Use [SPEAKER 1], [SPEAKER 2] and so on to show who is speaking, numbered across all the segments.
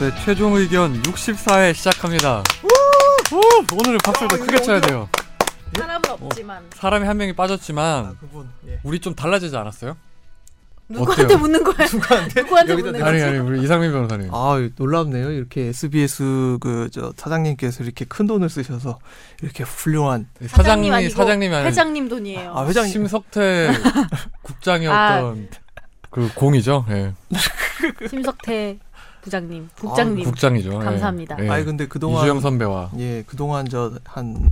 [SPEAKER 1] 네, 최종 의견 64회 시작합니다. 우! 오늘은 박수를 더
[SPEAKER 2] 야,
[SPEAKER 1] 크게 쳐야
[SPEAKER 2] 어디야?
[SPEAKER 1] 돼요.
[SPEAKER 3] 사람은
[SPEAKER 1] 어.
[SPEAKER 3] 없지만
[SPEAKER 1] 사람이 한 명이
[SPEAKER 2] 아
[SPEAKER 1] 빠졌지만
[SPEAKER 2] 그분 예.
[SPEAKER 1] 우리 좀 달라지지 않았어요?
[SPEAKER 3] 누구한테
[SPEAKER 1] 어때요?
[SPEAKER 3] 묻는 거야?
[SPEAKER 2] 누구한테?
[SPEAKER 3] 누구한테
[SPEAKER 2] 여기다
[SPEAKER 3] 묻는
[SPEAKER 2] 내가
[SPEAKER 3] 거야?
[SPEAKER 1] 아니 아니 우리 이상민 변호사님.
[SPEAKER 2] 아 놀랍네요. 이렇게 SBS 그 저 사장님께서 이렇게 큰 돈을 쓰셔서 이렇게 훌륭한
[SPEAKER 1] 사장님이
[SPEAKER 3] 사장님 아니고
[SPEAKER 1] 사장님이 아니
[SPEAKER 3] 회장님 돈이에요.
[SPEAKER 2] 아 회장님
[SPEAKER 1] 심석태 국장이었던
[SPEAKER 3] 아.
[SPEAKER 1] 그 공이죠. 예.
[SPEAKER 3] 심석태 부장님, 국장님.
[SPEAKER 1] 아, 국장이죠. 예.
[SPEAKER 3] 감사합니다.
[SPEAKER 1] 예.
[SPEAKER 2] 아니 근데 그동안
[SPEAKER 1] 이주영 선배와
[SPEAKER 2] 예 그동안 저한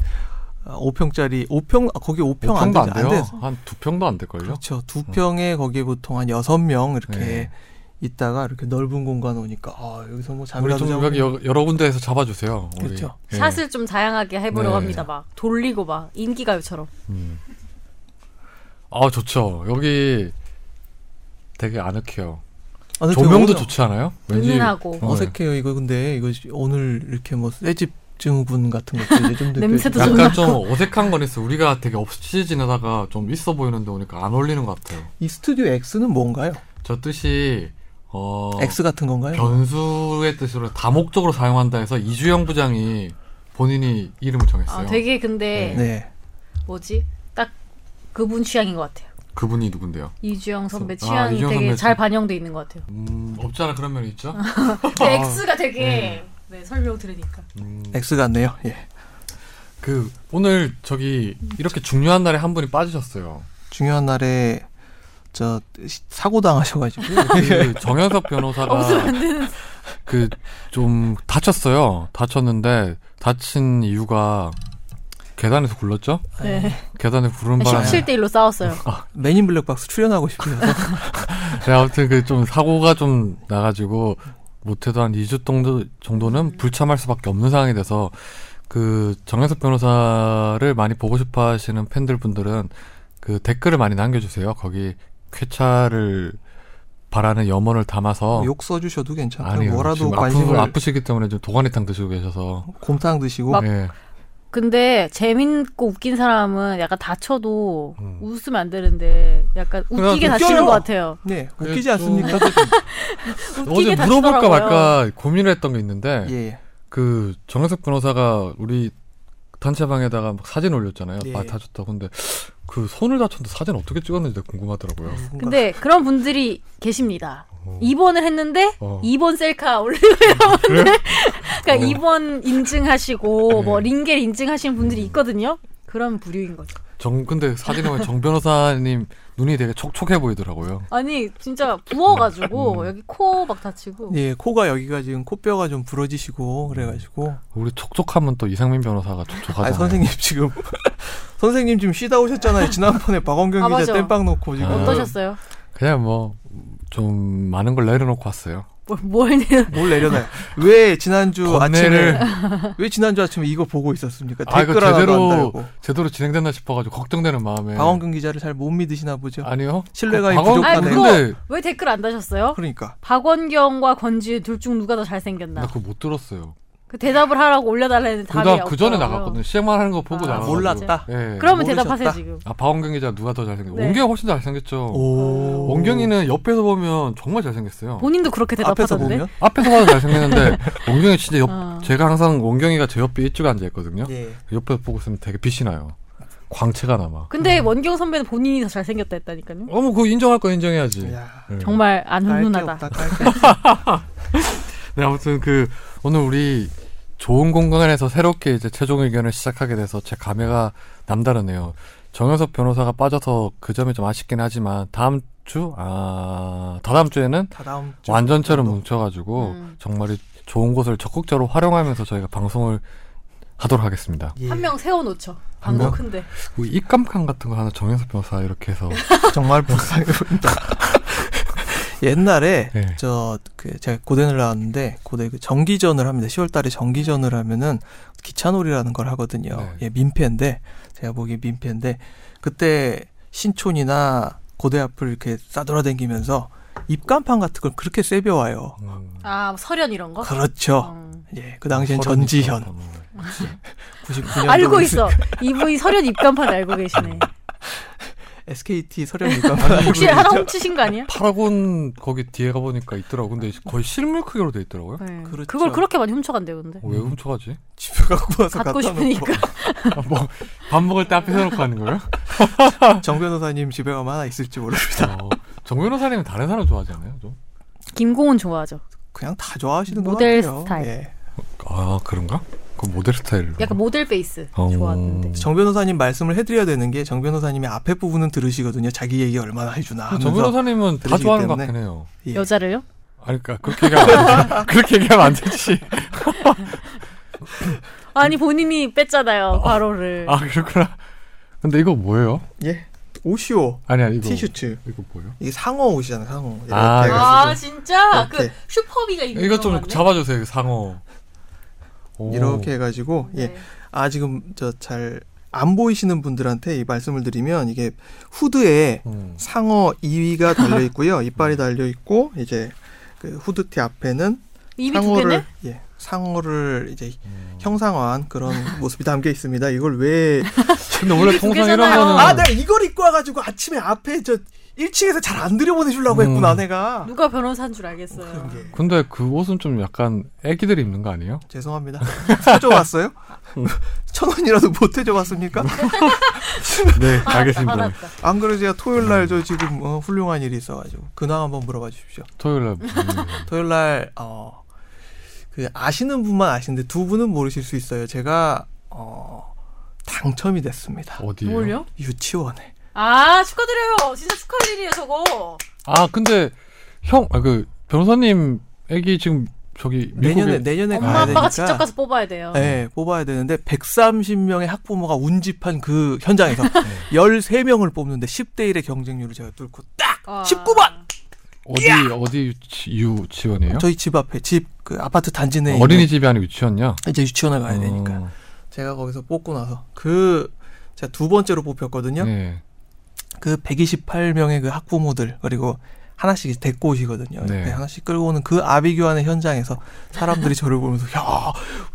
[SPEAKER 2] 5평짜리 5평 아, 거기 5평,
[SPEAKER 1] 뭐 5평도 안,
[SPEAKER 2] 안, 되-
[SPEAKER 1] 돼요. 어.
[SPEAKER 2] 안 돼서
[SPEAKER 1] 한 두 평도 안 될 걸요.
[SPEAKER 2] 그렇죠 두 평에 거기 보통 한 여섯 명 이렇게
[SPEAKER 1] 예.
[SPEAKER 2] 있다가 이렇게 넓은 공간 오니까 아 여기서 뭐 잠이라도
[SPEAKER 1] 우리 좀
[SPEAKER 2] 자고
[SPEAKER 1] 여기 여, 여러 군데에서 잡아주세요. 우리.
[SPEAKER 2] 그렇죠.
[SPEAKER 1] 예.
[SPEAKER 3] 샷을 좀 다양하게 해보려고
[SPEAKER 1] 네.
[SPEAKER 3] 합니다. 막 돌리고 막 인기가요처럼.
[SPEAKER 1] 음. 아 좋죠. 여기 되게 아늑해요.
[SPEAKER 2] 아, 근데 되게
[SPEAKER 1] 조명도
[SPEAKER 2] 어려-
[SPEAKER 1] 좋지 않아요? 왠지
[SPEAKER 3] 은은하고
[SPEAKER 1] 어,
[SPEAKER 2] 어색해요 이거 근데 이거 오늘 이렇게 뭐 쇠집 증후군 같은 것도 이제 좀
[SPEAKER 3] 냄새도
[SPEAKER 2] 느껴지고. 아,
[SPEAKER 1] 약간 좀 어색한 건 있어. 우리가 되게 없이 지내다가 좀 있어 보이는데 오니까 안 어울리는 것 같아요.
[SPEAKER 2] 이 스튜디오 X는 뭔가요?
[SPEAKER 1] 저 뜻이 어
[SPEAKER 2] X 같은 건가요?
[SPEAKER 1] 변수의 뜻으로 다목적으로 사용한다 해서 이주영 부장이 본인이 이름을 정했어요.
[SPEAKER 3] 아, 되게 근데
[SPEAKER 2] 네.
[SPEAKER 3] 뭐지? 딱 그분 취향인 것 같아요.
[SPEAKER 1] 그분이 누군데요?
[SPEAKER 3] 이주영 선배
[SPEAKER 1] 아,
[SPEAKER 3] 취향이
[SPEAKER 1] 이주영
[SPEAKER 3] 되게
[SPEAKER 1] 선배
[SPEAKER 3] 잘
[SPEAKER 1] 취-
[SPEAKER 3] 반영돼 있는 것 같아요.
[SPEAKER 1] 음, 없지 않아 그런 면이 있죠.
[SPEAKER 3] 근데 X가 되게 네, 설명 들으니까
[SPEAKER 1] 음,
[SPEAKER 2] X 같네요. 예.
[SPEAKER 1] 그 오늘 저기 이렇게 중요한 날에 한 분이 빠지셨어요.
[SPEAKER 2] 중요한 날에 저 사고 당하셔가지고
[SPEAKER 1] 그 정현석 변호사가
[SPEAKER 3] 없으면 안 되는
[SPEAKER 1] 그 좀 다쳤어요. 다쳤는데 다친 이유가 계단에서 굴렀죠?
[SPEAKER 3] 네.
[SPEAKER 1] 계단에 구른 바람에
[SPEAKER 3] 17대 1로 싸웠어요.
[SPEAKER 2] 맨인 블랙박스 출연하고 싶어서
[SPEAKER 1] 네, 아무튼 그 좀 사고가 좀 나가지고 못해도 한 2주 정도 정도는 불참할 수밖에 없는 상황이 돼서 그 정현석 변호사를 많이 보고 싶어하시는 팬들 분들은 그 댓글을 많이 남겨주세요. 거기 쾌차를 바라는 염원을 담아서
[SPEAKER 2] 욕 써주셔도 괜찮고
[SPEAKER 1] 어. 아니
[SPEAKER 2] 뭐라도
[SPEAKER 1] 지금
[SPEAKER 2] 관심을
[SPEAKER 1] 아프, 시기 때문에 좀 도가니탕 드시고 계셔서
[SPEAKER 2] 곰탕 드시고
[SPEAKER 3] 막-
[SPEAKER 1] 예.
[SPEAKER 3] 근데 재밌고 웃긴 사람은 약간 다쳐도
[SPEAKER 1] 음.
[SPEAKER 3] 웃으면 안 되는데 약간
[SPEAKER 1] 그냥
[SPEAKER 3] 웃기게
[SPEAKER 2] 웃겨요.
[SPEAKER 3] 다치는 것 같아요.
[SPEAKER 2] 네
[SPEAKER 1] 그게
[SPEAKER 2] 웃기지
[SPEAKER 1] 좀-
[SPEAKER 2] 않습니까?
[SPEAKER 1] 어제
[SPEAKER 3] 웃기게
[SPEAKER 1] 물어볼까
[SPEAKER 3] 다치더라고요.
[SPEAKER 1] 말까 고민을 했던 게 있는데
[SPEAKER 2] 예.
[SPEAKER 1] 그 정현석 변호사가 우리 단체방에다가 막 사진 올렸잖아요.
[SPEAKER 2] 예.
[SPEAKER 1] 아 다쳤다. 근데 그 손을 다쳤는데 사진 어떻게 찍었는지 되게 궁금하더라고요.
[SPEAKER 3] 근데 그런 분들이 계십니다. 입원을 했는데
[SPEAKER 1] 어. 아,
[SPEAKER 3] 입원 셀카 올리고
[SPEAKER 1] 그래요?
[SPEAKER 3] 그러니까
[SPEAKER 1] 어.
[SPEAKER 3] 입원 인증하시고
[SPEAKER 1] 네.
[SPEAKER 3] 뭐 링겔 인증하신
[SPEAKER 1] 음.
[SPEAKER 3] 분들이 있거든요. 그런 부류인 거죠.
[SPEAKER 1] 정 근데 사진에 보면 정 변호사님 눈이 되게 촉촉해 보이더라고요.
[SPEAKER 3] 아니 진짜 부어가지고
[SPEAKER 1] 음.
[SPEAKER 3] 여기 코 막 다치고
[SPEAKER 2] 예 코가 여기가 지금 코뼈가 좀 부러지시고 그래가지고
[SPEAKER 1] 우리 촉촉하면 또 이상민 변호사가
[SPEAKER 2] 아
[SPEAKER 1] 촉촉하잖아요.
[SPEAKER 2] 선생님 지금 선생님 지금 쉬다 오셨잖아요 지난번에 박원경
[SPEAKER 3] 아,
[SPEAKER 2] 기자
[SPEAKER 3] 맞아.
[SPEAKER 2] 땜빵 놓고 지금
[SPEAKER 3] 어떠셨어요?
[SPEAKER 1] 그냥 뭐 좀 많은 걸 내려놓고 왔어요.
[SPEAKER 3] 뭘, 뭐, 뭘
[SPEAKER 2] 뭘 내려놔요? 왜 지난주
[SPEAKER 1] 번뇌를
[SPEAKER 2] 그 아침에 왜 지난주 아침에 이거 보고 있었습니까?
[SPEAKER 1] 아, 이거
[SPEAKER 2] 댓글 하나도
[SPEAKER 1] 제대로- 네.
[SPEAKER 2] 안 달고
[SPEAKER 1] 제대로 진행됐나 싶어가지고 걱정되는 마음에
[SPEAKER 2] 박원근 기자를 잘 못 믿으시나 보죠.
[SPEAKER 1] 아니요.
[SPEAKER 2] 신뢰감이
[SPEAKER 1] 박원-
[SPEAKER 3] 부족하네. 아니, 그거-
[SPEAKER 1] 근데
[SPEAKER 3] 왜 댓글 안 다셨어요?
[SPEAKER 2] 그러니까
[SPEAKER 3] 박원경과 권지윤 둘 중 누가 더
[SPEAKER 1] 나
[SPEAKER 3] 잘생겼나?
[SPEAKER 1] 그거 못 들었어요.
[SPEAKER 3] 그 대답을 하라고 올려달라 했는데 답이
[SPEAKER 1] 그나
[SPEAKER 3] 없더라고요.
[SPEAKER 1] 그 전에 나갔거든요. 시행만 하는 거 보고
[SPEAKER 3] 아,
[SPEAKER 1] 나가고
[SPEAKER 2] 몰랐다.
[SPEAKER 1] 예.
[SPEAKER 3] 그러면
[SPEAKER 2] 모르셨다.
[SPEAKER 3] 대답하세요 지금.
[SPEAKER 1] 아 박원경 기자 누가 더 잘생겼어?
[SPEAKER 3] 네.
[SPEAKER 1] 원경이 훨씬
[SPEAKER 2] 어.
[SPEAKER 1] 잘생겼죠.
[SPEAKER 2] 오
[SPEAKER 1] 원경이는 옆에서 보면 정말 잘생겼어요.
[SPEAKER 3] 본인도 그렇게
[SPEAKER 2] 앞에서
[SPEAKER 3] 대답하던데.
[SPEAKER 2] 보면
[SPEAKER 1] 앞에서 봐도 잘생겼는데 원경이 진짜 옆
[SPEAKER 3] 어.
[SPEAKER 1] 제가 항상 원경이가 제 옆에 일주일 앉아 있거든요.
[SPEAKER 2] 예.
[SPEAKER 1] 옆에서 보고 있으면 되게 빛이 나요. 광채가 남아.
[SPEAKER 3] 근데 원경 선배는 본인이 더 잘생겼다 했다니까요.
[SPEAKER 1] 어머 그거 인정할 거 인정해야지.
[SPEAKER 2] 야,
[SPEAKER 1] 예.
[SPEAKER 3] 정말 안
[SPEAKER 2] 깔게
[SPEAKER 3] 훈훈하다.
[SPEAKER 2] 없다 깔게. 없다.
[SPEAKER 1] 네 아무튼 그 오늘 우리 좋은 공간에서 새롭게 이제 최종 의견을 시작하게 돼서 제 감회가 남다르네요. 정현석 변호사가 빠져서 그 점이 좀 아쉽긴 하지만 다음 주, 아, 다다음 주에는
[SPEAKER 2] 다 다음 주
[SPEAKER 1] 완전체로 뭉쳐가지고
[SPEAKER 3] 음.
[SPEAKER 1] 정말 좋은 곳을 적극적으로 활용하면서 저희가 방송을 하도록 하겠습니다.
[SPEAKER 2] 예.
[SPEAKER 3] 한 명 세워놓죠.
[SPEAKER 1] 한 명?
[SPEAKER 3] 방금 큰데.
[SPEAKER 1] 그 입감칸 같은 거 하나 정해서 변호사 이렇게 해서
[SPEAKER 2] 정말 불쌍해 보인다. 옛날에
[SPEAKER 1] 네.
[SPEAKER 2] 저그 제가 고대를 나왔는데 고대 그 정기전을 합니다. 10월달에 정기전을 하면은 기차놀이라는 걸 하거든요.
[SPEAKER 1] 네.
[SPEAKER 2] 예, 민폐인데 제가 보기 민폐인데 그때 신촌이나 고대 앞을 이렇게 싸돌아다니면서 입간판 같은 걸 그렇게 세벼 와요.
[SPEAKER 1] 음,
[SPEAKER 3] 아 설현 이런 거?
[SPEAKER 2] 그렇죠.
[SPEAKER 3] 음.
[SPEAKER 2] 예, 그 당시엔
[SPEAKER 1] 서른이
[SPEAKER 2] 전지현
[SPEAKER 1] 있었던 거예요. 뭐.
[SPEAKER 2] 99년
[SPEAKER 3] 알고 있어. 이분이 설현 입간판 알고 계시네.
[SPEAKER 2] SKT 서령 육관판
[SPEAKER 1] 아니, 혹시
[SPEAKER 2] 알고
[SPEAKER 3] 혹시
[SPEAKER 1] 그러죠?
[SPEAKER 3] 하나
[SPEAKER 2] 계시죠?
[SPEAKER 3] 훔치신 거 아니에요?
[SPEAKER 1] 파라곤 거기 뒤에 가보니까 있더라고. 근데 거의 실물 크기로 돼 있더라고요.
[SPEAKER 3] 네.
[SPEAKER 2] 그렇죠.
[SPEAKER 3] 그걸 그렇게 많이 훔쳐간대요, 근데.
[SPEAKER 1] 어, 왜
[SPEAKER 2] 음.
[SPEAKER 1] 훔쳐가지?
[SPEAKER 2] 집에 갖고 와서
[SPEAKER 3] 갖고
[SPEAKER 2] 갖다 놓고
[SPEAKER 3] 싶으니까.
[SPEAKER 1] 아, 뭐, 밥 먹을 때 앞에 세놓고 하는 거예요?
[SPEAKER 2] 정 변호사님 집에 가면 뭐 하나 있을지 모르.
[SPEAKER 1] 어, 정 변호사님은 다른 사람 좋아하지 않아요? 좀?
[SPEAKER 3] 김고은 좋아하죠.
[SPEAKER 2] 그냥 다 좋아하시는 것
[SPEAKER 3] 모델
[SPEAKER 2] 같아요.
[SPEAKER 3] 스타일.
[SPEAKER 2] 예.
[SPEAKER 1] 아, 그런가? 그 모델 스타일로.
[SPEAKER 3] 약간 모델 베이스
[SPEAKER 1] 어.
[SPEAKER 3] 좋아하는데.
[SPEAKER 2] 정 변호사님 말씀을 해드려야 되는 게 정 변호사님이 앞에 부분은 들으시거든요. 자기 얘기 얼마나 해주나 하면서.
[SPEAKER 1] 정 변호사님은 다
[SPEAKER 2] 들으시기
[SPEAKER 1] 좋아하는 것
[SPEAKER 2] 때문에.
[SPEAKER 1] 같긴 해요.
[SPEAKER 2] 예.
[SPEAKER 3] 여자를요?
[SPEAKER 1] 아니, 그러니까 그렇게 얘기하면 안 되지. 그렇게 얘기하면 안 되지.
[SPEAKER 3] 아니 본인이 뺐잖아요, 과로를.
[SPEAKER 1] 아, 그렇구나. 근데 이거 뭐예요?
[SPEAKER 2] 예. 옷이요.
[SPEAKER 1] 아니야, 이거.
[SPEAKER 2] 티셔츠.
[SPEAKER 1] 이거 뭐예요?
[SPEAKER 2] 이게 상어 옷이잖아요. 네, 상어. 이렇게
[SPEAKER 1] 아,
[SPEAKER 2] 해가지고.
[SPEAKER 3] 아, 진짜
[SPEAKER 2] 이렇게.
[SPEAKER 3] 그 슈퍼비가 있는
[SPEAKER 1] 이거 좀
[SPEAKER 3] 거 같네?
[SPEAKER 1] 잡아주세요, 이거 상어. 오.
[SPEAKER 2] 이렇게 해가지고 예.
[SPEAKER 3] 네.
[SPEAKER 2] 아 지금 저 잘 안 보이시는 분들한테 이 말씀을 드리면 이게 후드에
[SPEAKER 1] 음.
[SPEAKER 2] 상어 2위가 달려 있고요. 이빨이 달려 있고 이제 그 후드티 앞에는
[SPEAKER 3] 입이 두 개네?
[SPEAKER 2] 상어를 예. 상어를 이제
[SPEAKER 1] 음.
[SPEAKER 2] 형상화한 그런 모습이 담겨 있습니다. 이걸 왜
[SPEAKER 1] 근데 원래
[SPEAKER 3] 입이 두
[SPEAKER 1] 통상 이런
[SPEAKER 3] 개잖아요.
[SPEAKER 1] 거는
[SPEAKER 2] 아, 내가 이걸 입고 와가지고 아침에 앞에 저 1층에서 잘 안 들여보내주려고
[SPEAKER 1] 음.
[SPEAKER 2] 했구나, 내가.
[SPEAKER 3] 누가 변호사인 줄 알겠어요.
[SPEAKER 2] 그런 게.
[SPEAKER 1] 근데 그 옷은 좀 약간 애기들이 입는 거 아니에요?
[SPEAKER 2] 죄송합니다. 사줘왔어요? 천 원이라도 못 해줘봤습니까?
[SPEAKER 1] 네,
[SPEAKER 3] 알았다, 아, 알았다.
[SPEAKER 2] 안 그래도 제가 토요일 날 저 지금 어, 훌륭한 일이 있어가지고 근황 한번 물어봐 주십시오.
[SPEAKER 1] 토요일 날. 음.
[SPEAKER 2] 토요일 날, 어, 그 아시는 분만 아시는데 두 분은 모르실 수 있어요. 제가, 어, 당첨이 됐습니다.
[SPEAKER 1] 어디예요?
[SPEAKER 3] 뭘요?
[SPEAKER 2] 유치원에.
[SPEAKER 3] 아 축하드려요. 진짜 축하할 일이에요, 저거.
[SPEAKER 1] 아 근데 형 아 그 변호사님 애기 지금 저기 미국에
[SPEAKER 2] 내년에, 내년에
[SPEAKER 3] 엄마
[SPEAKER 2] 네, 가야 되니까.
[SPEAKER 3] 아빠가 직접 가서 뽑아야 돼요.
[SPEAKER 2] 네, 뽑아야 되는데 130명의 학부모가 운집한 그 현장에서
[SPEAKER 3] 네.
[SPEAKER 2] 13명을 뽑는데 10대 1의 경쟁률을 제가 뚫고 딱
[SPEAKER 3] 아.
[SPEAKER 2] 19번!
[SPEAKER 1] 어디 어디 유치, 유치원이에요?
[SPEAKER 2] 저희 집 앞에 집 그 아파트 단지 내에 있는
[SPEAKER 1] 어린이집이 아니고 유치원이야?
[SPEAKER 2] 이제 유치원을 가야 되니까
[SPEAKER 1] 어,
[SPEAKER 2] 제가 거기서 뽑고 나서 그 제가 두 번째로 뽑혔거든요.
[SPEAKER 1] 네.
[SPEAKER 2] 그 128명의 그 학부모들 그리고 하나씩 데리고 오시거든요.
[SPEAKER 1] 네.
[SPEAKER 2] 옆에 하나씩 끌고 오는 그 아비규환의 현장에서 사람들이 저를 보면서 야,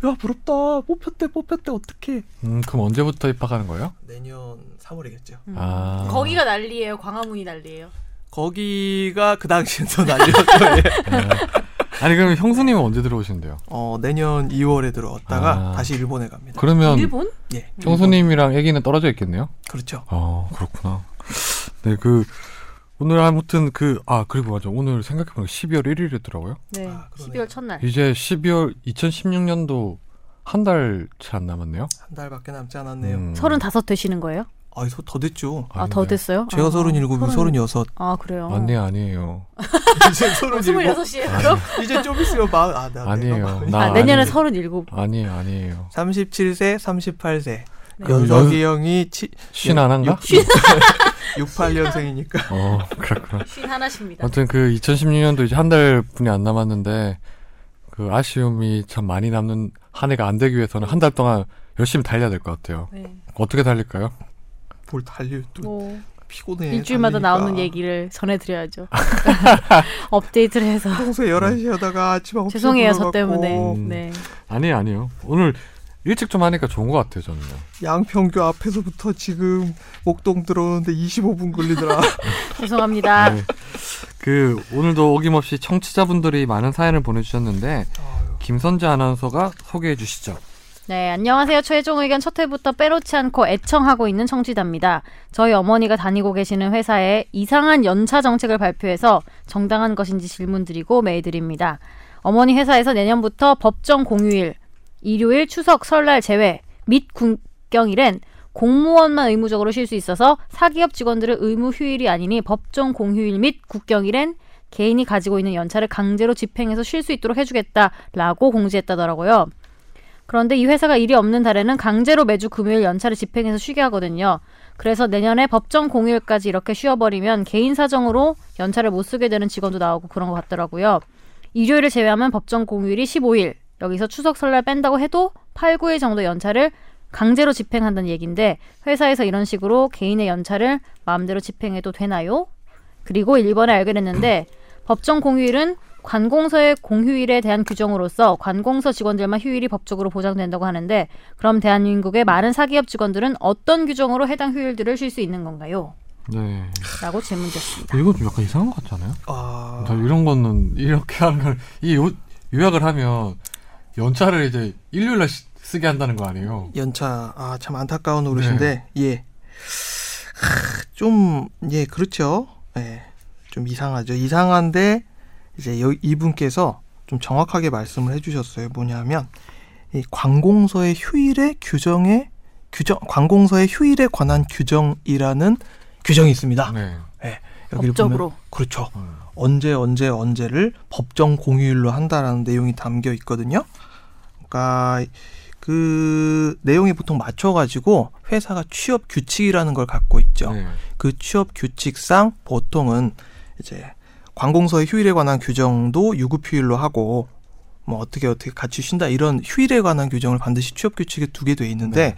[SPEAKER 2] 야 부럽다. 뽑혔대, 뽑혔대. 어떻게?
[SPEAKER 1] 음 그럼 언제부터 입학하는 거예요?
[SPEAKER 2] 내년 3월이겠죠.
[SPEAKER 3] 음.
[SPEAKER 1] 아.
[SPEAKER 3] 거기가 난리예요. 광화문이 난리예요.
[SPEAKER 2] 거기가 그 당시엔 더 난리였어요. 예.
[SPEAKER 1] 아니 그럼 형수님은 언제 들어오신대요?
[SPEAKER 2] 어, 내년 2월에 들어왔다가
[SPEAKER 1] 아.
[SPEAKER 2] 다시 일본에 갑니다.
[SPEAKER 1] 그러면
[SPEAKER 3] 일본?
[SPEAKER 2] 예,
[SPEAKER 1] 형수님이랑 애기는 떨어져 있겠네요?
[SPEAKER 2] 그렇죠.
[SPEAKER 1] 아 그렇구나. 네 그 오늘 아무튼 그 아 그리고 맞아 오늘 생각해보니까 12월 1일이더라고요.
[SPEAKER 3] 네.
[SPEAKER 2] 아, 그러네요.
[SPEAKER 3] 12월 첫날.
[SPEAKER 1] 이제 12월 2016년도 한 달 채 안 남았네요.
[SPEAKER 2] 한 달밖에 남지 않았네요.
[SPEAKER 1] 음.
[SPEAKER 3] 35 되시는 거예요?
[SPEAKER 2] 아이, 소- 더 됐죠.
[SPEAKER 3] 아,
[SPEAKER 1] 아닌데.
[SPEAKER 3] 더 됐어요?
[SPEAKER 2] 제가
[SPEAKER 3] 아,
[SPEAKER 2] 37,
[SPEAKER 3] 서른-
[SPEAKER 2] 36.
[SPEAKER 3] 아, 그래요?
[SPEAKER 1] 아니 아니에요.
[SPEAKER 2] 이제
[SPEAKER 3] 26,
[SPEAKER 2] 36.
[SPEAKER 3] 26이에요, 그럼?
[SPEAKER 2] 이제 좀 있으면 마흔. 아, 나,
[SPEAKER 1] 아니에요. 나
[SPEAKER 3] 아, 내년에
[SPEAKER 1] 아니에요.
[SPEAKER 3] 37.
[SPEAKER 1] 아니에요 아니에요.
[SPEAKER 2] 37세, 38세.
[SPEAKER 3] 네.
[SPEAKER 2] 연석이 형이 치,
[SPEAKER 1] 네, 신안한가?
[SPEAKER 2] 68년생이니까.
[SPEAKER 1] 어 그렇구나.
[SPEAKER 3] 쉰 하나십니다.
[SPEAKER 1] 아무튼 그 2016년도 이제 한 달뿐이 안 남았는데 그 아쉬움이 참 많이 남는 한 해가 안 되기 위해서는 한 달 동안 열심히 달려야 될 것 같아요.
[SPEAKER 3] 네.
[SPEAKER 1] 어떻게 달릴까요?
[SPEAKER 2] 뭘 달려 또
[SPEAKER 3] 뭐
[SPEAKER 2] 피곤해.
[SPEAKER 3] 일주일마다
[SPEAKER 2] 달리니까.
[SPEAKER 3] 나오는 얘기를 전해드려야죠. 업데이트를 해서.
[SPEAKER 2] 평소에 11시 하다가 아침 9시
[SPEAKER 3] 죄송해요, 저 때문에.
[SPEAKER 1] 음.
[SPEAKER 3] 네.
[SPEAKER 1] 아니 아니요. 오늘 일찍 좀 하니까 좋은 것 같아요 저는.
[SPEAKER 2] 양평교 앞에서부터 지금 목동 들어오는데 25분 걸리더라.
[SPEAKER 3] 죄송합니다.
[SPEAKER 1] 네. 그 오늘도 어김없이 청취자분들이 많은 사연을 보내주셨는데 김선재 아나운서가 소개해 주시죠.
[SPEAKER 3] 네, 안녕하세요. 최종 의견 첫 회부터 빼놓지 않고 애청하고 있는 청취자입니다. 저희 어머니가 다니고 계시는 회사에 이상한 연차 정책을 발표해서 정당한 것인지 질문드리고 메일드립니다. 어머니 회사에서 내년부터 법정 공휴일, 일요일, 추석, 설날 제외 및 국경일엔 공무원만 의무적으로 쉴 수 있어서 사기업 직원들은 의무 휴일이 아니니 법정 공휴일 및 국경일엔 개인이 가지고 있는 연차를 강제로 집행해서 쉴 수 있도록 해주겠다라고 공지했다더라고요. 그런데 이 회사가 일이 없는 달에는 강제로 매주 금요일 연차를 집행해서 쉬게 하거든요. 그래서 내년에 법정 공휴일까지 이렇게 쉬어버리면 개인 사정으로 연차를 못 쓰게 되는 직원도 나오고 그런 것 같더라고요. 일요일을 제외하면 법정 공휴일이 15일. 여기서 추석 설날 뺀다고 해도 8, 9일 정도 연차를 강제로 집행한다는 얘기인데 회사에서 이런 식으로 개인의 연차를 마음대로 집행해도 되나요? 그리고 일본에 알게 됐는데 법정 공휴일은 관공서의 공휴일에 대한 규정으로서 관공서 직원들만 휴일이 법적으로 보장된다고 하는데 그럼 대한민국의 많은 사기업 직원들은 어떤 규정으로 해당 휴일들을 쉴 수 있는 건가요?
[SPEAKER 1] 네.
[SPEAKER 3] 라고 질문 드렸습니다.
[SPEAKER 1] 이거 좀 약간 이상한 것 같지 않아요?
[SPEAKER 2] 아,
[SPEAKER 1] 저 이런 거는 이렇게 하는 걸, 이 요, 요약을 하면 연차를 이제 일요일날 시- 쓰게 한다는 거 아니에요?
[SPEAKER 2] 연차 아 참 안타까운 노릇인데 예. 하, 좀 예, 그렇죠. 예. 좀 이상하죠. 이상한데 이제 여, 이분께서 좀 정확하게 말씀을 해 주셨어요. 뭐냐면 이 관공서의 휴일의 규정에 규정 관공서의 휴일에 관한 규정이라는 규정이 있습니다.
[SPEAKER 1] 네.
[SPEAKER 2] 여기를
[SPEAKER 3] 법적으로.
[SPEAKER 2] 보면 그렇죠.
[SPEAKER 1] 음.
[SPEAKER 2] 언제 언제 언제를 법정 공휴일로 한다라는 내용이 담겨 있거든요. 그러니까 그 내용에 보통 맞춰 가지고 회사가 취업 규칙이라는 걸 갖고 있죠.
[SPEAKER 1] 네.
[SPEAKER 2] 그 취업 규칙상 보통은 이제 관공서의 휴일에 관한 규정도 유급 휴일로 하고 뭐 어떻게 어떻게 같이 쉰다 이런 휴일에 관한 규정을 반드시 취업 규칙에 두게 돼 있는데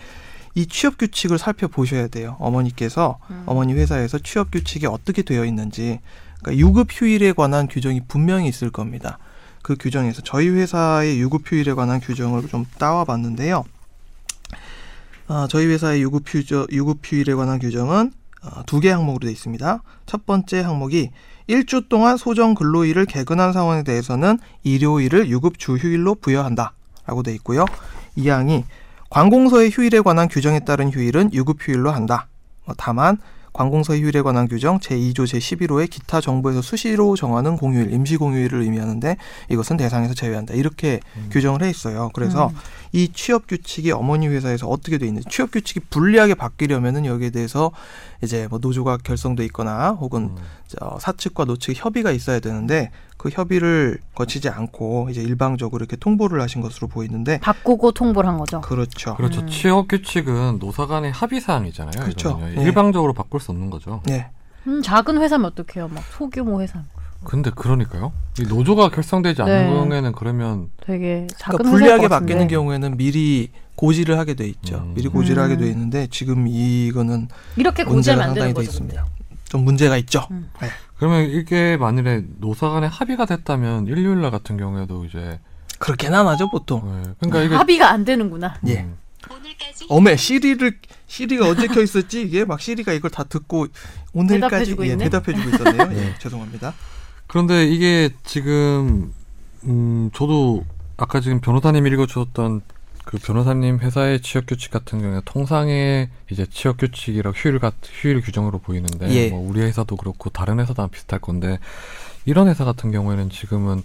[SPEAKER 2] 이 취업 규칙을 살펴보셔야 돼요. 어머니께서
[SPEAKER 3] 음.
[SPEAKER 2] 어머니 회사에서 취업 규칙이 어떻게 되어 있는지 그러니까 유급 휴일에 관한 규정이 분명히 있을 겁니다. 그 규정에서 저희 회사의 유급 휴일에 관한 규정을 좀 따와 봤는데요. 아, 저희 회사의 유급 휴저, 유급 휴일에 관한 규정은 두 개 항목으로 되어 있습니다. 첫 번째 항목이 일주 동안 소정 근로일을 개근한 사원에 대해서는 일요일을 유급 주휴일로 부여한다. 라고 되어 있고요. 이 항이 관공서의 휴일에 관한 규정에 따른 휴일은 유급 휴일로 한다. 어, 다만 관공서의 휴일에 관한 규정 제2조 제11호의 기타 정부에서 수시로 정하는 공휴일, 임시공휴일을 의미하는데 이것은 대상에서 제외한다. 이렇게 규정을 해 있어요. 그래서
[SPEAKER 3] 음.
[SPEAKER 2] 이 취업 규칙이 어머니 회사에서 어떻게 돼 있는지 취업 규칙이 불리하게 바뀌려면은 여기에 대해서 이제 뭐 노조가 결성돼 있거나 혹은
[SPEAKER 1] 음.
[SPEAKER 2] 저 사측과 노측 협의가 있어야 되는데 그 협의를 거치지 않고 이제 일방적으로 이렇게 통보를 하신 것으로 보이는데
[SPEAKER 3] 바꾸고 통보를 한 거죠.
[SPEAKER 2] 그렇죠.
[SPEAKER 1] 그렇죠.
[SPEAKER 3] 음.
[SPEAKER 1] 취업 규칙은 노사 간의 합의 사항이잖아요.
[SPEAKER 2] 그렇죠.
[SPEAKER 1] 이거는요.
[SPEAKER 2] 네.
[SPEAKER 1] 일방적으로 바꿀 수 없는 거죠.
[SPEAKER 2] 네.
[SPEAKER 3] 음, 작은 회사면 어떡해요? 막 소규모 회사
[SPEAKER 1] 근데 그러니까요. 이 노조가 결성되지
[SPEAKER 3] 네.
[SPEAKER 1] 않는 경우에는 그러면
[SPEAKER 3] 되게
[SPEAKER 2] 그러니까
[SPEAKER 3] 작은 회사일
[SPEAKER 2] 불리하게
[SPEAKER 3] 것 같은데.
[SPEAKER 2] 바뀌는 경우에는 미리 고지를 하게 돼 있죠.
[SPEAKER 1] 음.
[SPEAKER 2] 미리 고지를 하게 돼
[SPEAKER 3] 음.
[SPEAKER 2] 있는데 지금 이거는
[SPEAKER 3] 이렇게
[SPEAKER 2] 문제가
[SPEAKER 3] 공지하면 안
[SPEAKER 2] 상당히 돼
[SPEAKER 3] 되는 거죠. 음.
[SPEAKER 2] 있습니다. 좀 문제가 있죠.
[SPEAKER 1] 그러면 이게 만일에 노사 간의 합의가 됐다면 일요일 날 같은 경우에도 이제
[SPEAKER 2] 그렇게나 하죠 보통.
[SPEAKER 1] 네. 그러니까 이게
[SPEAKER 3] 합의가 안 되는구나.
[SPEAKER 2] 예.
[SPEAKER 1] 음,
[SPEAKER 2] 어메 시리를 시리가 언제 켜 있었지 이게 막 시리가 이걸 다 듣고 오늘까지
[SPEAKER 3] 대답해주고
[SPEAKER 2] 예,
[SPEAKER 3] 있네.
[SPEAKER 2] 대답해주고 있었네요.
[SPEAKER 1] 네.
[SPEAKER 2] 예, 죄송합니다.
[SPEAKER 1] 그런데 이게 지금 음 저도 아까 지금 변호사님 이 읽어주셨던 그 변호사님 회사의 취업 규칙 같은 경우에 통상의 이제 취업 규칙이라 휴일 같 휴일 규정으로 보이는데
[SPEAKER 2] 예.
[SPEAKER 1] 뭐 우리 회사도 그렇고 다른 회사도 아마 비슷할 건데 이런 회사 같은 경우에는 지금은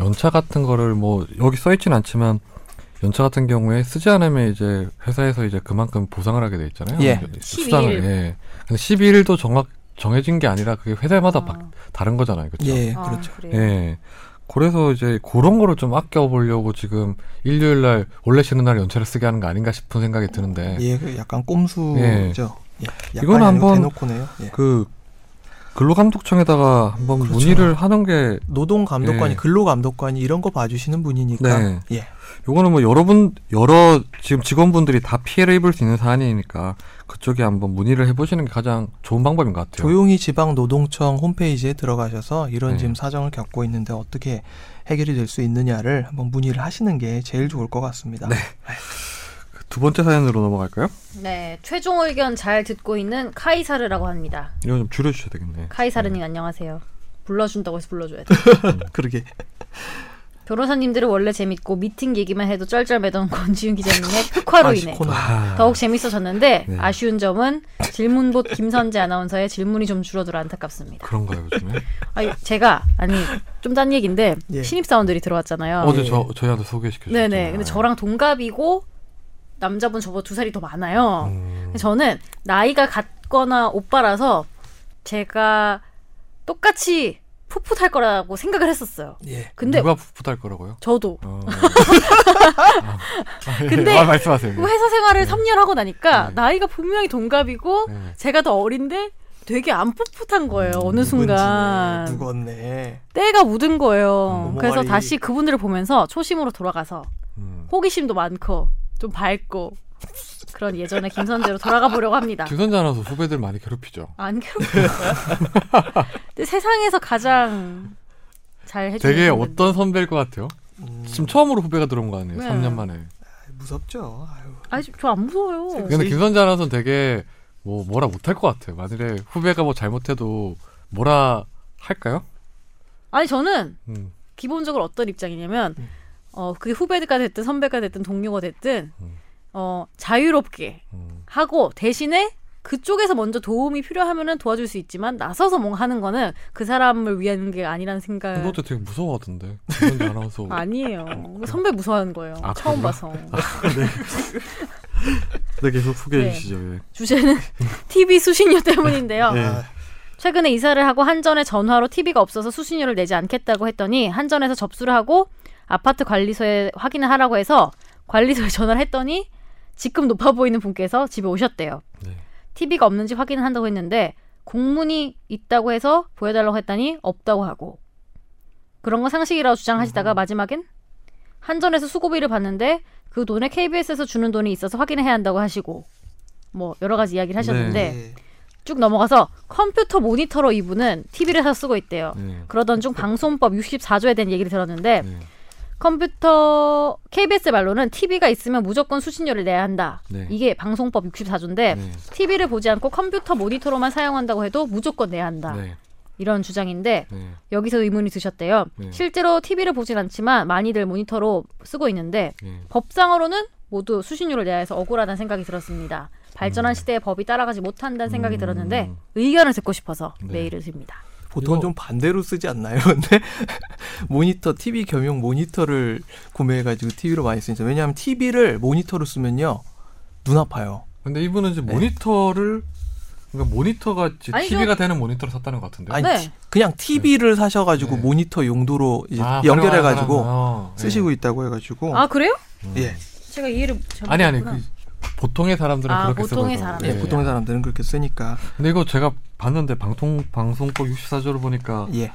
[SPEAKER 1] 연차 같은 거를 뭐 여기 써 있진 않지만 연차 같은 경우에 쓰지 않으면 이제 회사에서 이제 그만큼 보상을 하게 돼 있잖아요.
[SPEAKER 2] 예.
[SPEAKER 1] 수당을.
[SPEAKER 3] 12일.
[SPEAKER 1] 예. 근데 12일도 정확 정해진 게 아니라 그게 회사마다
[SPEAKER 3] 아.
[SPEAKER 1] 바- 다른 거잖아요. 그렇죠?
[SPEAKER 2] 예,
[SPEAKER 3] 아,
[SPEAKER 2] 그렇죠.
[SPEAKER 3] 그래요.
[SPEAKER 1] 예. 그래서 이제 그런 거를 좀 아껴보려고 지금 일요일 날 원래 쉬는 날 연차를 쓰게 하는 거 아닌가 싶은 생각이 드는데
[SPEAKER 2] 예, 그 약간 꼼수죠. 예. 약간
[SPEAKER 1] 이건
[SPEAKER 2] 아니고
[SPEAKER 1] 한번
[SPEAKER 2] 대놓고네요. 예.
[SPEAKER 1] 그 근로감독청에다가 한번
[SPEAKER 2] 그렇죠.
[SPEAKER 1] 문의를 하는 게
[SPEAKER 2] 노동감독관이
[SPEAKER 1] 예.
[SPEAKER 2] 근로감독관이 이런 거 봐주시는 분이니까
[SPEAKER 1] 네.
[SPEAKER 2] 예,
[SPEAKER 1] 요거는 뭐 여러분 여러 지금 직원분들이 다 피해를 입을 수 있는 사안이니까 그쪽에 한번 문의를 해보시는 게 가장 좋은 방법인 것 같아요.
[SPEAKER 2] 조용히 지방 노동청 홈페이지에 들어가셔서 이런
[SPEAKER 1] 네.
[SPEAKER 2] 지금 사정을 겪고 있는데 어떻게 해결이 될 수 있느냐를 한번 문의를 하시는 게 제일 좋을 것 같습니다. 네.
[SPEAKER 1] 두 번째 사연으로 넘어갈까요?
[SPEAKER 3] 네, 최종 의견 잘 듣고 있는 카이사르라고 합니다.
[SPEAKER 1] 이거 좀 줄여주셔야 되겠네.
[SPEAKER 3] 카이사르님 안녕하세요. 불러준다고 해서 불러줘야 돼.
[SPEAKER 2] 그러게
[SPEAKER 3] 변호사님들은 원래 재밌고 미팅 얘기만 해도 쩔쩔매던 권지윤 기자님의 흑화로
[SPEAKER 2] 아시
[SPEAKER 3] 인해
[SPEAKER 2] 코너.
[SPEAKER 1] 아,
[SPEAKER 3] 더욱 재밌어졌는데
[SPEAKER 1] 네.
[SPEAKER 3] 아쉬운 점은 질문봇 김선재 아나운서의 질문이 좀 줄어들어 안타깝습니다.
[SPEAKER 1] 그런가요 요즘에?
[SPEAKER 3] 아니, 제가 아니 좀 딴 얘기인데
[SPEAKER 2] 예. 네.
[SPEAKER 3] 신입사원들이 들어왔잖아요. 예.
[SPEAKER 1] 어제 저 저희한테 소개시켜 주셨잖아요.
[SPEAKER 3] 네네. 근데 저랑 동갑이고 남자분 저보다 두 살이 더 많아요.
[SPEAKER 2] 음.
[SPEAKER 3] 근데 저는 나이가 같거나 오빠라서 제가 똑같이 풋풋할 거라고 생각을 했었어요.
[SPEAKER 2] 예.
[SPEAKER 3] 근데
[SPEAKER 1] 누가 풋풋할 거라고요?
[SPEAKER 3] 저도
[SPEAKER 1] 어.
[SPEAKER 3] 근데-
[SPEAKER 1] 아, 말씀하세요.
[SPEAKER 3] 그 회사 생활을 3년 하고 나니까
[SPEAKER 1] 네.
[SPEAKER 3] 나이가 분명히 동갑이고
[SPEAKER 1] 네.
[SPEAKER 3] 제가 더 어린데 되게 안 풋풋한 거예요. 어느
[SPEAKER 2] 누군지네,
[SPEAKER 3] 순간
[SPEAKER 2] 예, 누군네.
[SPEAKER 3] 때가 묻은
[SPEAKER 1] 아,
[SPEAKER 3] 거예요.
[SPEAKER 1] 뭐
[SPEAKER 2] 어머,
[SPEAKER 3] 그래서
[SPEAKER 2] 말이.
[SPEAKER 3] 다시 그분들을 보면서 초심으로 돌아가서
[SPEAKER 1] 음.
[SPEAKER 3] 호기심도 많고 좀 밝고 그런 예전의 김선재로 돌아가 보려고 합니다.
[SPEAKER 1] 김선재 아나운서 후배들 많이 괴롭히죠.
[SPEAKER 3] 안 괴롭혀. 근데 세상에서 가장 잘 해주는
[SPEAKER 1] 되게
[SPEAKER 3] 분들.
[SPEAKER 1] 어떤 선배일 것 같아요?
[SPEAKER 2] 음,
[SPEAKER 1] 지금 처음으로 후배가 들어온 거 아니에요?
[SPEAKER 3] 네.
[SPEAKER 1] 3년 만에.
[SPEAKER 2] 무섭죠. 아유.
[SPEAKER 3] 아니 저안 무서워요.
[SPEAKER 1] 근데 김선재 아나운서는 되게 뭐 뭐라 못할 것 같아요. 만일에 후배가 뭐 잘못해도 뭐라 할까요?
[SPEAKER 3] 아니 저는
[SPEAKER 1] 음.
[SPEAKER 3] 기본적으로 어떤 입장이냐면
[SPEAKER 2] 음.
[SPEAKER 3] 어 그게 후배가 됐든 선배가 됐든 동료가 됐든
[SPEAKER 1] 음.
[SPEAKER 3] 어 자유롭게
[SPEAKER 1] 음.
[SPEAKER 3] 하고 대신에 그쪽에서 먼저 도움이 필요하면은 도와줄 수 있지만 나서서 뭔가 하는 거는 그 사람을 위한 게 아니라는 생각
[SPEAKER 1] 너도 되게 무서워하던데. 김선재 네. 아나운서.
[SPEAKER 3] 아니에요 선배 무서워하는 거예요
[SPEAKER 1] 아,
[SPEAKER 3] 처음
[SPEAKER 1] 그래요?
[SPEAKER 3] 봐서
[SPEAKER 1] 네, 계속 소개해
[SPEAKER 3] 네.
[SPEAKER 1] 주시죠. 예.
[SPEAKER 3] 주제는 TV 수신료 때문인데요
[SPEAKER 1] 예.
[SPEAKER 2] 아,
[SPEAKER 3] 최근에 이사를 하고 한전에 전화로 TV가 없어서 수신료를 내지 않겠다고 했더니 한전에서 접수를 하고 아파트 관리소에 확인을 하라고 해서 관리소에 전화를 했더니 지금 높아 보이는 분께서 집에 오셨대요.
[SPEAKER 1] 네.
[SPEAKER 3] TV가 없는지 확인을 한다고 했는데 공문이 있다고 해서 보여달라고 했더니 없다고 하고 그런 거 상식이라고
[SPEAKER 1] 음.
[SPEAKER 3] 주장하시다가 마지막엔 한전에서 수고비를 받는데 그 돈에 KBS에서 주는 돈이 있어서 확인해야 한다고 하시고 뭐 여러 가지 이야기를
[SPEAKER 2] 예.
[SPEAKER 3] 하셨는데
[SPEAKER 1] 네.
[SPEAKER 3] 쭉 넘어가서 컴퓨터 모니터로 이분은 TV를 사서 쓰고 있대요.
[SPEAKER 1] 네.
[SPEAKER 3] 그러던 중 방송법 64조에 대한 얘기를 들었는데
[SPEAKER 1] 네.
[SPEAKER 3] 컴퓨터 KBS 말로는 TV가 있으면 무조건 수신료를 내야 한다.
[SPEAKER 1] 네.
[SPEAKER 3] 이게 방송법 64조인데
[SPEAKER 1] 네.
[SPEAKER 3] TV를 보지 않고 컴퓨터 모니터로만 사용한다고 해도 무조건 내야 한다.
[SPEAKER 1] 네.
[SPEAKER 3] 이런 주장인데
[SPEAKER 1] 네.
[SPEAKER 3] 여기서 의문이 드셨대요.
[SPEAKER 1] 네.
[SPEAKER 3] 실제로 TV를 보진 않지만 많이들 모니터로 쓰고 있는데
[SPEAKER 1] 네.
[SPEAKER 3] 법상으로는 모두 수신료를 내야 해서 억울하다는 생각이 들었습니다. 발전한 시대에 법이 따라가지 못한다는 생각이
[SPEAKER 1] 음.
[SPEAKER 3] 들었는데 의견을 듣고 싶어서
[SPEAKER 1] 네.
[SPEAKER 3] 메일을 드립니다.
[SPEAKER 2] 보통
[SPEAKER 1] 이거-
[SPEAKER 2] 좀 반대로 쓰지 않나요? 근데 모니터 TV 겸용 모니터를 구매해가지고 TV로 많이 쓰니까 왜냐하면 TV를 모니터로 쓰면요 눈 아파요.
[SPEAKER 1] 근데 이분은 이제
[SPEAKER 2] 네.
[SPEAKER 1] 모니터를 그러니까 모니터가 이제
[SPEAKER 3] 아니,
[SPEAKER 1] TV가 되는 모니터를 샀다는 것 같은데.
[SPEAKER 2] 아니
[SPEAKER 3] 네.
[SPEAKER 2] 티- 그냥 TV를 사셔가지고
[SPEAKER 1] 네.
[SPEAKER 2] 모니터 용도로 이제
[SPEAKER 1] 아, 활용하는
[SPEAKER 2] 연결해가지고
[SPEAKER 1] 사람은, 어,
[SPEAKER 2] 쓰시고
[SPEAKER 1] 예.
[SPEAKER 2] 있다고 해가지고
[SPEAKER 3] 아 그래요?
[SPEAKER 1] 음.
[SPEAKER 2] 예.
[SPEAKER 3] 제가 이해를 잘
[SPEAKER 1] 아니 아니
[SPEAKER 3] 못했구나.
[SPEAKER 1] 그 보통의 사람들은
[SPEAKER 3] 아,
[SPEAKER 1] 그렇게
[SPEAKER 3] 보통의
[SPEAKER 1] 쓰거든요.
[SPEAKER 3] 사람들.
[SPEAKER 2] 예, 보통의 사람들은 그렇게 쓰니까
[SPEAKER 1] 근데 이거 제가 봤는데 방통 방송법 64조를 보니까
[SPEAKER 2] 예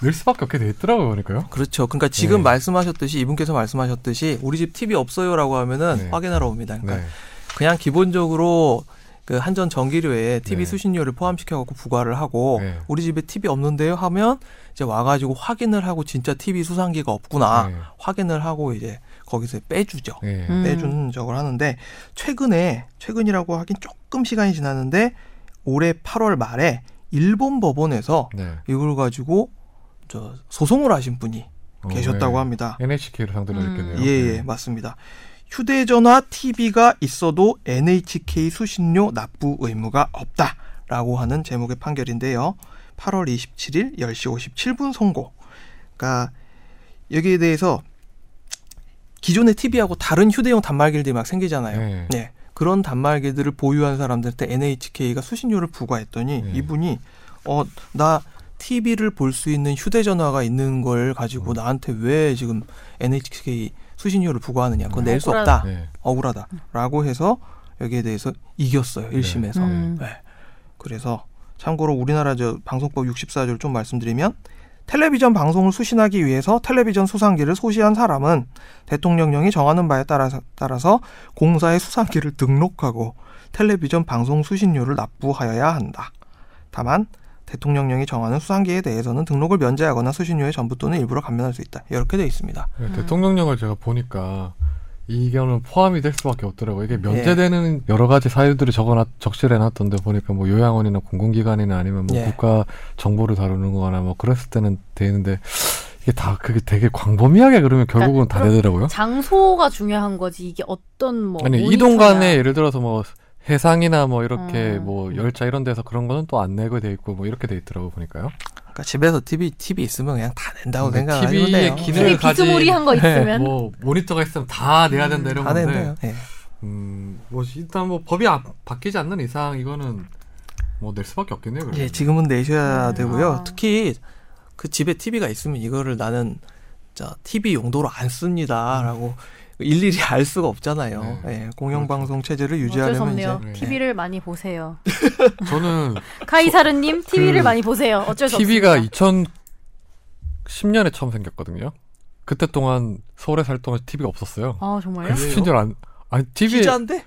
[SPEAKER 1] 낼 수밖에 없게 돼 있더라고요, 그러니까요.
[SPEAKER 2] 그렇죠. 그러니까 지금
[SPEAKER 1] 네.
[SPEAKER 2] 말씀하셨듯이 이분께서 말씀하셨듯이 우리 집 TV 없어요라고 하면은
[SPEAKER 1] 네.
[SPEAKER 2] 확인하러 옵니다. 그러니까
[SPEAKER 1] 네.
[SPEAKER 2] 그냥 기본적으로 그 한전 전기료에 TV
[SPEAKER 1] 네.
[SPEAKER 2] 수신료를 포함시켜갖고 부과를 하고
[SPEAKER 1] 네.
[SPEAKER 2] 우리 집에 TV 없는데요 하면 이제 와가지고 확인을 하고 진짜 TV 수상기가 없구나 확인을 하고 이제 거기서 빼주죠.
[SPEAKER 1] 아. 네. 네.
[SPEAKER 3] 음.
[SPEAKER 2] 빼주는 적을 하는데 최근에 최근이라고 하긴 조금 시간이 지났는데 올해 8월 말에 일본 법원에서
[SPEAKER 1] 네.
[SPEAKER 2] 이걸 가지고 저 소송을 하신 분이
[SPEAKER 1] 어,
[SPEAKER 2] 계셨다고
[SPEAKER 1] 네.
[SPEAKER 2] 합니다.
[SPEAKER 1] NHK를 상대로
[SPEAKER 3] 음.
[SPEAKER 1] 했겠네요.
[SPEAKER 2] 예, 예, 맞습니다. 휴대전화, TV가 있어도 NHK 수신료 납부 의무가 없다라고 하는 제목의 판결인데요. 8월 27일 10시 57분 선고. 그러니까 여기에 대해서 기존의 TV하고 다른 휴대용 단말기들이 막 생기잖아요.
[SPEAKER 1] 네.
[SPEAKER 2] 예. 그런 단말기들을 보유한 사람들한테 NHK가 수신료를 부과했더니
[SPEAKER 1] 네.
[SPEAKER 2] 이분이 어, 나 TV를 볼 수 있는 휴대전화가 있는 걸 가지고 나한테 왜 지금 NHK 수신료를 부과하느냐. 그건 낼 수
[SPEAKER 3] 억울하다.
[SPEAKER 2] 없다.
[SPEAKER 1] 네.
[SPEAKER 2] 억울하다라고 해서 여기에 대해서 이겼어요. 1심에서.
[SPEAKER 3] 음.
[SPEAKER 1] 네.
[SPEAKER 2] 네. 그래서 참고로 우리나라 저 방송법 64조를 좀 말씀드리면 텔레비전 방송을 수신하기 위해서 텔레비전 수상기를 소지한 사람은 대통령령이 정하는 바에 따라서, 따라서 공사의 수상기를 등록하고 텔레비전 방송 수신료를 납부하여야 한다. 다만 대통령령이 정하는 수상기에 대해서는 등록을 면제하거나 수신료의 전부 또는 일부를 감면할 수 있다. 이렇게 돼 있습니다.
[SPEAKER 1] 네, 대통령령을 제가 보니까 이견은 포함이 될 수밖에 없더라고요. 이게 면제되는 여러 가지 사유들이 적어놨, 적시를 해놨던데 보니까 뭐 요양원이나 공공기관이나 아니면 뭐
[SPEAKER 2] 예.
[SPEAKER 1] 국가 정보를 다루는 거나 뭐 그랬을 때는 되는데 이게 다 그게 되게 광범위하게 그러면 결국은 다
[SPEAKER 3] 그럼
[SPEAKER 1] 되더라고요.
[SPEAKER 3] 장소가 중요한 거지 이게 어떤 뭐
[SPEAKER 1] 아니
[SPEAKER 3] 모니터냐.
[SPEAKER 1] 이동간에 예를 들어서 뭐 해상이나 뭐 이렇게
[SPEAKER 3] 음.
[SPEAKER 1] 뭐 열차 이런 데서 그런 거는 또 안 내고 돼 있고 뭐 이렇게 돼 있더라고 보니까요.
[SPEAKER 2] 그러니까 집에서 TV TV 있으면 그냥 다 낸다고
[SPEAKER 1] 근데
[SPEAKER 2] 생각하면
[SPEAKER 1] TV 의
[SPEAKER 2] 돼요. 네,
[SPEAKER 1] 기능-
[SPEAKER 3] 되게
[SPEAKER 1] 가지-
[SPEAKER 3] 네, 비스무리한 거 있으면
[SPEAKER 1] 뭐 모니터가 있으면 다 내야 된다 이런
[SPEAKER 2] 다
[SPEAKER 1] 건데
[SPEAKER 2] 낸대요. 예.
[SPEAKER 1] 음, 뭐 일단 뭐 법이 안- 바뀌지 않는 이상 이거는 뭐 낼 수밖에 없겠네요. 그러면.
[SPEAKER 2] 예, 지금은 내셔야
[SPEAKER 3] 음,
[SPEAKER 2] 되고요.
[SPEAKER 3] 아.
[SPEAKER 2] 특히 그 집에 TV가 있으면 이거를 나는 자 TV 용도로 안 씁니다라고 일일이 알 수가 없잖아요. 예, 공영방송 체제를
[SPEAKER 3] 어쩔 수
[SPEAKER 2] 유지하려면
[SPEAKER 3] 없네요.
[SPEAKER 2] 이제
[SPEAKER 1] 이제-
[SPEAKER 3] TV를 많이 보세요.
[SPEAKER 1] 저는
[SPEAKER 3] 카이사르님 TV를
[SPEAKER 1] 그
[SPEAKER 3] 많이 보세요. 어쩔 수
[SPEAKER 1] TV가
[SPEAKER 3] 없습니다.
[SPEAKER 1] 2010년에 처음 생겼거든요. 그때 동안 서울에 살 동안 TV가 없었어요.
[SPEAKER 3] 아 정말요?
[SPEAKER 2] 그래요?
[SPEAKER 1] 수신료 안 아니 TV
[SPEAKER 2] 기자인데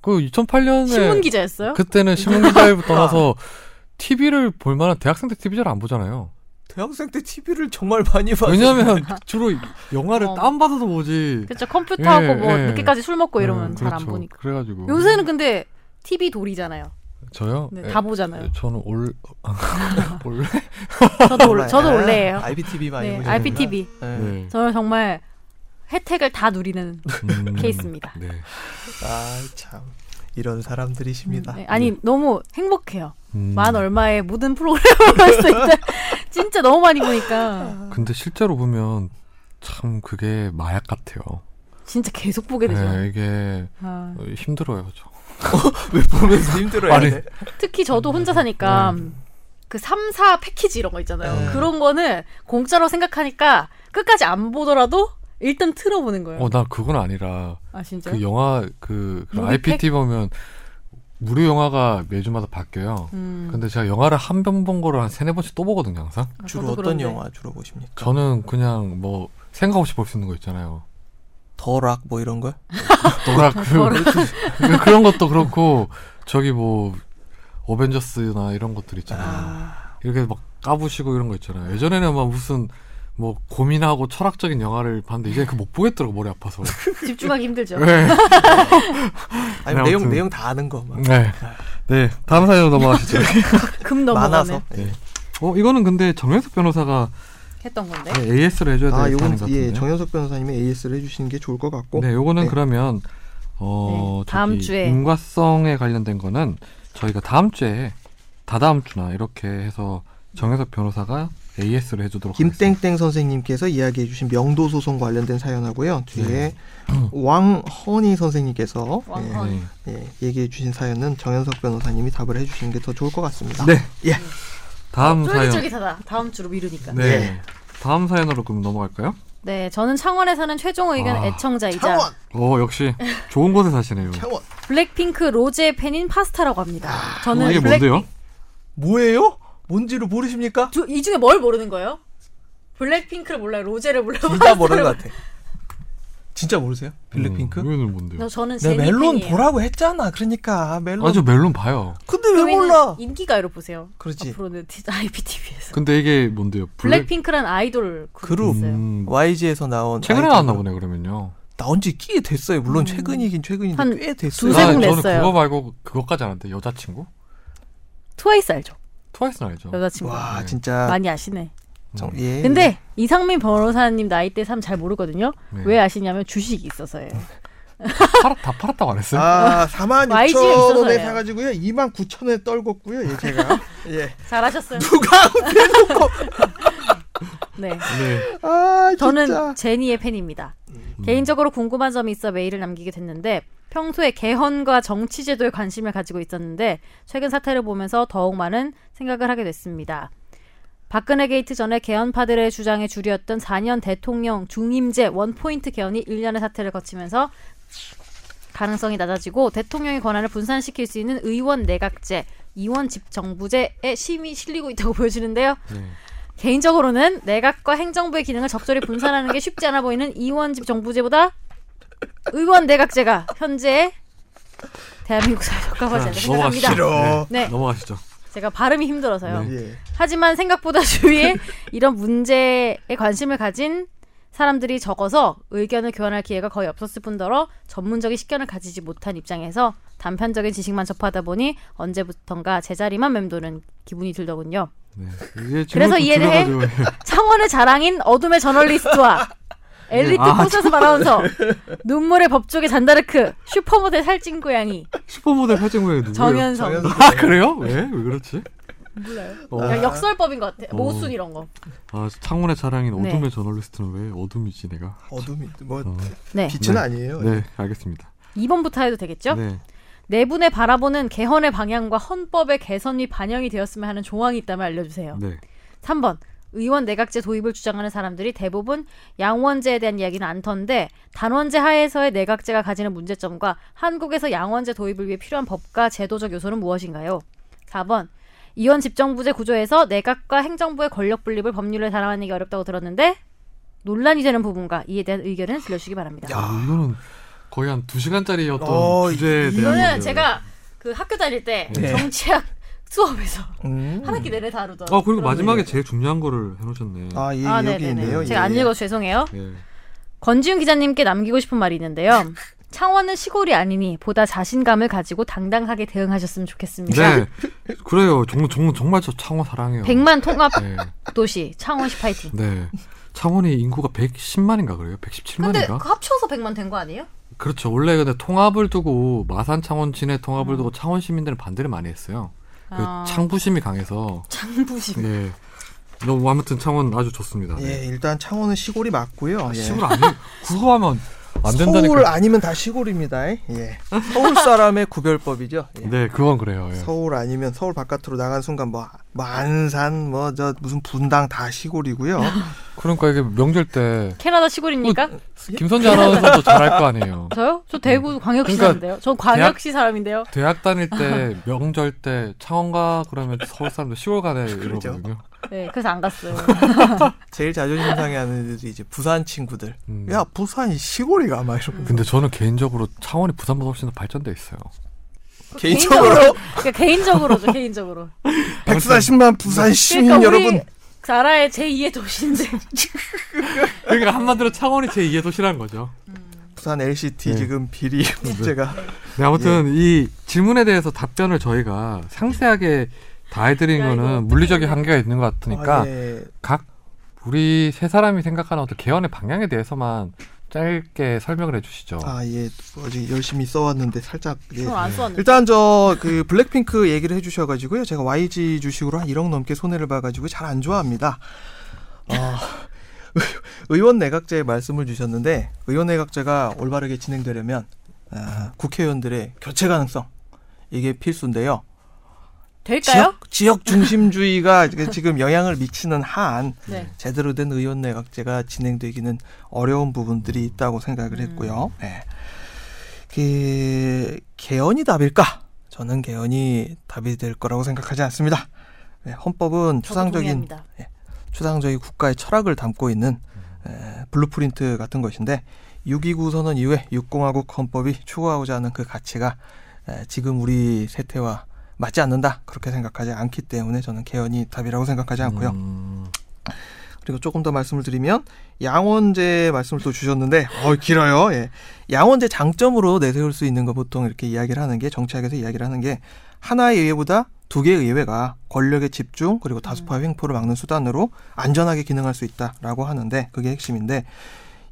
[SPEAKER 1] 그 2008년에
[SPEAKER 3] 신문 기자였어요? 아,
[SPEAKER 1] 그때는 신문 기자를 떠나서 TV를 볼 만한 대학생들 TV 잘 안 보잖아요.
[SPEAKER 2] 대학생 때 TV를 정말 많이 봤어요.
[SPEAKER 1] 왜냐면 주로 영화를
[SPEAKER 3] 어.
[SPEAKER 1] 다운 받아서 보지.
[SPEAKER 3] 그렇죠. 컴퓨터하고
[SPEAKER 1] 예,
[SPEAKER 3] 뭐
[SPEAKER 1] 예.
[SPEAKER 3] 늦게까지 술 먹고 이러면
[SPEAKER 1] 음,
[SPEAKER 3] 잘 안
[SPEAKER 1] 그렇죠.
[SPEAKER 3] 보니까.
[SPEAKER 1] 그래가지고
[SPEAKER 3] 요새는 근데 TV 돌이잖아요.
[SPEAKER 1] 저요?
[SPEAKER 3] 네,
[SPEAKER 1] 예,
[SPEAKER 3] 다 보잖아요.
[SPEAKER 1] 저는 올 원래
[SPEAKER 3] 저도 올, 저도
[SPEAKER 2] 몰라요.
[SPEAKER 3] 올레예요.
[SPEAKER 2] IPTV 아, 많이
[SPEAKER 3] 네,
[SPEAKER 2] 보시는구나.
[SPEAKER 3] IPTV.
[SPEAKER 2] 네.
[SPEAKER 1] 네.
[SPEAKER 3] 저는 정말 혜택을 다 누리는
[SPEAKER 1] 음,
[SPEAKER 3] 케이스입니다.
[SPEAKER 1] 네.
[SPEAKER 2] 아, 참. 이런 사람들이십니다.
[SPEAKER 3] 네, 아니 너무 행복해요.
[SPEAKER 1] 음,
[SPEAKER 3] 만 얼마에 모든 프로그램을 볼 수 있다. 진짜 너무 많이 보니까
[SPEAKER 1] 근데 실제로 보면 참 그게 마약 같아요.
[SPEAKER 3] 진짜 계속 보게 되죠.
[SPEAKER 1] 네, 이게
[SPEAKER 3] 아.
[SPEAKER 1] 힘들어요, 저.
[SPEAKER 2] 왜 보면서 네. 힘들어야
[SPEAKER 1] 아니,
[SPEAKER 2] 돼?
[SPEAKER 3] 특히 저도 혼자 사니까 그 3, 4 패키지 이런 거 있잖아요.
[SPEAKER 2] 네.
[SPEAKER 3] 그런 거는 공짜로 생각하니까 끝까지 안 보더라도 일단 틀어보는 거예요.
[SPEAKER 1] 어, 나 그건 아니라
[SPEAKER 3] 아 진짜요?
[SPEAKER 1] 그 영화 그
[SPEAKER 3] 무비
[SPEAKER 1] IPT 보면 무료 영화가 매주마다 바뀌어요.
[SPEAKER 3] 음.
[SPEAKER 1] 근데 제가 영화를 한 번 본 거를 한 세네 번씩 또 보거든요, 항상.
[SPEAKER 3] 아,
[SPEAKER 2] 주로
[SPEAKER 3] 저도
[SPEAKER 2] 어떤
[SPEAKER 3] 그런데.
[SPEAKER 2] 영화 주로 보십니까?
[SPEAKER 1] 저는 그냥 뭐 생각 없이 볼 수 있는 거 있잖아요.
[SPEAKER 2] 더락 뭐 이런 걸?
[SPEAKER 1] 노라 그 그런 것도 그렇고 저기 뭐 어벤져스나 이런 것들 있잖아요. 이렇게 막 까부시고 이런 거 있잖아요. 예전에는 막 무슨 뭐 고민하고 철학적인 영화를 봤는데 이제 그 못 보겠더라고 머리 아파서.
[SPEAKER 3] 집중하기 힘들죠.
[SPEAKER 1] 네.
[SPEAKER 2] 아니
[SPEAKER 1] 네,
[SPEAKER 2] 내용
[SPEAKER 1] 아무튼.
[SPEAKER 2] 내용 다 아는 거 막.
[SPEAKER 1] 네. 네. 다음 사연으로 넘어가시죠.
[SPEAKER 3] 금 넘어가네.
[SPEAKER 2] 많아서. 예.
[SPEAKER 1] 네. 어 이거는 근데 정현석 변호사가
[SPEAKER 3] 했던 건데.
[SPEAKER 1] AS를 해줘야 될
[SPEAKER 2] 아,
[SPEAKER 1] 사안인 것
[SPEAKER 2] 요건
[SPEAKER 1] 같은데.
[SPEAKER 2] 예, 정현석 변호사님이 AS를 해주시는 게 좋을 것 같고.
[SPEAKER 1] 네, 요거는
[SPEAKER 2] 네.
[SPEAKER 1] 그러면 어
[SPEAKER 3] 네, 다음
[SPEAKER 1] 저기
[SPEAKER 3] 주에.
[SPEAKER 1] 인과성에 관련된 거는 저희가 다음 주에 다다음 주나 이렇게 해서 정혜석 변호사가 AS를 해주도록 하겠습니다.
[SPEAKER 2] 김땡땡 선생님께서 이야기해주신 명도 소송 관련된 사연하고요. 뒤에 왕허니 선생님께서
[SPEAKER 3] 왕허니.
[SPEAKER 1] 네.
[SPEAKER 2] 예, 예, 얘기해주신 사연은 정현석 변호사님이 답을 해주시는 게 더 좋을 것 같습니다.
[SPEAKER 1] 네.
[SPEAKER 2] 예.
[SPEAKER 1] 다음 사연.
[SPEAKER 3] 어, 쫄깃쫄깃하다. 다음 주로 미루니까.
[SPEAKER 1] 네.
[SPEAKER 3] 네.
[SPEAKER 2] 예.
[SPEAKER 1] 다음 사연으로 그럼 넘어갈까요?
[SPEAKER 3] 저는 창원에 사는 최종 의견
[SPEAKER 1] 아,
[SPEAKER 3] 애청자이자
[SPEAKER 2] 창원,
[SPEAKER 1] 어 역시 좋은 곳에 사시네요.
[SPEAKER 2] 창원.
[SPEAKER 3] 블랙핑크 로제 팬인 파스타라고 합니다.
[SPEAKER 2] 아,
[SPEAKER 3] 저는
[SPEAKER 1] 어, 이게
[SPEAKER 3] 블랙
[SPEAKER 1] 뭔데요?
[SPEAKER 2] 뭐예요? 뭔지를 모르십니까?
[SPEAKER 3] 저- 이 중에 뭘 모르는 거예요? 블랙핑크를 몰라요. 로제를 몰라요.
[SPEAKER 2] 진짜 모르는 것 같아. 진짜 모르세요? 블랙핑크?
[SPEAKER 1] 음, 이거는 뭔데요?
[SPEAKER 3] 너 저는
[SPEAKER 2] 내가
[SPEAKER 3] 제니
[SPEAKER 2] 멜론
[SPEAKER 3] 팬이에요.
[SPEAKER 2] 보라고 했잖아. 그러니까 멜론.
[SPEAKER 1] 아저 멜론 봐요.
[SPEAKER 2] 근데 왜
[SPEAKER 3] 그러면은 아,
[SPEAKER 2] 몰라?
[SPEAKER 3] 인기가요로 보세요.
[SPEAKER 2] 그렇지.
[SPEAKER 3] 앞으로는 IPTV에서.
[SPEAKER 1] 근데 이게 뭔데요?
[SPEAKER 3] 블랙핑크란 아이돌 그룹이
[SPEAKER 2] 그 그룹.
[SPEAKER 3] 있어요.
[SPEAKER 1] 음,
[SPEAKER 2] YG에서 나온
[SPEAKER 1] 최근에
[SPEAKER 2] 아이돌.
[SPEAKER 1] 나왔나 보네 그러면요.
[SPEAKER 2] 나온 지꽤 됐어요. 물론 최근이긴
[SPEAKER 3] 음. 한
[SPEAKER 2] 최근인데 꽤 됐어요.
[SPEAKER 3] 두세
[SPEAKER 1] 나-
[SPEAKER 3] 곡
[SPEAKER 1] 아, 저는
[SPEAKER 3] 냈어요.
[SPEAKER 1] 그거 말고 그것까지 아는데 여자친구?
[SPEAKER 3] 트와이스 알죠?
[SPEAKER 1] 트와이스는 알죠.
[SPEAKER 3] 여자친구.
[SPEAKER 2] 음. 와
[SPEAKER 1] 네.
[SPEAKER 2] 진짜
[SPEAKER 3] 많이 아시네.
[SPEAKER 2] 정-
[SPEAKER 1] 음.
[SPEAKER 2] 예.
[SPEAKER 3] 근데 이상민 변호사님 나이 때 참 잘 모르거든요.
[SPEAKER 1] 네.
[SPEAKER 3] 왜 아시냐면 주식이 있어서예요.
[SPEAKER 2] 네.
[SPEAKER 1] 팔았, 다 팔았다고 안 했어요?
[SPEAKER 2] 아 4만
[SPEAKER 3] YG 가
[SPEAKER 2] 6천 원에
[SPEAKER 3] 있어서예요.
[SPEAKER 2] 사가지고요 2만 9천 원에 떨궜고요 예 제가 예
[SPEAKER 3] 잘하셨어요.
[SPEAKER 2] 누가
[SPEAKER 3] 네.
[SPEAKER 1] 네.
[SPEAKER 2] 아 진짜 음.
[SPEAKER 3] 저는 제니의 팬입니다. 개인적으로 궁금한 점이 있어 메일을 남기게 됐는데 평소에 개헌과 정치 제도에 관심을 가지고 있었는데 최근 사태를 보면서 더욱 많은 생각을 하게 됐습니다. 박근혜 게이트 전에 개헌파들의 주장에 주류였던 4년 대통령 중임제 원포인트 개헌이 1년의 사태를 거치면서 가능성이 낮아지고 대통령의 권한을 분산시킬 수 있는 의원 내각제, 이원 집정부제에 심히 실리고 있다고 보여지는데요.
[SPEAKER 1] 네.
[SPEAKER 3] 개인적으로는 내각과 행정부의 기능을 적절히 분산하는 게 쉽지 않아 보이는 이원집 정부제보다 의원 내각제가 현재 대한민국 사회적
[SPEAKER 1] 자,
[SPEAKER 3] 과제라
[SPEAKER 1] 넘어가시죠.
[SPEAKER 3] 생각합니다.
[SPEAKER 2] 싫어.
[SPEAKER 1] 네.
[SPEAKER 3] 네.
[SPEAKER 1] 넘어가시죠.
[SPEAKER 3] 제가 발음이 힘들어서요.
[SPEAKER 1] 네.
[SPEAKER 2] 예.
[SPEAKER 3] 하지만 생각보다 주위에 이런 문제에 관심을 가진 사람들이 적어서 의견을 교환할 기회가 거의 없었을 뿐더러 전문적인 식견을 가지지 못한 입장에서 단편적인 지식만 접하다 보니 언제부턴가 제자리만 맴도는 기분이 들더군요.
[SPEAKER 1] 네. 이게 질문
[SPEAKER 3] 그래서
[SPEAKER 1] 좀
[SPEAKER 3] 이해를 해?
[SPEAKER 1] 줄여가지고.
[SPEAKER 3] 창원의 자랑인 어둠의 저널리스트와 엘리트
[SPEAKER 1] 아,
[SPEAKER 3] 코스에서 말하면서 눈물의 법조계 잔다르크 슈퍼모델 살찐 고양이
[SPEAKER 1] 슈퍼모델 팔짱구에 누구예요?
[SPEAKER 3] 정현성
[SPEAKER 2] 정현석
[SPEAKER 1] 아 그래요? 왜? 왜 그렇지?
[SPEAKER 3] 몰라요 네.
[SPEAKER 1] 어.
[SPEAKER 3] 그냥 그러니까 역설법인 것 같아 모순
[SPEAKER 1] 어.
[SPEAKER 3] 이런 거
[SPEAKER 1] 아 창문의 자랑인
[SPEAKER 3] 네.
[SPEAKER 1] 어둠의 저널리스트는 왜 어둠이지 내가?
[SPEAKER 2] 어둠이 뭐
[SPEAKER 1] 어.
[SPEAKER 3] 네.
[SPEAKER 2] 빛은
[SPEAKER 1] 네.
[SPEAKER 2] 아니에요
[SPEAKER 1] 네 알겠습니다.
[SPEAKER 3] 2번부터 해도 되겠죠?
[SPEAKER 1] 네.
[SPEAKER 3] 내분의 바라보는 개헌의 방향과 헌법의 개선이 반영이 되었으면 하는 조항이 있다면 알려주세요.
[SPEAKER 1] 네.
[SPEAKER 3] 3번 의원 내각제 도입을 주장하는 사람들이 대부분 양원제에 대한 이야기는 않던데 단원제 하에서의 내각제가 가지는 문제점과 한국에서 양원제 도입을 위해 필요한 법과 제도적 요소는 무엇인가요? 4번 이원 집정부제 구조에서 내각과 행정부의 권력 분립을 법률에 담아내기 어렵다고 들었는데 논란이 되는 부분과 이에 대한 의견을 들려주시기 바랍니다.
[SPEAKER 2] 야.
[SPEAKER 1] 아, 이거는 거의 한 두 시간짜리 어떤
[SPEAKER 2] 어,
[SPEAKER 1] 주제에 대한.
[SPEAKER 2] 이-
[SPEAKER 3] 이거는
[SPEAKER 1] 거죠.
[SPEAKER 3] 제가 그 학교 다닐 때
[SPEAKER 2] 네.
[SPEAKER 3] 정치학 수업에서
[SPEAKER 2] 음.
[SPEAKER 3] 한 학기 내내 다루던.
[SPEAKER 1] 아 그리고
[SPEAKER 3] 그런
[SPEAKER 1] 마지막에
[SPEAKER 3] 얘기.
[SPEAKER 1] 제일 중요한 거를 해놓으셨네.
[SPEAKER 2] 아, 예,
[SPEAKER 3] 아,
[SPEAKER 2] 여기
[SPEAKER 3] 네네네.
[SPEAKER 2] 있네요.
[SPEAKER 3] 제가
[SPEAKER 2] 예.
[SPEAKER 3] 안 읽어서 죄송해요.
[SPEAKER 1] 네.
[SPEAKER 3] 권지윤 기자님께 남기고 싶은 말이 있는데요. 창원은 시골이 아니니 보다 자신감을 가지고 당당하게 대응하셨으면 좋겠습니다.
[SPEAKER 1] 네. 그래요. 정, 정, 정말 저 창원 사랑해요.
[SPEAKER 3] 백만 통합
[SPEAKER 1] 네.
[SPEAKER 3] 도시 창원시 파이팅.
[SPEAKER 1] 네. 창원이 인구가 110만인가 그래요?
[SPEAKER 3] 근데
[SPEAKER 1] 117만인가?
[SPEAKER 3] 그 합쳐서 100만 된 거 아니에요?
[SPEAKER 1] 그렇죠. 원래 근데 통합을 두고 마산 창원진의 통합을 두고 창원 시민들은 반대를 많이 했어요. 그
[SPEAKER 3] 음. 아,
[SPEAKER 1] 창부심이 강해서.
[SPEAKER 2] 네.
[SPEAKER 3] 장부심.
[SPEAKER 1] 예. 너무 아무튼 창원 아주 좋습니다. 네.
[SPEAKER 2] 예, 일단 창원은 시골이 맞고요. 예.
[SPEAKER 1] 시골 아니 그거 하면 안 된다니까.
[SPEAKER 2] 서울 아니면 다 시골입니다. 예. 서울 사람의 구별법이죠. 예.
[SPEAKER 1] 네, 그건 그래요. 예.
[SPEAKER 2] 서울 아니면 서울 바깥으로 나간 순간 뭐 만산 뭐 저 무슨 분당 다 시골이고요.
[SPEAKER 1] 그러니까 이게 명절 때
[SPEAKER 3] 캐나다 시골입니까?
[SPEAKER 2] 뭐,
[SPEAKER 1] 김선재 아나운서도 잘할 거 아니에요.
[SPEAKER 3] 저요? 저
[SPEAKER 2] 음.
[SPEAKER 3] 대구 광역시
[SPEAKER 1] 그러니까
[SPEAKER 3] 사람인데요. 저 광역시 사람인데요.
[SPEAKER 1] 대학 다닐 때 명절 때 창원가 그러면 서울 사람들 시골 가네 이러거든요.
[SPEAKER 3] 네, 그래서 안 갔어요.
[SPEAKER 2] 제일 자존심 상해하는 애들이 이제 부산 친구들.
[SPEAKER 1] 음.
[SPEAKER 2] 야 부산이 시골이가 막 이러고.
[SPEAKER 1] 근데 저는 개인적으로 창원이 부산보다 훨씬 더 발전돼 있어요.
[SPEAKER 2] 개인적으로
[SPEAKER 3] 그러니까 개인적으로죠, 개인적으로.
[SPEAKER 1] 음.
[SPEAKER 2] 140만 부산 시민
[SPEAKER 3] 그러니까
[SPEAKER 2] 여러분.
[SPEAKER 3] 우리 나라의 제2의 도시인데.
[SPEAKER 1] 그러니까 한마디로 창원이 제 2의 도시라는 거죠.
[SPEAKER 2] 부산 LCT
[SPEAKER 1] 네.
[SPEAKER 2] 지금 비리 문제가
[SPEAKER 1] 네, 아무튼 이 질문에 대해서 답변을 저희가 상세하게 다 해드린
[SPEAKER 3] 야, 이거
[SPEAKER 1] 거는
[SPEAKER 3] 어떡해.
[SPEAKER 1] 물리적인 한계가 있는 것 같으니까
[SPEAKER 2] 아, 예.
[SPEAKER 1] 각 우리 세 사람이 생각하는 어떤 개헌의 방향에 대해서만 짧게 설명을 해주시죠.
[SPEAKER 2] 아, 예. 어제 열심히 써왔는데 살짝 예.
[SPEAKER 3] 저안 썼는데.
[SPEAKER 2] 일단 저 그 블랙핑크 얘기를 해주셔가지고요. 제가 YG 주식으로 한 1억 넘게 손해를 봐가지고 잘 안 좋아합니다. 어, 의원 내각제 말씀을 주셨는데 의원 내각제가 올바르게 진행되려면 아, 국회의원들의 교체 가능성 이게 필수인데요.
[SPEAKER 3] 될까요?
[SPEAKER 2] 지역 지역 중심주의가 이게 지금 영향을 미치는 한
[SPEAKER 3] 네.
[SPEAKER 2] 제대로 된 의원 내각제가 진행되기는 어려운 부분들이 있다고 생각을 했고요.
[SPEAKER 3] 음.
[SPEAKER 2] 네. 그 개헌이 답일까? 저는 개헌이 답이 될 거라고 생각하지 않습니다. 네, 헌법은
[SPEAKER 3] 저도
[SPEAKER 2] 추상적인
[SPEAKER 3] 동의합니다.
[SPEAKER 2] 추상적인 국가의 철학을 담고 있는 에, 블루프린트 같은 것인데 6.29 선언 이후에 6공화국 헌법이 추구하고자 하는 그 가치가 에, 지금 우리 세태와 맞지 않는다 그렇게 생각하지 않기 때문에 저는 개헌이 답이라고 네, 생각하지 않고요.
[SPEAKER 1] 음,
[SPEAKER 2] 그리고 조금 더 말씀을 드리면 양원제 말씀을 또 주셨는데 어 길어요. 예. 양원제 장점으로 내세울 수 있는 거 보통 이렇게 이야기를 하는 게 정치학에서 이야기를 하는 게 하나의 의회보다 두 개의 의회가 권력의 집중 그리고 다수파 의 횡포를 막는 수단으로 안전하게 기능할 수 있다라고 하는데 그게 핵심인데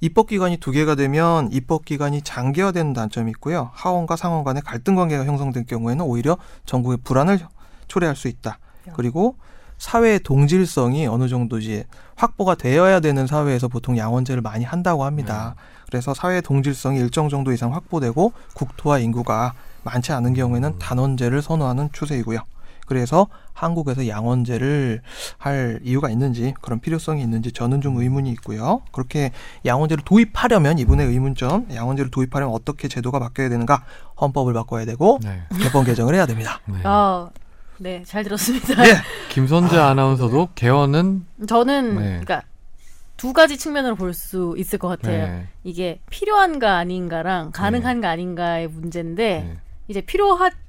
[SPEAKER 2] 입법 기관이 두 개가 되면 입법 기관이 장기화되는 단점이 있고요. 하원과 상원 간의 갈등 관계가 형성된 경우에는 오히려 전국의 불안을 초래할 수 있다. 그리고 사회의 동질성이 어느 정도 이제 확보가 되어야 되는 사회에서 보통 양원제를 많이 한다고 합니다. 그래서 사회의 동질성이 일정 정도 이상 확보되고 국토와 인구가 많지 않은 경우에는 단원제를 선호하는 추세이고요. 그래서 한국에서 양원제를 할 이유가 있는지 그런 필요성이 있는지 저는 좀 의문이 있고요. 그렇게 양원제를 도입하려면 이분의 의문점, 양원제를 도입하려면 어떻게 제도가 바뀌어야 되는가? 헌법을 바꿔야 되고
[SPEAKER 1] 네.
[SPEAKER 2] 개법 개정을 해야 됩니다.
[SPEAKER 1] 네.
[SPEAKER 3] 아, 네, 잘 들었습니다.
[SPEAKER 2] 예.
[SPEAKER 1] 김선재 아, 나운서도 개헌은
[SPEAKER 3] 저는
[SPEAKER 1] 네.
[SPEAKER 3] 그러니까 두 가지 측면으로 볼 수 있을 것 같아요.
[SPEAKER 1] 네.
[SPEAKER 3] 이게 필요한가 아닌가랑 가능한가 아닌가의 문제인데
[SPEAKER 1] 네.
[SPEAKER 3] 이제 필요하지도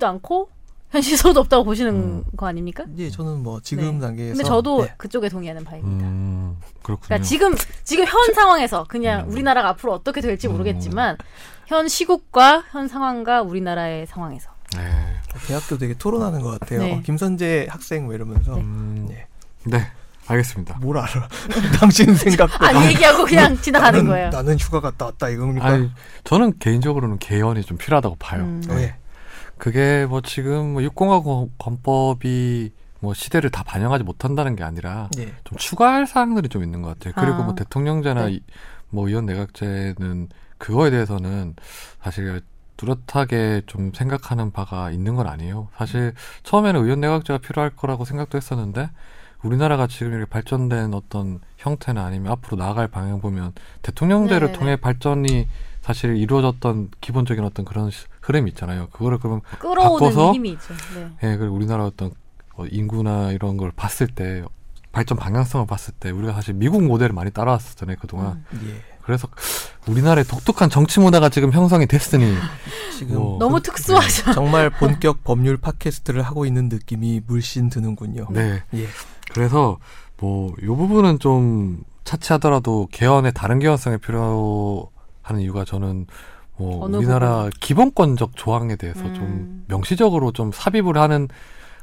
[SPEAKER 3] 않고 현실성도 없다고 보시는
[SPEAKER 1] 음.
[SPEAKER 3] 거 아닙니까?
[SPEAKER 2] 예, 저는 뭐 지금
[SPEAKER 3] 네.
[SPEAKER 2] 단계에서
[SPEAKER 3] 근데 저도
[SPEAKER 2] 예.
[SPEAKER 3] 그쪽에 동의하는 바입니다.
[SPEAKER 1] 음, 그렇군요.
[SPEAKER 3] 그러니까 지금 지금 현 상황에서 그냥
[SPEAKER 1] 음.
[SPEAKER 3] 우리나라가 앞으로 어떻게 될지
[SPEAKER 1] 음.
[SPEAKER 3] 모르겠지만 현 시국과 현 상황과 우리나라의 상황에서
[SPEAKER 1] 네.
[SPEAKER 2] 대학교 되게 토론하는 것 같아요.
[SPEAKER 3] 네.
[SPEAKER 2] 어, 김선재 학생 뭐 이러면서
[SPEAKER 1] 음,
[SPEAKER 2] 예.
[SPEAKER 1] 네. 알겠습니다.
[SPEAKER 2] 뭘 알아? 당신
[SPEAKER 1] 네.
[SPEAKER 2] 생각도
[SPEAKER 3] 안 얘기하고 그냥 지나가는
[SPEAKER 2] 나는,
[SPEAKER 3] 거예요.
[SPEAKER 2] 나는 휴가 갔다 왔다 이겁니까?
[SPEAKER 1] 아니, 저는 개인적으로는 개헌이 좀 필요하다고 봐요.
[SPEAKER 3] 음.
[SPEAKER 1] 네.
[SPEAKER 2] 예.
[SPEAKER 1] 그게 뭐 지금 뭐 육공화국 헌법이 뭐 시대를 다 반영하지 못한다는 게 아니라
[SPEAKER 2] 예.
[SPEAKER 1] 좀 추가할 사항들이 좀 있는 것 같아요. 그리고
[SPEAKER 3] 아.
[SPEAKER 1] 뭐 대통령제나
[SPEAKER 3] 네.
[SPEAKER 1] 이- 뭐 의원 내각제는 그거에 대해서는 사실 뚜렷하게 좀 생각하는 바가 있는 건 아니에요. 사실 처음에는 의원 내각제가 필요할 거라고 생각도 했었는데 우리나라가 지금 이렇게 발전된 어떤 형태나 아니면 앞으로 나아갈 방향 보면 대통령제를
[SPEAKER 3] 네네네.
[SPEAKER 1] 통해 발전이 사실 이루어졌던 기본적인 어떤 그런 시- 흐름이 있잖아요. 그거를 그럼
[SPEAKER 3] 끌어오는
[SPEAKER 1] 바꿔서
[SPEAKER 3] 힘이 있죠. 네.
[SPEAKER 1] 예, 그리고 우리나라 어떤 어, 인구나 이런 걸 봤을 때 발전 방향성을 봤을 때 우리가 사실 미국 모델을 많이 따라왔었잖아요 그동안
[SPEAKER 3] 음.
[SPEAKER 2] 예.
[SPEAKER 1] 그래서 우리나라의 독특한 정치 문화가 지금 형성이 됐으니
[SPEAKER 2] 지금
[SPEAKER 1] 뭐,
[SPEAKER 3] 너무 특수하죠.
[SPEAKER 2] 정말 본격 법률 팟캐스트를 하고 있는 느낌이 물씬 드는군요.
[SPEAKER 1] 네
[SPEAKER 2] 예.
[SPEAKER 1] 그래서 뭐 요 부분은 좀 차치하더라도 개헌의 다른 개헌성이 필요한 생각하는 이유가 저는 뭐
[SPEAKER 3] 어느
[SPEAKER 1] 우리나라 기본권적 조항에 대해서
[SPEAKER 3] 음.
[SPEAKER 1] 좀 명시적으로 좀 삽입을 하는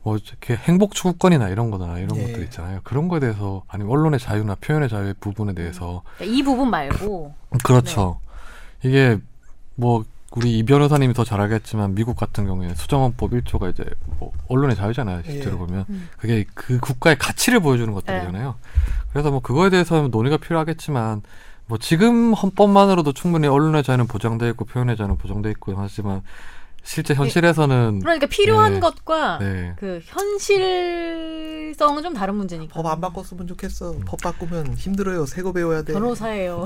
[SPEAKER 1] 뭐 이렇게 행복 추구권이나 이런 거나 이런
[SPEAKER 2] 예.
[SPEAKER 1] 것들 있잖아요. 그런 거에 대해서 아니면 언론의 자유나 표현의 자유 부분에 대해서
[SPEAKER 3] 그러니까 이 부분 말고
[SPEAKER 1] 그렇죠.
[SPEAKER 3] 네.
[SPEAKER 1] 이게 뭐 우리 이 변호사님이 더 잘 알겠지만 미국 같은 경우에 수정헌법 1조가 이제 뭐 언론의 자유잖아요. 실제로
[SPEAKER 2] 예.
[SPEAKER 1] 보면
[SPEAKER 3] 음. 네.
[SPEAKER 1] 그게 그 국가의 가치를 보여주는 것들이잖아요. 그래서 뭐 그거에 대해서는 논의가 필요하겠지만 뭐 지금 헌법만으로도 충분히 언론의 자유는 보장돼 있고 표현의 자유는 보장돼 있고 하지만 실제 현실에서는
[SPEAKER 3] 예. 그러니까 필요한
[SPEAKER 1] 네.
[SPEAKER 3] 것과
[SPEAKER 1] 네.
[SPEAKER 3] 그 현실성은 좀 다른 문제니까.
[SPEAKER 2] 법 안 바꿨으면 좋겠어. 법 바꾸면 힘들어요. 새거 배워야 돼.
[SPEAKER 3] 변호사예요.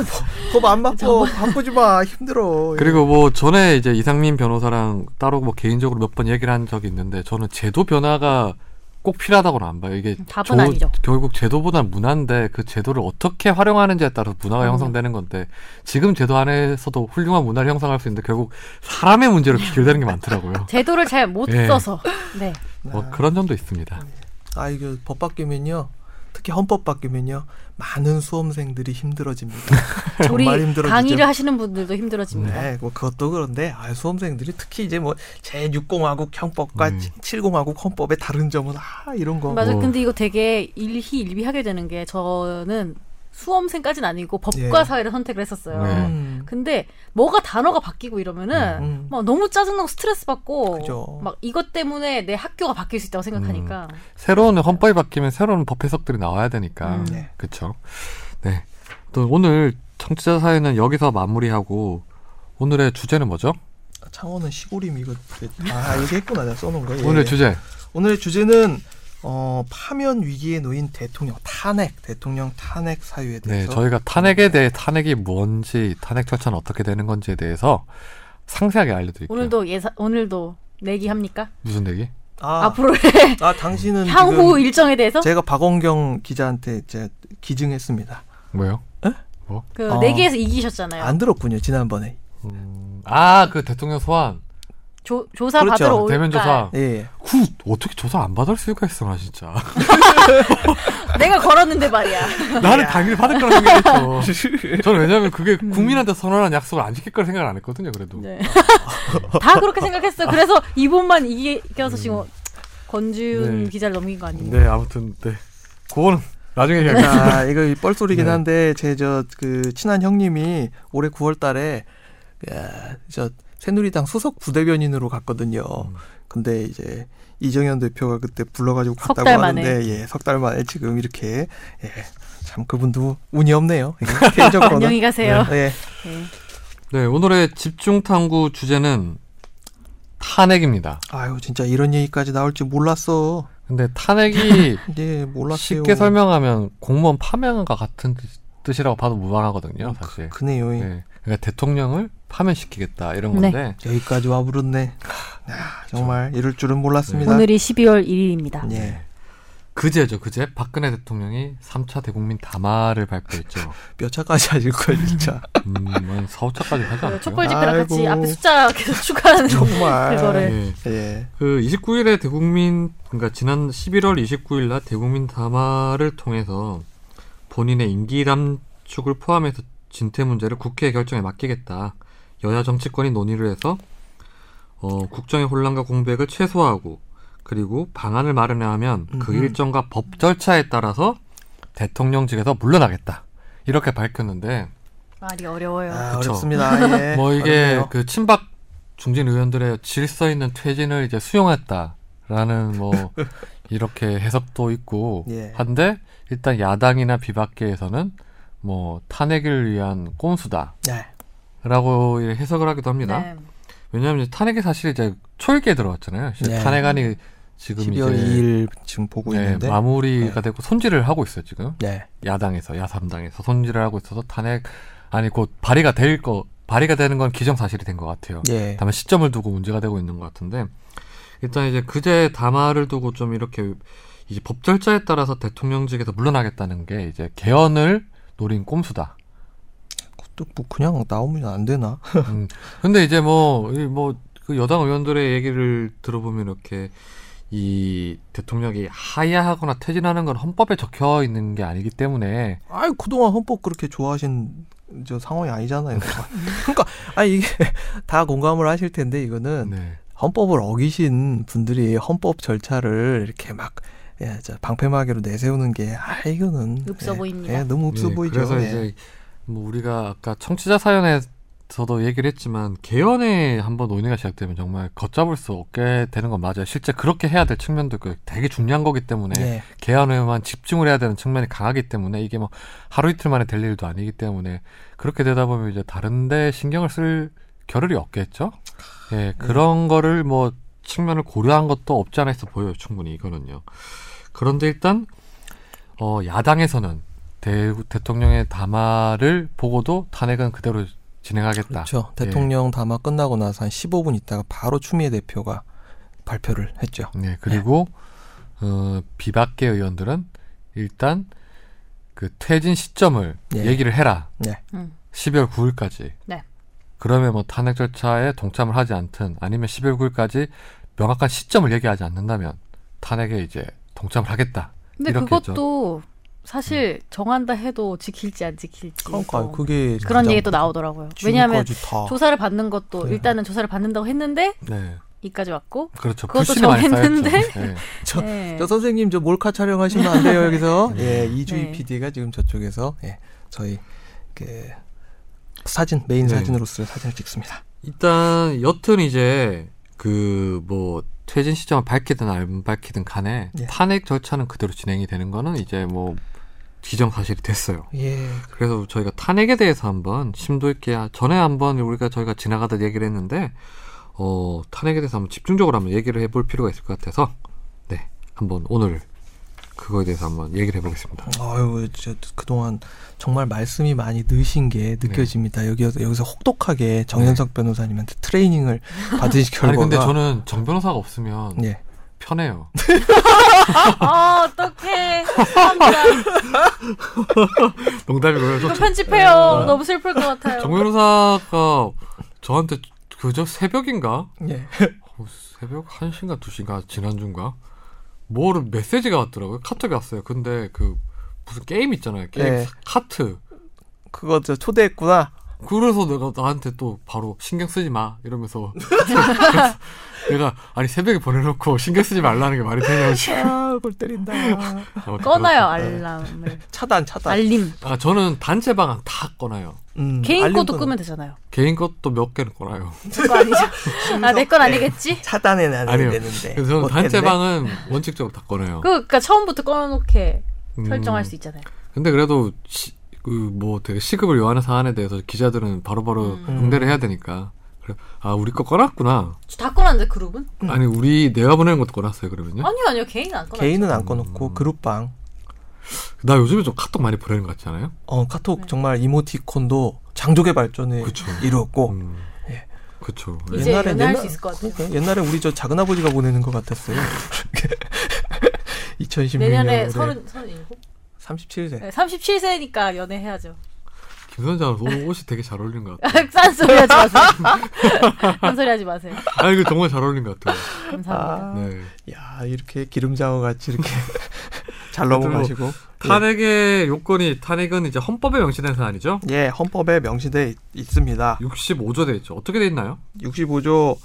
[SPEAKER 2] 법 안 바꿔. 바꾸지 마. 힘들어.
[SPEAKER 1] 그리고 뭐 전에 이제 이상민 변호사랑 따로 뭐 개인적으로 몇 번 얘기를 한 적이 있는데 저는 제도 변화가 꼭 필요하다고는 안 봐요. 이게
[SPEAKER 3] 음, 답은 아니죠.
[SPEAKER 1] 결국 제도보다 문화인데 그 제도를 어떻게 활용하는지에 따라서 문화가
[SPEAKER 3] 음.
[SPEAKER 1] 형성되는 건데 지금 제도 안에서도 훌륭한 문화를 형성할 수 있는데 결국 사람의 문제로 귀결되는 게 많더라고요.
[SPEAKER 3] 제도를 잘 못
[SPEAKER 1] 예.
[SPEAKER 3] 써서. 네.
[SPEAKER 1] 뭐 그런 점도 있습니다.
[SPEAKER 2] 아 이거 법 바뀌면요. 특히 헌법 바뀌면요. 많은 수험생들이 힘들어집니다.
[SPEAKER 3] 우리
[SPEAKER 2] 정말 힘들어지죠.
[SPEAKER 3] 강의를 하시는 분들도 힘들어집니다.
[SPEAKER 2] 네, 뭐 그것도 그런데 아, 수험생들이 특히 이제 뭐제 6공화국 형법과
[SPEAKER 1] 음.
[SPEAKER 2] 7공화국 헌법의 다른 점은 아 이런 거.
[SPEAKER 3] 맞아.
[SPEAKER 1] 뭐.
[SPEAKER 3] 근데 이거 되게 일희일비하게 되는 게 저는 수험생까지는 아니고 법과
[SPEAKER 2] 예.
[SPEAKER 3] 사회를 선택을 했었어요.
[SPEAKER 1] 네.
[SPEAKER 2] 음.
[SPEAKER 3] 근데 뭐가 단어가 바뀌고 이러면은
[SPEAKER 2] 음.
[SPEAKER 3] 막 너무 짜증나고 스트레스 받고
[SPEAKER 2] 그죠.
[SPEAKER 3] 막 이것 때문에 내 학교가 바뀔 수 있다고 생각하니까
[SPEAKER 1] 음. 새로운 헌법이 바뀌면 새로운 법 해석들이 나와야 되니까
[SPEAKER 3] 음.
[SPEAKER 2] 네.
[SPEAKER 1] 그렇죠. 네. 또 오늘 청취자 사회는 여기서 마무리하고 오늘의 주제는 뭐죠?
[SPEAKER 2] 창원은 시골임 이거 아 얘기했구나 내가 써놓은 거. 예.
[SPEAKER 1] 오늘 주제
[SPEAKER 2] 오늘의 주제는 어, 파면 위기에 놓인 대통령 탄핵, 대통령 탄핵
[SPEAKER 1] 네,
[SPEAKER 2] 사유에 대해서.
[SPEAKER 1] 저희가 탄핵에 대해 탄핵이 뭔지, 탄핵 절차는 어떻게 되는 건지에 대해서 상세하게 알려드릴게요.
[SPEAKER 3] 오늘도 예사 오늘도 내기 합니까?
[SPEAKER 1] 무슨 얘기?
[SPEAKER 2] 아,
[SPEAKER 3] 앞으로의
[SPEAKER 2] 아, 당신은
[SPEAKER 3] 향후
[SPEAKER 2] 지금
[SPEAKER 3] 일정에 대해서
[SPEAKER 2] 제가 박원경 기자한테 제 기증했습니다.
[SPEAKER 1] 뭐요?
[SPEAKER 3] 그
[SPEAKER 2] 어.
[SPEAKER 3] 내기에서 이기셨잖아요.
[SPEAKER 2] 안 들었군요 지난번에.
[SPEAKER 1] 음, 아, 그 대통령 소환.
[SPEAKER 3] 조, 조사
[SPEAKER 2] 그렇죠.
[SPEAKER 3] 받으러 올까?
[SPEAKER 1] 대면 조사.
[SPEAKER 2] 예, 예.
[SPEAKER 1] 후, 어떻게 조사 안 받을 수가 있어, 나 진짜.
[SPEAKER 3] 내가 걸었는데 말이야.
[SPEAKER 1] 나는 당연히 받을 거라 생각했어. 저는 왜냐면 그게 국민한테 선언한 약속을 안 지킬 거라 생각을 안 했거든요, 그래도.
[SPEAKER 3] 네. 다 그렇게 생각했어요. 그래서 이분만 이겨서 지금
[SPEAKER 2] 음.
[SPEAKER 3] 권지윤
[SPEAKER 1] 네.
[SPEAKER 3] 기자를 넘긴 거 아니에요?
[SPEAKER 1] 네, 아무튼, 네. 그거는 나중에 얘기할게요.
[SPEAKER 3] 네.
[SPEAKER 2] 아, 이거 이 뻘소리긴
[SPEAKER 1] 예. 네.
[SPEAKER 2] 한데 제 저 그 친한 형님이 올해 9월달에 저 새누리당 수석 부대변인으로 갔거든요.
[SPEAKER 1] 음.
[SPEAKER 2] 근데 이제 이정현 대표가 그때 불러가지고
[SPEAKER 3] 석
[SPEAKER 2] 갔다고
[SPEAKER 3] 달 만에.
[SPEAKER 2] 하는데 예, 석 달 만에 지금 이렇게 예, 참 그분도 운이 없네요. 예, 개인적으로는.
[SPEAKER 3] 안녕히 가세요.
[SPEAKER 2] 예.
[SPEAKER 3] 네.
[SPEAKER 1] 네, 오늘의 집중 탐구 주제는 탄핵입니다.
[SPEAKER 2] 아유 진짜 이런 얘기까지 나올지 몰랐어.
[SPEAKER 1] 근데 탄핵이
[SPEAKER 2] 예, 몰랐어요.
[SPEAKER 1] 쉽게 설명하면 공무원 파면과 같은 뜻- 뜻이라고 봐도 무방하거든요, 사실.
[SPEAKER 2] 음, 그네요. 예.
[SPEAKER 1] 네. 그러니까 대통령을 파면시키겠다 이런
[SPEAKER 2] 네.
[SPEAKER 1] 건데
[SPEAKER 2] 여기까지 와버렸네. 아, 정말 이럴 줄은 몰랐습니다.
[SPEAKER 3] 오늘이 12월 1일입니다.
[SPEAKER 2] 예.
[SPEAKER 1] 그제죠, 그제 박근혜 대통령이 3차 대국민 담화를 발표했죠.
[SPEAKER 2] 몇 차까지 하실 거예요, 진짜.
[SPEAKER 1] 음, 한 4, 5차까지 하지
[SPEAKER 3] 그
[SPEAKER 1] 않았죠?
[SPEAKER 3] 촛불 집회랑 같이
[SPEAKER 2] 아이고.
[SPEAKER 3] 앞에 숫자 계속 추가하는
[SPEAKER 2] 정말.
[SPEAKER 3] 그거를
[SPEAKER 1] 예.
[SPEAKER 2] 예.
[SPEAKER 1] 그 29일에 대국민 그러니까 지난 11월 29일 날 대국민 담화를 통해서 본인의 임기 단축을 포함해서 진퇴 문제를 국회 결정에 맡기겠다. 여야 정치권이 논의를 해서 어, 국정의 혼란과 공백을 최소화하고 그리고 방안을 마련하면 그
[SPEAKER 2] 음흠.
[SPEAKER 1] 일정과 법 절차에 따라서 대통령직에서 물러나겠다. 이렇게 밝혔는데
[SPEAKER 3] 말이 어려워요.
[SPEAKER 2] 아,
[SPEAKER 1] 그쵸.
[SPEAKER 2] 어렵습니다. 예.
[SPEAKER 1] 뭐 이게
[SPEAKER 2] 어렵네요.
[SPEAKER 1] 그 친박 중진 의원들의 질서 있는 퇴진을 이제 수용했다라는 뭐 이렇게 해석도 있고
[SPEAKER 2] 예.
[SPEAKER 1] 한데 일단 야당이나 비박계에서는 뭐 탄핵을 위한 꼼수다라고
[SPEAKER 2] 예.
[SPEAKER 1] 해석을 하기도 합니다.
[SPEAKER 3] 네.
[SPEAKER 1] 왜냐하면 이제 탄핵이 사실 이제 초읽기에 들어갔잖아요. 이제
[SPEAKER 2] 네.
[SPEAKER 1] 탄핵안이 지금
[SPEAKER 2] 12월
[SPEAKER 1] 이제
[SPEAKER 2] 2일 지금 보고
[SPEAKER 1] 네,
[SPEAKER 2] 있는데.
[SPEAKER 1] 마무리가
[SPEAKER 2] 네.
[SPEAKER 1] 되고 손질을 하고 있어요 지금.
[SPEAKER 2] 네.
[SPEAKER 1] 야당에서 야삼당에서 손질을 하고 있어서 탄핵 아니 곧 발의가 될 거 발의가 되는 건 기정사실이 된 것 같아요.
[SPEAKER 2] 예.
[SPEAKER 1] 다만 시점을 두고 문제가 되고 있는 것 같은데 일단 이제 그제 담화를 두고 좀 이렇게 이제 법 절차에 따라서 대통령직에서 물러나겠다는 게 이제 개헌을 노린 꼼수다.
[SPEAKER 2] 그것도 뭐 그냥 나오면 안 되나?
[SPEAKER 1] 음. 근데 이제 뭐뭐그 여당 의원들의 얘기를 들어보면 이렇게 이 대통령이 하야하거나 퇴진하는 건 헌법에 적혀 있는 게 아니기 때문에
[SPEAKER 2] 아이, 그동안 헌법 그렇게 좋아하신 저 상황이 아니잖아요. 그러니까 아 이게 다 공감을 하실 텐데 이거는
[SPEAKER 1] 네.
[SPEAKER 2] 헌법을 어기신 분들이 헌법 절차를 이렇게 막 예, 저 방패막이로 내세우는 게 아 이거는
[SPEAKER 3] 없어
[SPEAKER 2] 예,
[SPEAKER 3] 보입니다.
[SPEAKER 2] 예, 너무 없어
[SPEAKER 1] 예,
[SPEAKER 2] 보이죠.
[SPEAKER 1] 그래서
[SPEAKER 2] 예.
[SPEAKER 1] 이제 뭐 우리가 아까 청취자 사연에서도 얘기를 했지만 개헌에 한번 논의가 시작되면 정말 걷잡을 수 없게 되는 건 맞아요. 실제 그렇게 해야 될 측면도 있고 되게 중요한 거기 때문에
[SPEAKER 2] 예.
[SPEAKER 1] 개헌에만 집중을 해야 되는 측면이 강하기 때문에 이게 뭐 하루 이틀 만에 될 일도 아니기 때문에 그렇게 되다 보면 이제 다른데 신경을 쓸 겨를이 없겠죠.
[SPEAKER 2] 네.
[SPEAKER 1] 예, 그런 거를 뭐 측면을 고려한 것도 없지 않아 있어 보여요. 충분히 이거는요. 그런데 일단 어 야당에서는 대, 대통령의 담화를 보고도 탄핵은 그대로 진행하겠다.
[SPEAKER 2] 그렇죠.
[SPEAKER 1] 예.
[SPEAKER 2] 대통령 담화 끝나고 나서 한 15분 있다가 바로 추미애 대표가 발표를 했죠.
[SPEAKER 1] 네, 그리고
[SPEAKER 2] 네.
[SPEAKER 1] 어, 비박계 의원들은 일단 그 퇴진 시점을
[SPEAKER 2] 예.
[SPEAKER 1] 얘기를 해라.
[SPEAKER 2] 네.
[SPEAKER 3] 음.
[SPEAKER 1] 12월 9일까지.
[SPEAKER 3] 네.
[SPEAKER 1] 그러면 뭐 탄핵 절차에 동참을 하지 않든 아니면 12월 9일까지 명확한 시점을 얘기하지 않는다면 탄핵에 이제 동참을 하겠다.
[SPEAKER 3] 근데
[SPEAKER 1] 이렇게
[SPEAKER 3] 그것도 사실 정한다 해도 지킬지 안 지킬지
[SPEAKER 2] 음. 그러니까
[SPEAKER 3] 또
[SPEAKER 2] 그게
[SPEAKER 3] 그런
[SPEAKER 2] 가장
[SPEAKER 3] 얘기도 나오더라고요. 왜냐하면
[SPEAKER 2] 지금까지 다
[SPEAKER 3] 조사를 받는 것도
[SPEAKER 2] 그래요.
[SPEAKER 3] 일단은 조사를 받는다고 했는데
[SPEAKER 1] 네.
[SPEAKER 3] 이까지 왔고
[SPEAKER 1] 그렇죠.
[SPEAKER 3] 그것도
[SPEAKER 1] 불신이 많이
[SPEAKER 3] 정했는데?
[SPEAKER 1] 쌓였죠. 네.
[SPEAKER 2] 저-
[SPEAKER 3] 네.
[SPEAKER 2] 저 선생님 저 몰카 촬영하시면 안 돼요 여기서 예 이주희
[SPEAKER 3] 네.
[SPEAKER 2] PD가 지금 저쪽에서 예 저희 그 사진 메인
[SPEAKER 1] 네.
[SPEAKER 2] 사진으로서 사진을 찍습니다.
[SPEAKER 1] 일단 여튼 이제 그 뭐 퇴진 시점을 밝히든 안 밝히든 간에
[SPEAKER 3] 네.
[SPEAKER 2] 예.
[SPEAKER 1] 탄핵 절차는 그대로 진행이 되는 거는 이제 뭐 기정 사실이 됐어요.
[SPEAKER 2] 예
[SPEAKER 1] 그래서 저희가 탄핵에 대해서 한번 심도 있게 전에 한번 우리가 저희가 지나가다 얘기를 했는데 어, 탄핵에 대해서 한번 집중적으로 한번 얘기를 해볼 필요가 있을 것 같아서 네 한번 오늘 그거에 대해서 한번 얘기를 해보겠습니다.
[SPEAKER 2] 아유 저 그동안 정말 말씀이 많이 느신 게 느껴집니다. 여기서 여기서 혹독하게 정현석 변호사님한테 트레이닝을 받으신 결과가
[SPEAKER 1] 아니 근데 저는 정 변호사가 없으면
[SPEAKER 2] 예
[SPEAKER 1] 편해요.
[SPEAKER 3] 아 어떡해 죄송합니다.
[SPEAKER 1] 농담이고요.
[SPEAKER 3] 이거
[SPEAKER 1] 저-
[SPEAKER 3] 편집해요. 너무 슬플 것 같아요.
[SPEAKER 1] 정 변호사가 저한테 그저 새벽인가
[SPEAKER 2] 예.
[SPEAKER 1] 어, 새벽 1시인가 2시인가 지난주인가 뭐를 메시지가 왔더라고요. 카톡이 왔어요. 근데 그 무슨 게임 있잖아요. 게임
[SPEAKER 2] 예.
[SPEAKER 1] 카트
[SPEAKER 2] 그거 저 초대했구나.
[SPEAKER 1] 그래서 내가 나한테 또 바로 신경 쓰지 마 이러면서 내가 아니 새벽에 보내놓고 신경 쓰지 말라는 게 말이 되냐고 지금
[SPEAKER 2] 아골 때린다.
[SPEAKER 1] 어,
[SPEAKER 3] 꺼놔요
[SPEAKER 1] 그렇죠.
[SPEAKER 3] 알람을
[SPEAKER 2] 차단 차단.
[SPEAKER 3] 알림
[SPEAKER 1] 아 저는 단체 방은 다 꺼놔요.
[SPEAKER 2] 음,
[SPEAKER 3] 개인 것도
[SPEAKER 2] 알림도
[SPEAKER 3] 끄면 되잖아요.
[SPEAKER 1] 개인 것도 몇 개는 꺼놔요.
[SPEAKER 3] 그거 아니죠? 아내 건 아니겠지?
[SPEAKER 2] 차단해 놔야
[SPEAKER 1] 아니요.
[SPEAKER 2] 되는데.
[SPEAKER 1] 그래서 저는
[SPEAKER 2] 못했네.
[SPEAKER 1] 단체 방은 원칙적으로 다 꺼놔요.
[SPEAKER 3] 그 그러니까 처음부터 꺼놓게
[SPEAKER 1] 음,
[SPEAKER 3] 설정할 수 있잖아요.
[SPEAKER 1] 근데 그래도 시- 그뭐 되게 시급을 요하는 사안에 대해서 기자들은 바로바로
[SPEAKER 3] 음.
[SPEAKER 1] 응대를 해야 되니까. 그래 아 우리 거 꺼놨구나.
[SPEAKER 3] 다 꺼놨는데 그룹은?
[SPEAKER 2] 음.
[SPEAKER 1] 아니 우리 내가 보내는 것도 꺼놨어요 그러면요.
[SPEAKER 3] 아니요 아니요 개인 안 꺼놨어요.
[SPEAKER 2] 개인은 안 꺼놓고 그룹방.
[SPEAKER 1] 나 요즘에 좀 카톡 많이 보내는 것 같지 않아요?
[SPEAKER 2] 어 카톡
[SPEAKER 3] 네.
[SPEAKER 2] 정말 이모티콘도 장족의 발전에
[SPEAKER 1] 그쵸.
[SPEAKER 2] 이뤘고
[SPEAKER 1] 음.
[SPEAKER 2] 예.
[SPEAKER 1] 그쵸.
[SPEAKER 3] 이제 연애할 수 있을 것 같아요.
[SPEAKER 2] 그러니까 옛날에 우리 저 작은 아버지가 보내는 것 같았어요. 2016년
[SPEAKER 3] 내년에 서른 서른 일곱?
[SPEAKER 2] 37세.
[SPEAKER 3] 네, 37세니까 연애해야죠.
[SPEAKER 1] 김선장 옷이 되게 잘 어울리는 것 같아요.
[SPEAKER 3] 싼 소리 하지 마세요. 싼 소리 하지 마세요.
[SPEAKER 1] 아 이거 정말 잘 어울리는 것 같아요.
[SPEAKER 3] 감사합니다.
[SPEAKER 2] 아,
[SPEAKER 1] 네.
[SPEAKER 2] 야 이렇게 기름장어 같이 이렇게 잘 넘어가시고
[SPEAKER 1] 탄핵의 요건이 탄핵은 이제 헌법에 명시된 사안이죠.
[SPEAKER 2] 예 헌법에 명시돼 있- 있습니다.
[SPEAKER 1] 65조 돼 있죠. 어떻게 돼 있나요?
[SPEAKER 2] 65조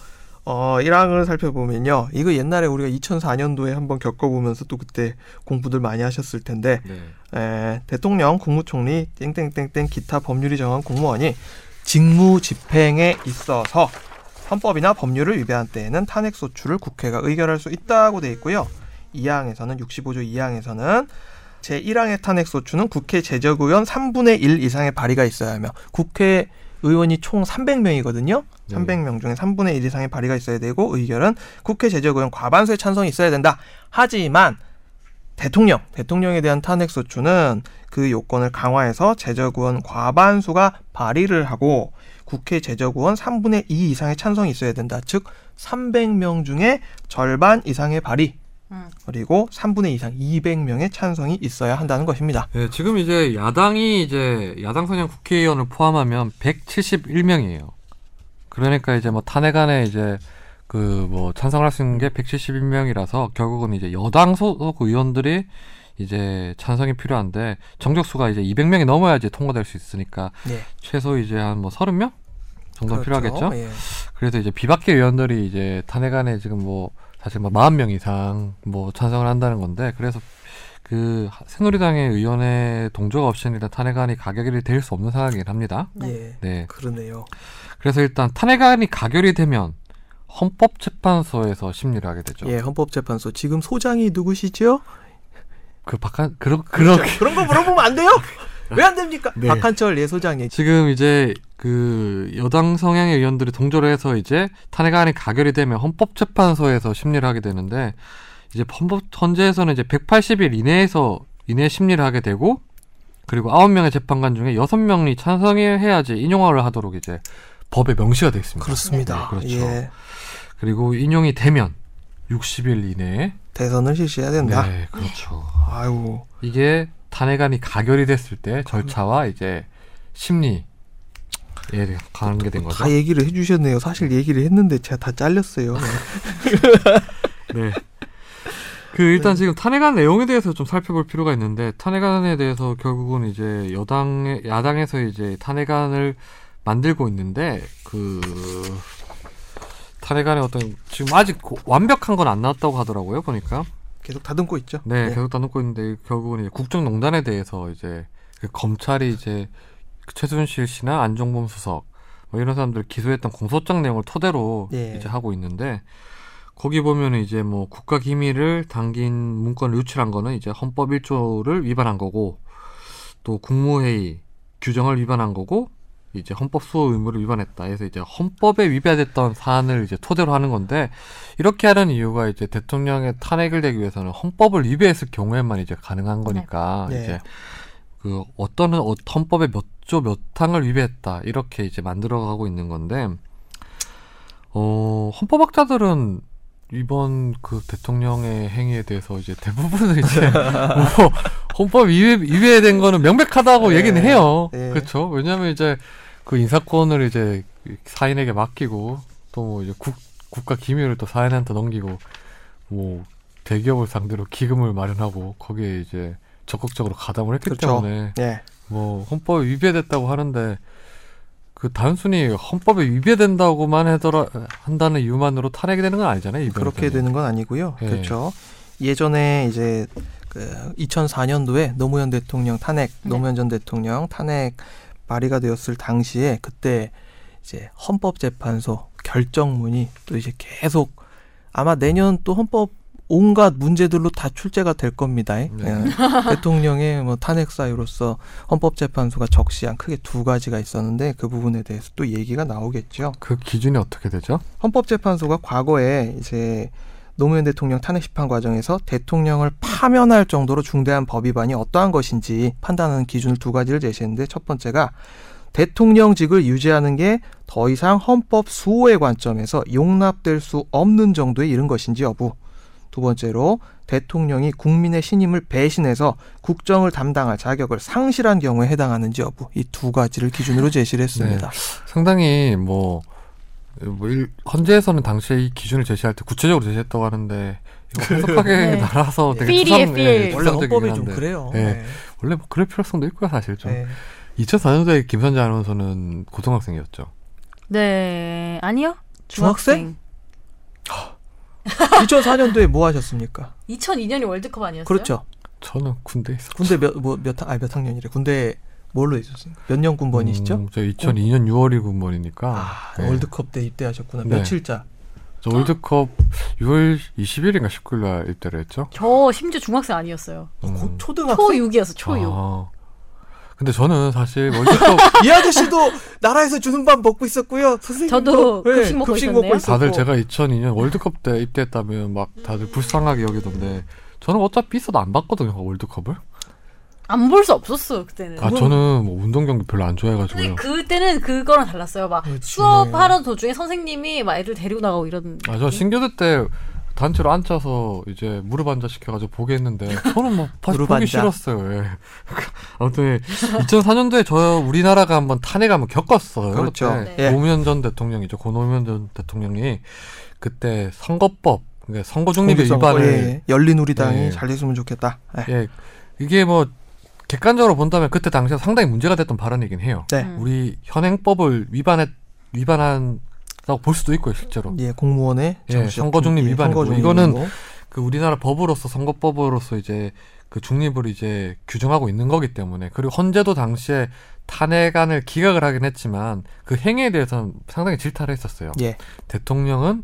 [SPEAKER 2] 어 1항을 살펴보면요. 이거 옛날에 우리가 2004년도에 한번 겪어보면서 또 그때 공부들 많이 하셨을 텐데
[SPEAKER 1] 네.
[SPEAKER 2] 에, 대통령, 국무총리, 땡땡땡땡 기타 법률이 정한 공무원이 직무 집행에 있어서 헌법이나 법률을 위배한 때에는 탄핵 소추를 국회가 의결할 수 있다고 돼 있고요. 2항에서는 65조 2항에서는 제 1항의 탄핵 소추는 국회 제적 의원 3분의 1 이상의 발의가 있어야 하며 국회 의원이 총 300명이거든요.
[SPEAKER 1] 네.
[SPEAKER 2] 300명 중에 3분의 1 이상의 발의가 있어야 되고 의결은 국회 제적 의원 과반수의 찬성이 있어야 된다. 하지만 대통령, 대통령에 대한 탄핵 소추는 그 요건을 강화해서 제적의원 과반수가 발의를 하고 국회 제적의원 3분의 2 이상의 찬성이 있어야 된다. 즉 300명 중에 절반 이상의 발의
[SPEAKER 3] 음.
[SPEAKER 2] 그리고 3분의 2 이상 200명의 찬성이 있어야 한다는 것입니다.
[SPEAKER 1] 네, 지금 이제 야당이 이제 야당 선양 국회의원을 포함하면 171명이에요. 그러니까 이제 뭐 탄핵안에 이제 그 뭐 찬성할 수 있는 게 171명이라서 결국은 이제 여당 소속 의원들이 이제 찬성이 필요한데 정적수가 이제 200명이 넘어야지 통과될 수 있으니까
[SPEAKER 2] 네.
[SPEAKER 1] 최소 이제 한 뭐 30명 정도
[SPEAKER 2] 그렇죠.
[SPEAKER 1] 필요하겠죠.
[SPEAKER 2] 예.
[SPEAKER 1] 그래서 이제 비박계 의원들이 이제 탄핵안에 지금 뭐 사실 뭐 40명 이상 뭐 찬성을 한다는 건데 그래서 그 새누리당의 의원의 동조가 없이는 일단 탄핵안이 가결이 될 수 없는 상황이긴 합니다.
[SPEAKER 3] 네.
[SPEAKER 2] 예.
[SPEAKER 1] 네.
[SPEAKER 2] 그러네요.
[SPEAKER 1] 그래서 일단 탄핵안이 가결이 되면 헌법재판소에서 심리를 하게 되죠.
[SPEAKER 2] 예, 헌법재판소 지금 소장이 누구시죠?
[SPEAKER 1] 그 박한 그런 그런
[SPEAKER 2] 그런 거 물어보면 안 돼요? 왜 안 됩니까?
[SPEAKER 1] 네.
[SPEAKER 2] 박한철 예 소장이
[SPEAKER 1] 지금 이제 그 여당 성향의 의원들이 동조를 해서 이제 탄핵안이 가결이 되면 헌법재판소에서 심리를 하게 되는데 이제 헌법 헌재에서는 이제 180일 이내에서 이내 심리를 하게 되고 그리고 9명의 재판관 중에 6명이 찬성해야지 인용화를 하도록 이제 법에 명시가 되어 있습니다.
[SPEAKER 2] 그렇습니다.
[SPEAKER 1] 네, 그렇죠.
[SPEAKER 2] 예.
[SPEAKER 1] 그리고 인용이 되면 60일 이내에
[SPEAKER 2] 대선을 실시해야 된다.
[SPEAKER 1] 네, 그렇죠.
[SPEAKER 2] 아유.
[SPEAKER 1] 이게 탄핵안이 가결이 됐을 때 절차와 이제 심리 예, 가는 게 된 거죠.
[SPEAKER 2] 다 얘기를 해주셨네요. 사실 얘기를 했는데 제가 다 잘렸어요.
[SPEAKER 1] 네. 그 일단 지금 탄핵안 내용에 대해서 좀 살펴볼 필요가 있는데 탄핵안에 대해서 결국은 이제 여당 야당에서 이제 탄핵안을 만들고 있는데 그 탄핵안의 어떤 지금 아직 고- 완벽한 건 안 나왔다고 하더라고요 보니까
[SPEAKER 2] 계속 다듬고 있죠.
[SPEAKER 1] 네,
[SPEAKER 2] 네.
[SPEAKER 1] 계속 다듬고 있는데 결국은 이제 국정농단에 대해서 이제 그 검찰이 이제 최순실 씨나 안종범 수석 뭐 이런 사람들 기소했던 공소장 내용을 토대로
[SPEAKER 2] 예.
[SPEAKER 1] 이제 하고 있는데 거기 보면은 이제 뭐 국가 기밀을 담긴 문건을 유출한 거는 이제 헌법 1조를 위반한 거고 또 국무회의 규정을 위반한 거고 이제 헌법 수호 의무를 위반했다. 해서 이제 헌법에 위배됐던 사안을 이제 토대로 하는 건데 이렇게 하는 이유가 이제 대통령의 탄핵을 되기 위해서는 헌법을 위배했을 경우에만 이제 가능한 거니까
[SPEAKER 2] 네.
[SPEAKER 1] 이제 그 어떤 어- 헌법의 몇 조 몇 항을 위배했다 이렇게 이제 만들어가고 있는 건데 어 헌법학자들은 이번 그 대통령의 행위에 대해서 이제 대부분은 이제 뭐 헌법 위배, 위배된 거는 명백하다고
[SPEAKER 2] 네.
[SPEAKER 1] 얘기는 해요.
[SPEAKER 2] 네.
[SPEAKER 1] 그렇죠. 왜냐하면 이제 그 인사권을 이제 사인에게 맡기고 또 뭐 이제 국, 국가 기밀을 또 사인한테 넘기고 뭐 대기업을 상대로 기금을 마련하고 거기에 이제 적극적으로 가담을 했기
[SPEAKER 2] 그렇죠.
[SPEAKER 1] 때문에
[SPEAKER 2] 예.
[SPEAKER 1] 뭐 헌법에 위배됐다고 하는데 그 단순히 헌법에 위배된다고만 해더라 한다는 이유만으로 탄핵이 되는 건 아니잖아요. 이번에
[SPEAKER 2] 그렇게 되는 건 아니고요.
[SPEAKER 1] 예.
[SPEAKER 2] 그렇죠. 예전에 이제 그 2004년도에 노무현 대통령 탄핵,
[SPEAKER 3] 네.
[SPEAKER 2] 노무현 전 대통령 탄핵 발의가 되었을 당시에 그때 이제 헌법재판소 결정문이 또 이제 계속 아마 내년 또 헌법 온갖 문제들로 다 출제가 될 겁니다. 예.
[SPEAKER 1] 네.
[SPEAKER 2] 대통령의 뭐 탄핵 사유로서 헌법재판소가 적시한 크게 두 가지가 있었는데 그 부분에 대해서 또 얘기가 나오겠죠.
[SPEAKER 1] 그 기준이 어떻게 되죠?
[SPEAKER 2] 헌법재판소가 과거에 이제 노무현 대통령 탄핵 심판 과정에서 대통령을 파면할 정도로 중대한 법 위반이 어떠한 것인지 판단하는 기준을 두 가지를 제시했는데 첫 번째가 대통령직을 유지하는 게 더 이상 헌법 수호의 관점에서 용납될 수 없는 정도에 이른 것인지 여부. 두 번째로 대통령이 국민의 신임을 배신해서 국정을 담당할 자격을 상실한 경우에 해당하는지 여부. 이 두 가지를 기준으로 제시를 했습니다.
[SPEAKER 1] 상당히 뭐, 뭐 일- 헌재에서는 당시에 이 기준을 제시할 때 구체적으로 제시했다고 하는데 이거 해석하게
[SPEAKER 3] 네.
[SPEAKER 1] 날아서 되게
[SPEAKER 3] 필이에요,
[SPEAKER 1] 추상- 예,
[SPEAKER 3] 필.
[SPEAKER 2] 원래
[SPEAKER 1] 추상적이긴
[SPEAKER 2] 헌법이 좀
[SPEAKER 1] 한데.
[SPEAKER 2] 그래요.
[SPEAKER 1] 예.
[SPEAKER 2] 네.
[SPEAKER 1] 원래 뭐 그럴 필요성도 있고요 사실 좀.
[SPEAKER 2] 네.
[SPEAKER 1] 2004년도에 김선재 아나운서는 고등학생이었죠.
[SPEAKER 3] 네. 아니요.
[SPEAKER 2] 중학생? 2004년도에 뭐 하셨습니까?
[SPEAKER 3] 2002년이 월드컵 아니었어요?
[SPEAKER 2] 그렇죠.
[SPEAKER 1] 저는 군대에 있었죠.
[SPEAKER 2] 군대 몇 뭐 몇 학, 아니 몇 학년이래. 군대 뭘로 있었습니까? 몇 년 군번이시죠?
[SPEAKER 1] 음, 저 2002년 6월이 군번이니까
[SPEAKER 2] 아,
[SPEAKER 1] 네.
[SPEAKER 2] 월드컵 때 입대하셨구나.
[SPEAKER 1] 네.
[SPEAKER 2] 며칠자.
[SPEAKER 1] 저 월드컵 6월 20일인가 19일날 입대를 했죠.
[SPEAKER 3] 저 심지어 중학생 아니었어요.
[SPEAKER 1] 음.
[SPEAKER 2] 고- 초등학생.
[SPEAKER 3] 초6이어서 초6.
[SPEAKER 1] 아. 근데 저는 사실 월드컵
[SPEAKER 2] 이 아저씨도 나라에서 주는 밥 먹고 있었고요. 선생님
[SPEAKER 3] 저도 급식 먹고 있었네요.
[SPEAKER 1] 다들 제가 2002년 월드컵 때 입대했다면 막 다들 불쌍하게 여기던데 저는 어차피 있어도 안 봤거든요 월드컵을.
[SPEAKER 3] 안 볼 수 없었어, 그때는.
[SPEAKER 1] 아 저는 뭐 운동 경기 별로 안
[SPEAKER 3] 근데
[SPEAKER 1] 좋아해가지고요.
[SPEAKER 3] 그때는 그거랑 달랐어요. 막
[SPEAKER 2] 그렇지.
[SPEAKER 3] 수업하는 도중에 선생님이 막 애들 데리고 나가고 이런.
[SPEAKER 1] 아 저 신교대 때 단체로 앉아서 이제 무릎 앉아 시켜가지고 보게 했는데 저는 뭐 사실
[SPEAKER 2] 무릎
[SPEAKER 1] 보기
[SPEAKER 2] 앉아.
[SPEAKER 1] 싫었어요. 예. 아무튼 2004년도에 저 우리나라가 한번 탄핵 한번 겪었어요.
[SPEAKER 2] 그렇죠.
[SPEAKER 1] 그때
[SPEAKER 2] 예.
[SPEAKER 1] 노무현 전 대통령이죠. 고노무현 전 대통령이 그때 선거법 그러니까 선거 중립의
[SPEAKER 2] 그렇죠.
[SPEAKER 4] 공직선거,
[SPEAKER 1] 위반을
[SPEAKER 4] 예, 예. 열린 우리당이
[SPEAKER 1] 예.
[SPEAKER 4] 잘 됐으면 좋겠다. 예.
[SPEAKER 1] 예. 이게 뭐 객관적으로 본다면 그때 당시에 상당히 문제가 됐던 발언이긴 해요.
[SPEAKER 4] 네.
[SPEAKER 3] 음.
[SPEAKER 1] 우리 현행법을 위반했 위반한다고 볼 수도 있고요,
[SPEAKER 2] 음.
[SPEAKER 3] 음.
[SPEAKER 1] 실제로.
[SPEAKER 4] 예, 공무원의
[SPEAKER 1] 예,
[SPEAKER 4] 정치적
[SPEAKER 1] 선거 중립
[SPEAKER 4] 중- 예,
[SPEAKER 1] 위반이고,
[SPEAKER 4] 선거 중립
[SPEAKER 1] 이거는
[SPEAKER 4] 위반이고.
[SPEAKER 1] 그 우리나라 법으로서 선거법으로서 이제 그 중립을 이제 규정하고 있는 거기 때문에 그리고 헌재도 당시에 탄핵안을 기각을 하긴 했지만 그 행위에 대해서는 상당히 질타를 했었어요.
[SPEAKER 4] 예.
[SPEAKER 1] 대통령은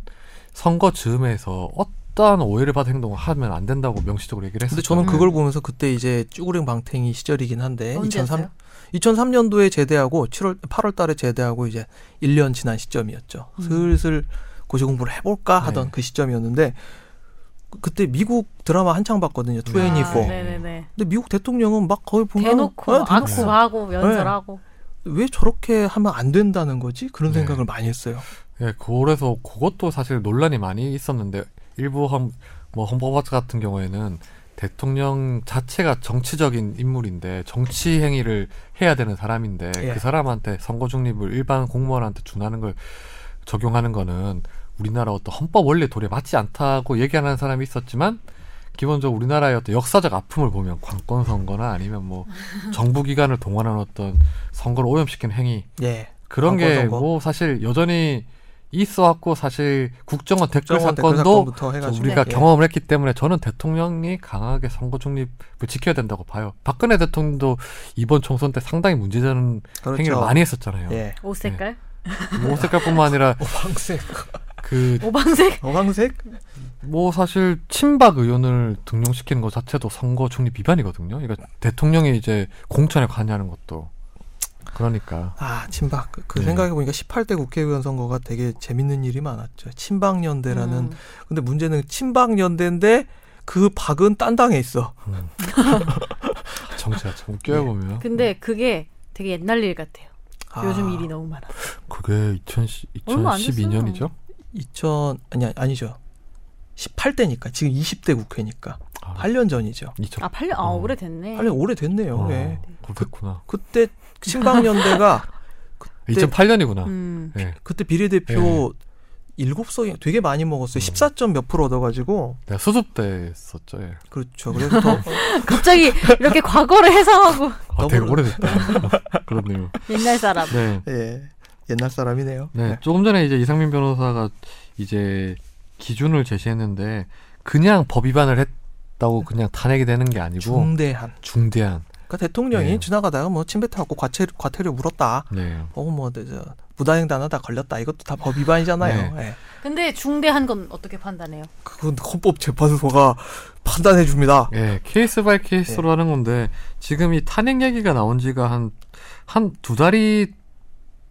[SPEAKER 1] 선거 즈음에서 어떠한 오해를 받은 행동을 하면 안 된다고 명시적으로 얘기를 했어요.
[SPEAKER 2] 근데 저는
[SPEAKER 3] 음.
[SPEAKER 2] 그걸 보면서 그때 이제 쭈구링 방탱이 시절이긴 한데
[SPEAKER 3] 언제였어요?
[SPEAKER 2] 2003 2003년도에 제대하고 7월 8월 달에 제대하고 이제 1년 지난 시점이었죠.
[SPEAKER 3] 음.
[SPEAKER 2] 슬슬 고시 공부를 해 볼까 하던
[SPEAKER 1] 네.
[SPEAKER 2] 그 시점이었는데 그- 그때 미국 드라마 한창 봤거든요. 24.
[SPEAKER 1] 네.
[SPEAKER 3] 아, 네네네.
[SPEAKER 2] 근데 미국 대통령은 막 거의 보면
[SPEAKER 3] 대놓고
[SPEAKER 2] 네, 대놓고
[SPEAKER 3] 악수하고 연설하고.
[SPEAKER 2] 왜 저렇게 하면 안 된다는 거지? 그런
[SPEAKER 1] 네.
[SPEAKER 2] 생각을 많이 했어요.
[SPEAKER 1] 예, 그래서 그것도 사실 논란이 많이 있었는데 일부 헌, 뭐 헌법학자 같은 경우에는 대통령 자체가 정치적인 인물인데 정치 행위를 해야 되는 사람인데
[SPEAKER 2] 예.
[SPEAKER 1] 그 사람한테 선거 중립을 일반 공무원한테 준하는 걸 적용하는 거는 우리나라 어떤 헌법 원리 도리에 맞지 않다고 얘기하는 사람이 있었지만 기본적으로 우리나라의 어떤 역사적 아픔을 보면 관권 선거나 아니면 뭐 정부 기관을 동원한 어떤 선거를 오염시키는 행위
[SPEAKER 2] 예.
[SPEAKER 1] 그런 게
[SPEAKER 2] 관권 선거.
[SPEAKER 1] 뭐 사실 여전히 있어왔고 사실 국정원 댓글
[SPEAKER 2] 정원 댓글
[SPEAKER 1] 그 사건도
[SPEAKER 2] 그 사건부터
[SPEAKER 1] 저
[SPEAKER 2] 해가지고
[SPEAKER 1] 우리가
[SPEAKER 2] 예.
[SPEAKER 1] 경험을 했기 때문에 저는 대통령이 강하게 선거 중립을 지켜야 된다고 봐요. 박근혜 대통령도 이번 총선 때 상당히 문제되는
[SPEAKER 2] 그렇죠.
[SPEAKER 1] 행위를 많이 했었잖아요.
[SPEAKER 2] 예.
[SPEAKER 3] 옷 색깔?
[SPEAKER 1] 뭐 색깔뿐만 아니라
[SPEAKER 2] 오방색.
[SPEAKER 1] 그
[SPEAKER 3] 오방색?
[SPEAKER 2] 오방색?
[SPEAKER 1] 뭐 사실 친박 의원을 등용시키는 것 자체도 선거 중립 위반이거든요. 그러니까 대통령이 이제 공천에 관여하는 것도 그러니까
[SPEAKER 2] 아, 친박. 그- 그
[SPEAKER 1] 네.
[SPEAKER 2] 생각해 보니까 18대 국회의원 선거가 되게 재밌는 일이 많았죠. 친박연대라는.
[SPEAKER 3] 음.
[SPEAKER 2] 근데 문제는 친박연대인데 그 박은 딴 당에 있어.
[SPEAKER 1] 정치가 참 껴보면
[SPEAKER 3] 근데 그게 되게 옛날 일 같아요.
[SPEAKER 2] 아,
[SPEAKER 3] 요즘 일이 너무 많아.
[SPEAKER 1] 그게 2010,
[SPEAKER 3] 얼마 안 됐어요.
[SPEAKER 1] 2012년이죠.
[SPEAKER 2] 2000 아니 아니죠. 18대니까 지금 20대 국회니까
[SPEAKER 1] 아,
[SPEAKER 2] 8년 전이죠.
[SPEAKER 1] 2000.
[SPEAKER 3] 아, 8년, 아,
[SPEAKER 1] 어.
[SPEAKER 3] 오래됐네.
[SPEAKER 2] 8년 오래 됐네요. 예.
[SPEAKER 1] 그렇구나.
[SPEAKER 2] 그때 친박연대가 네.
[SPEAKER 1] 2008년이구나.
[SPEAKER 3] 음.
[SPEAKER 1] 네.
[SPEAKER 2] 그때 비례대표 일곱 석이 되게 많이
[SPEAKER 1] 음.
[SPEAKER 2] 먹었어요. 14점 몇 프로 얻어가지고
[SPEAKER 1] 내가 수습 때 썼죠. 예.
[SPEAKER 2] 그렇죠. 그래서 더
[SPEAKER 3] 갑자기 이렇게 과거를 해상하고
[SPEAKER 1] 아, 되게
[SPEAKER 2] 더불어-
[SPEAKER 1] 오래됐다. 그렇네요.
[SPEAKER 3] 옛날 사람.
[SPEAKER 1] 네.
[SPEAKER 2] 예 옛날 사람이네요.
[SPEAKER 1] 네. 조금 전에 이제 이상민 변호사가 이제 기준을 제시했는데 그냥 법 위반을 했다고 그냥 탄핵이 되는 게 아니고
[SPEAKER 2] 중대한.
[SPEAKER 1] 대한
[SPEAKER 2] 그러니까 대통령이
[SPEAKER 1] 예.
[SPEAKER 2] 지나가다가 뭐 침뱉어갖고 과태 과태료 물었다.
[SPEAKER 1] 네.
[SPEAKER 2] 혹은 뭐 이제 부당횡단하다 걸렸다. 이것도 다 법 위반이잖아요.
[SPEAKER 1] 네.
[SPEAKER 2] 예.
[SPEAKER 3] 근데 중대한 건 어떻게 판단해요?
[SPEAKER 2] 그건 헌법재판소가 판단해 줍니다.
[SPEAKER 1] 예, 케이스 바이 케이스로 하는 건데 지금 이 탄핵 얘기가 나온 지가 한 한 두 달이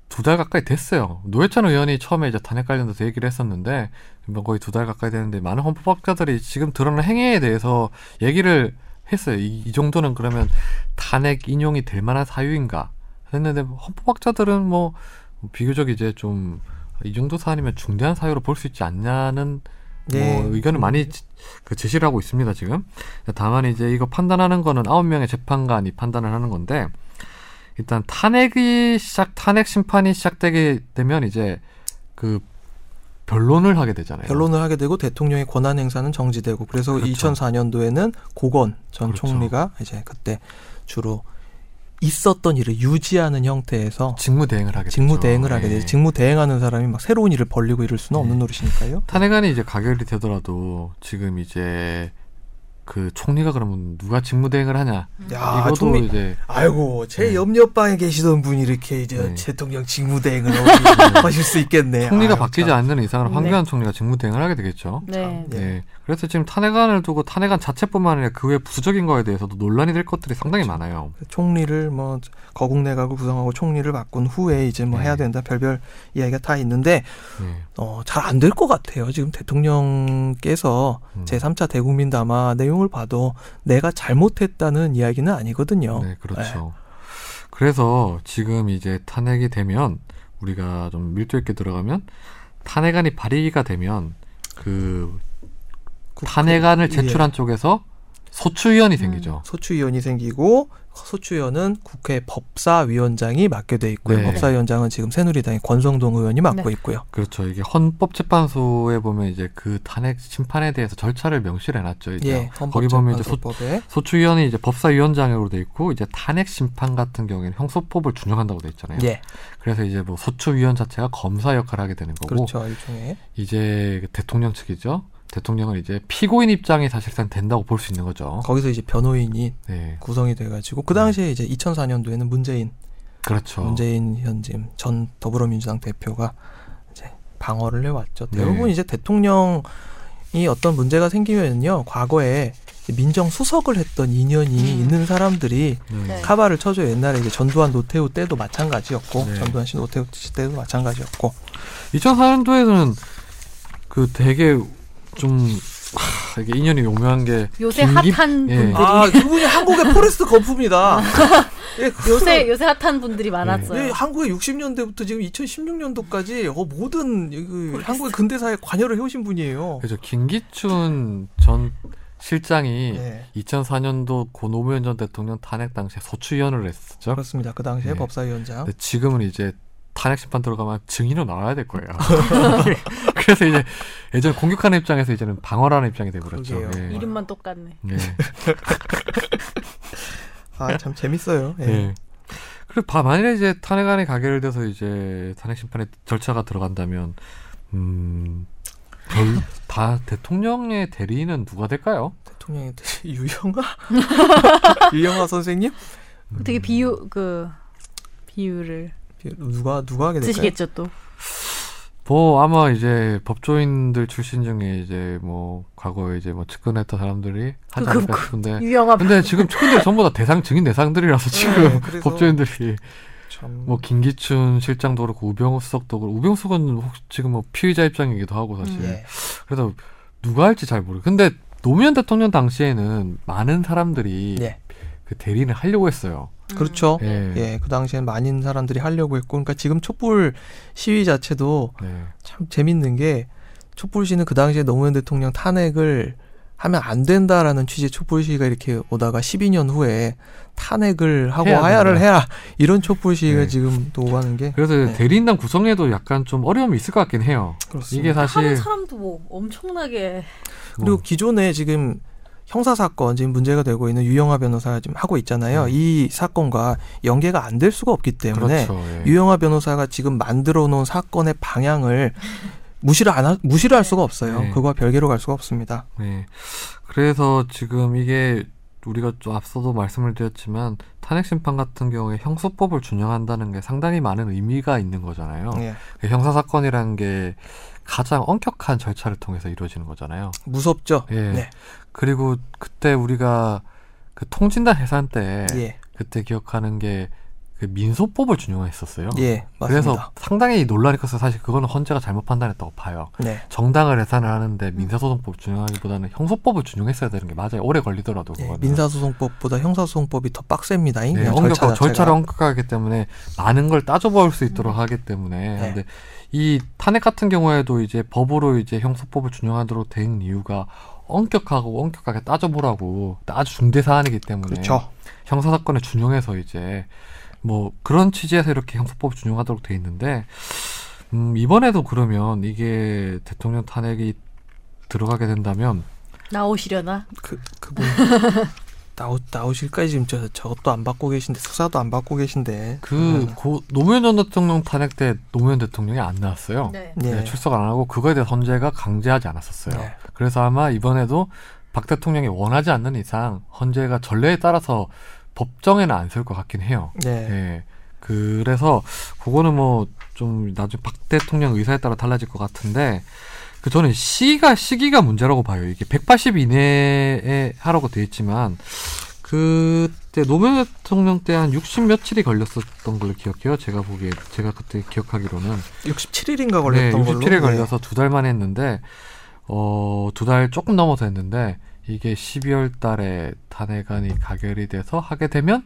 [SPEAKER 1] 두 달 가까이 됐어요. 노회찬 의원이 처음에 이제 탄핵 관련돼서 얘기를 했었는데 뭐 거의 두 달 가까이 됐는데 많은 헌법학자들이 지금 드러난 행위에 대해서 얘기를 했어요. 이, 이 정도는 그러면 탄핵 인용이 될 만한 사유인가 했는데 헌법학자들은 뭐 비교적 이제 좀 이 정도 사안이면 중대한 사유로 볼 수 있지 않냐는
[SPEAKER 2] 네.
[SPEAKER 1] 뭐 의견을 많이 지- 그 제시를 하고 있습니다 지금 다만 이제 이거 판단하는 거는 아홉 명의 재판관이 판단을 하는 건데 일단 탄핵이 시작 탄핵 심판이 시작되게 되면 이제 그 변론을 하게 되잖아요.
[SPEAKER 2] 변론을 하게 되고 대통령의 권한 행사는 정지되고 그래서
[SPEAKER 1] 그렇죠.
[SPEAKER 2] 2004년도에는 고건 전
[SPEAKER 1] 그렇죠.
[SPEAKER 2] 총리가 이제 그때 주로 있었던 일을 유지하는 형태에서
[SPEAKER 1] 직무 대행을 하게
[SPEAKER 2] 직무
[SPEAKER 1] 되죠.
[SPEAKER 2] 대행을 하게
[SPEAKER 1] 예.
[SPEAKER 2] 되죠. 직무 대행하는 사람이 막 새로운 일을 벌리고 이럴 수는
[SPEAKER 1] 예.
[SPEAKER 2] 없는 노릇이니까요.
[SPEAKER 1] 탄핵안이 이제 가결이 되더라도 지금 이제 그 총리가 그러면 누가 직무 대행을 하냐
[SPEAKER 2] 야,
[SPEAKER 1] 이것도
[SPEAKER 2] 총리-
[SPEAKER 1] 이제
[SPEAKER 2] 아이고 제
[SPEAKER 1] 네.
[SPEAKER 2] 옆옆방에 계시던 분이 이렇게
[SPEAKER 1] 네.
[SPEAKER 2] 이제 대통령 직무 대행을 하실 수 있겠네.
[SPEAKER 1] 총리가
[SPEAKER 2] 아유, 그러니까
[SPEAKER 1] 바뀌지
[SPEAKER 2] 참.
[SPEAKER 1] 않는 이상은
[SPEAKER 3] 네.
[SPEAKER 1] 황교안 총리가 직무 대행을 하게 되겠죠.
[SPEAKER 3] 네.
[SPEAKER 2] 예.
[SPEAKER 1] 예. 그래서 지금 탄핵안을 두고 탄핵안 자체뿐만 아니라 그 외 부수적인 거에 대해서도 논란이 될 것들이 상당히
[SPEAKER 2] 그렇죠.
[SPEAKER 1] 많아요.
[SPEAKER 2] 총리를 뭐 거국내각을 구성하고 총리를 바꾼 후에 이제 뭐
[SPEAKER 1] 네.
[SPEAKER 2] 해야 된다 별별 이야기가 다 있는데
[SPEAKER 1] 예.
[SPEAKER 2] 어, 잘 안 될 것 같아요. 지금 대통령께서
[SPEAKER 1] 음.
[SPEAKER 2] 제3차 대국민 담화 내용을 봐도 내가 잘못했다는 이야기는 아니거든요.
[SPEAKER 1] 네, 그렇죠. 그래서 지금 이제 탄핵이 되면 우리가 좀 밀도 있게 들어가면 탄핵안이 발의가 되면 그
[SPEAKER 2] 국회- 예. 음.
[SPEAKER 1] 탄핵안을 제출한 쪽에서 소추위원이 생기죠.
[SPEAKER 2] 소추위원이 생기고 소추위원은 국회 법사위원장이 맡게 돼 있고요.
[SPEAKER 1] 네.
[SPEAKER 2] 법사위원장은 지금 새누리당의 권성동 의원이 맡고 있고요.
[SPEAKER 1] 그렇죠. 이게 헌법재판소에 보면 이제 그 탄핵 심판에 대해서 절차를 명시를 해놨죠. 이제
[SPEAKER 2] 예,
[SPEAKER 1] 거기 보면 이제 소,
[SPEAKER 2] 헌법재판소법에
[SPEAKER 1] 소추위원이 이제 법사위원장으로 돼 있고 이제 탄핵 심판 같은 경우에는 형소법을 준용한다고 돼 있잖아요.
[SPEAKER 2] 예,
[SPEAKER 1] 그래서 이제 뭐 소추위원 자체가 검사 역할을 하게 되는 거고
[SPEAKER 2] 그렇죠 일종의
[SPEAKER 1] 이제 그 대통령 측이죠. 대통령은 이제 피고인 입장이 사실상 된다고 볼 수 있는 거죠.
[SPEAKER 2] 거기서 이제 변호인이
[SPEAKER 1] 어. 네,
[SPEAKER 2] 구성이 돼가지고 그 당시에 이제 2004년도에는 문재인
[SPEAKER 1] 그렇죠.
[SPEAKER 2] 문재인 현진 전 더불어민주당 대표가 이제 방어를 해왔죠.
[SPEAKER 1] 네.
[SPEAKER 2] 대부분 이제 대통령이 어떤 문제가 생기면요, 과거에 민정 수석을 했던 인연이
[SPEAKER 3] 음.
[SPEAKER 2] 있는 사람들이
[SPEAKER 1] 네.
[SPEAKER 2] 카바를 쳐줘 옛날에 이제 전두환 노태우 때도 마찬가지였고
[SPEAKER 1] 네.
[SPEAKER 2] 전두환 씨 노태우 씨 때도 마찬가지였고
[SPEAKER 1] 2004년도에는 그 되게 좀 하, 이게 인연이 용묘한 게
[SPEAKER 3] 요새
[SPEAKER 1] 김기-
[SPEAKER 3] 핫한
[SPEAKER 1] 예.
[SPEAKER 3] 분들이
[SPEAKER 2] 아 그분이 한국의 포레스트 거프입니다. 예, 그-
[SPEAKER 3] 요새 요새 핫한 분들이
[SPEAKER 2] 예,
[SPEAKER 3] 많았어요.
[SPEAKER 2] 한국의 60년대부터 지금 2016년도까지 어, 모든 그 한국의 근대사에 관여를 해오신 분이에요.
[SPEAKER 1] 그죠 김기춘 전 실장이
[SPEAKER 2] 네.
[SPEAKER 1] 2004년도 고 노무현 전 대통령 탄핵 당시에 소추위원을 했었죠.
[SPEAKER 2] 그렇습니다. 그 당시에
[SPEAKER 3] 네.
[SPEAKER 1] 예.
[SPEAKER 2] 법사위원장.
[SPEAKER 1] 근데 지금은 이제 탄핵 심판 들어가면 증인으로 나와야 될 거예요. 그래서 이제 예전 공격하는 입장에서 이제는 방어하는 입장이 돼버렸죠.
[SPEAKER 2] 그러게요.
[SPEAKER 1] 예.
[SPEAKER 3] 이름만 똑같네.
[SPEAKER 1] 예.
[SPEAKER 2] 아 참 재밌어요. 예.
[SPEAKER 3] 네.
[SPEAKER 1] 예. 그리고 바- 만일에 이제 탄핵안이 가결 돼서 이제 탄핵 심판의 절차가 들어간다면 음다 대통령의 대리인은 누가 될까요?
[SPEAKER 2] 대통령이 유영아 유영아 선생님
[SPEAKER 1] 음.
[SPEAKER 3] 되게 비유 그 비유를
[SPEAKER 2] 누가 누가 하게 될까요?
[SPEAKER 3] 드시겠죠 또.
[SPEAKER 1] 뭐 아마 이제 법조인들 출신 중에 이제 뭐 과거에 이제 뭐 측근했던 사람들이 하지
[SPEAKER 3] 그-
[SPEAKER 1] 않을까
[SPEAKER 3] 그-
[SPEAKER 1] 싶은데
[SPEAKER 3] 유영아
[SPEAKER 1] 근데 지금 측근들 전부 다 대상 증인 대상들이라서 지금
[SPEAKER 2] 네, 그래서
[SPEAKER 1] 법조인들이
[SPEAKER 2] 참
[SPEAKER 1] 뭐 김기춘 실장도 그렇고 우병우 수석도 그렇고 우병우 수석은 혹시 지금 뭐 피의자 입장이기도 하고 사실
[SPEAKER 3] 네.
[SPEAKER 2] 예.
[SPEAKER 1] 그래서 누가 할지 잘 모르. 근데 노무현 대통령 당시에는 많은 사람들이
[SPEAKER 2] 예.
[SPEAKER 1] 그 대리인을 하려고 했어요.
[SPEAKER 2] 그렇죠.
[SPEAKER 3] 네.
[SPEAKER 1] 예.
[SPEAKER 2] 예, 그 당시엔 많은 사람들이 하려고 했고, 그러니까 지금 촛불 시위 자체도
[SPEAKER 1] 네.
[SPEAKER 2] 참 재밌는 게 촛불 시는 그 당시에 노무현 대통령 탄핵을 하면 안 된다라는 취지의 촛불 시위가 이렇게 오다가 12년 후에 탄핵을 하고
[SPEAKER 1] 해야
[SPEAKER 2] 하야를
[SPEAKER 1] 된다.
[SPEAKER 2] 해야 이런 촛불 시위가
[SPEAKER 1] 네.
[SPEAKER 2] 지금 또 오가는 게
[SPEAKER 1] 그래서
[SPEAKER 2] 네.
[SPEAKER 1] 대리인단 구성에도 약간 좀 어려움이 있을 것 같긴 해요. 이게
[SPEAKER 3] 하는
[SPEAKER 1] 사실
[SPEAKER 3] 사람도 뭐 엄청나게
[SPEAKER 1] 뭐,
[SPEAKER 2] 그리고 기존에 지금 형사 사건 지금 문제가 되고 있는 유영하 변호사가 지금 하고 있잖아요.
[SPEAKER 1] 네.
[SPEAKER 2] 이 사건과 연계가 안 될 수가 없기 때문에
[SPEAKER 1] 그렇죠. 예.
[SPEAKER 2] 유영하 변호사가 지금 만들어 놓은 사건의 방향을 무시를 안 하, 무시를 할 수가 없어요.
[SPEAKER 1] 네.
[SPEAKER 2] 그거와 별개로 갈 수가 없습니다.
[SPEAKER 1] 네. 그래서 지금 이게 우리가 좀 앞서도 말씀을 드렸지만 탄핵 심판 같은 경우에 형소법을 준용한다는 게 상당히 많은 의미가 있는 거잖아요. 그
[SPEAKER 2] 예.
[SPEAKER 1] 형사 사건이라는 게 가장 엄격한 절차를 통해서 이루어지는 거잖아요.
[SPEAKER 2] 무섭죠.
[SPEAKER 1] 예.
[SPEAKER 2] 네.
[SPEAKER 1] 그리고 그때 우리가 그 통진단 해산 때
[SPEAKER 2] 예.
[SPEAKER 1] 그때 기억하는 게 그 민소법을 준용했었어요.
[SPEAKER 2] 예.
[SPEAKER 1] 그래서
[SPEAKER 2] 맞습니다.
[SPEAKER 1] 상당히 논란이 컸어요. 사실 그거는 헌재가 잘못 판단했다고 봐요.
[SPEAKER 2] 네.
[SPEAKER 1] 정당을 해산을 하는데 민사소송법 준용하기보다는 형소법을 준용했어야 되는 게 맞아요. 오래 걸리더라도
[SPEAKER 2] 예.
[SPEAKER 1] 그거는.
[SPEAKER 2] 민사소송법보다 형사소송법이 더 빡셉니다. 잉?
[SPEAKER 1] 네,
[SPEAKER 2] 그냥
[SPEAKER 1] 엄격하고
[SPEAKER 2] 절차 자체가.
[SPEAKER 1] 절차를 엄격하기 때문에 많은 걸 따져볼 수 있도록 하기 때문에
[SPEAKER 2] 네.
[SPEAKER 1] 근데 이 탄핵 같은 경우에도 이제 법으로 이제 형소법을 준용하도록 된 이유가 엄격하고 엄격하게 따져보라고 아주 중대 사안이기 때문에
[SPEAKER 2] 그렇죠.
[SPEAKER 1] 형사 사건에 준용해서 이제 뭐 그런 취지에서 이렇게 형소법 준용하도록 돼 있는데 음, 이번에도 그러면 이게 대통령 탄핵이 들어가게 된다면
[SPEAKER 3] 나오시려나?
[SPEAKER 2] 그 그분 나오 나오실까지 지금 저 저것도 안 받고 계신데 수사도 안 받고 계신데.
[SPEAKER 1] 그
[SPEAKER 3] 네.
[SPEAKER 1] 고- 노무현 전 대통령 탄핵 때 노무현 대통령이 안 나왔어요.
[SPEAKER 3] 네.
[SPEAKER 2] 예.
[SPEAKER 1] 네, 출석 안 하고 그거에 대해 헌재가 강제하지 않았었어요.
[SPEAKER 2] 네.
[SPEAKER 1] 그래서 아마 이번에도 박 대통령이 원하지 않는 이상 헌재가 전례에 따라서 법정에는 안 쓸 것 같긴 해요.
[SPEAKER 2] 네.
[SPEAKER 1] 예. 그래서 그거는 뭐 좀 나중에 박 대통령 의사에 따라 달라질 것 같은데 그 저는 시가 시기가 문제라고 봐요. 이게 180 이내에 하라고 돼 있지만 그때 노무현 대통령 때 한 60 며칠이 걸렸었던 걸로 기억해요. 제가 보기에 제가 그때 기억하기로는
[SPEAKER 2] 67일인가 걸렸던 걸로.
[SPEAKER 1] 67일
[SPEAKER 2] 네.
[SPEAKER 1] 걸려서 두 달만 했는데 어, 두 달 조금 넘어서 했는데 이게 12월 달에 탄핵안이 가결이 돼서 하게 되면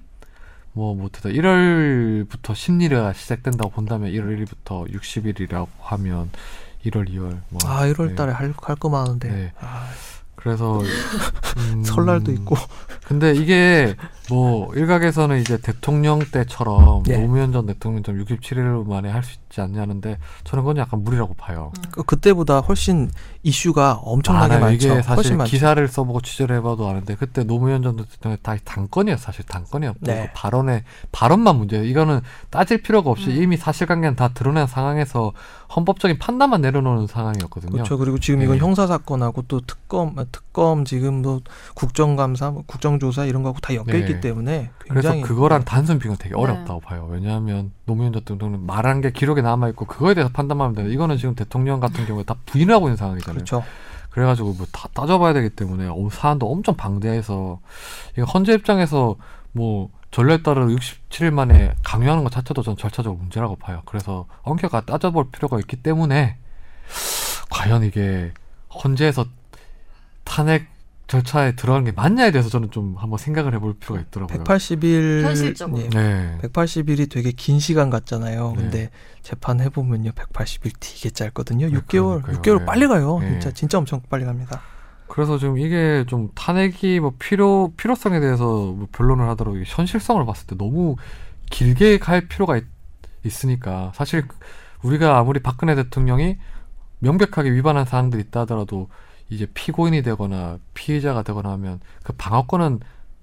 [SPEAKER 1] 뭐 못해도 1월부터 심리가 시작된다고 본다면 1월 1일부터 60일이라고 하면 1월 2월 뭐
[SPEAKER 2] 아, 1월
[SPEAKER 1] 네.
[SPEAKER 2] 달에 할, 할 거만 하는데.
[SPEAKER 1] 네.
[SPEAKER 2] 아,
[SPEAKER 1] 그래서 음,
[SPEAKER 5] 설날도 있고
[SPEAKER 1] 근데 이게 뭐 일각에서는 이제 대통령 때처럼
[SPEAKER 2] 예.
[SPEAKER 1] 노무현 전 대통령처럼 67일 만에 할 수 있지 않냐는데 저는 그건 약간 무리라고 봐요.
[SPEAKER 2] 그- 그때보다 훨씬 이슈가 엄청나게
[SPEAKER 1] 알아요.
[SPEAKER 2] 많죠.
[SPEAKER 1] 이게 사실
[SPEAKER 2] 훨씬 많죠.
[SPEAKER 1] 기사를 써보고 취재를 해봐도 아는데 그때 노무현 전 대통령의 다 단건이었어 사실 단건이었고
[SPEAKER 2] 네.
[SPEAKER 1] 그 발언의 발언만 문제예요. 이거는 따질 필요가 없이
[SPEAKER 3] 음.
[SPEAKER 1] 이미 사실관계는 다 드러낸 상황에서 헌법적인 판단만 내려놓는 상황이었거든요.
[SPEAKER 2] 그렇죠. 그리고 지금 이건
[SPEAKER 1] 예.
[SPEAKER 2] 형사 사건하고 또 특검, 아, 특검 지금도 국정감사, 뭐 국정조사 이런 거하고 다 엮여
[SPEAKER 1] 네.
[SPEAKER 2] 있기 때문에
[SPEAKER 1] 그래서
[SPEAKER 2] 굉장히
[SPEAKER 1] 그거랑 단순 비교는 되게
[SPEAKER 3] 네.
[SPEAKER 1] 어렵다고 봐요. 왜냐하면 노무현 대통령은 말한 게 기록에 남아 있고 그거에 대해서 판단하면 되는데 이거는 지금 대통령 같은 경우에 다 부인을 하고 있는 상황이잖아요.
[SPEAKER 2] 그렇죠.
[SPEAKER 1] 그래가지고 뭐 다 따져봐야 되기 때문에 어, 사안도 엄청 방대해서 이거 헌재 입장에서 뭐 전례에 따라 67일 만에 강요하는 것 자체도 전 절차적으로 문제라고 봐요. 그래서 엄격하게 따져볼 필요가 있기 때문에 과연 이게 헌재에서 탄핵 절차에 들어가는 게 맞냐에 대해서 저는 좀 한번 생각을 해볼 필요가 있더라고요.
[SPEAKER 2] 180일
[SPEAKER 3] 현실적으로.
[SPEAKER 2] 예.
[SPEAKER 1] 네.
[SPEAKER 2] 180일이 되게 긴 시간 같잖아요.
[SPEAKER 1] 네.
[SPEAKER 2] 근데 재판 해보면요, 180일 되게 짧거든요.
[SPEAKER 1] 네,
[SPEAKER 2] 6개월,
[SPEAKER 1] 그러니까요.
[SPEAKER 2] 6개월
[SPEAKER 1] 예.
[SPEAKER 2] 빨리 가요.
[SPEAKER 1] 예.
[SPEAKER 2] 진짜 진짜 엄청 빨리 갑니다.
[SPEAKER 1] 그래서 지금 이게 좀 탄핵이 뭐 필요 필요성에 대해서 뭐 변론을 하더라도 이게 현실성을 봤을 때 너무 길게 갈 필요가 있, 으니까 사실 우리가 아무리 박근혜 대통령이 명백하게 위반한 사항들이 있다 하더라도 이제 피고인이 되거나 피의자가 되거나 하면 그 방어권은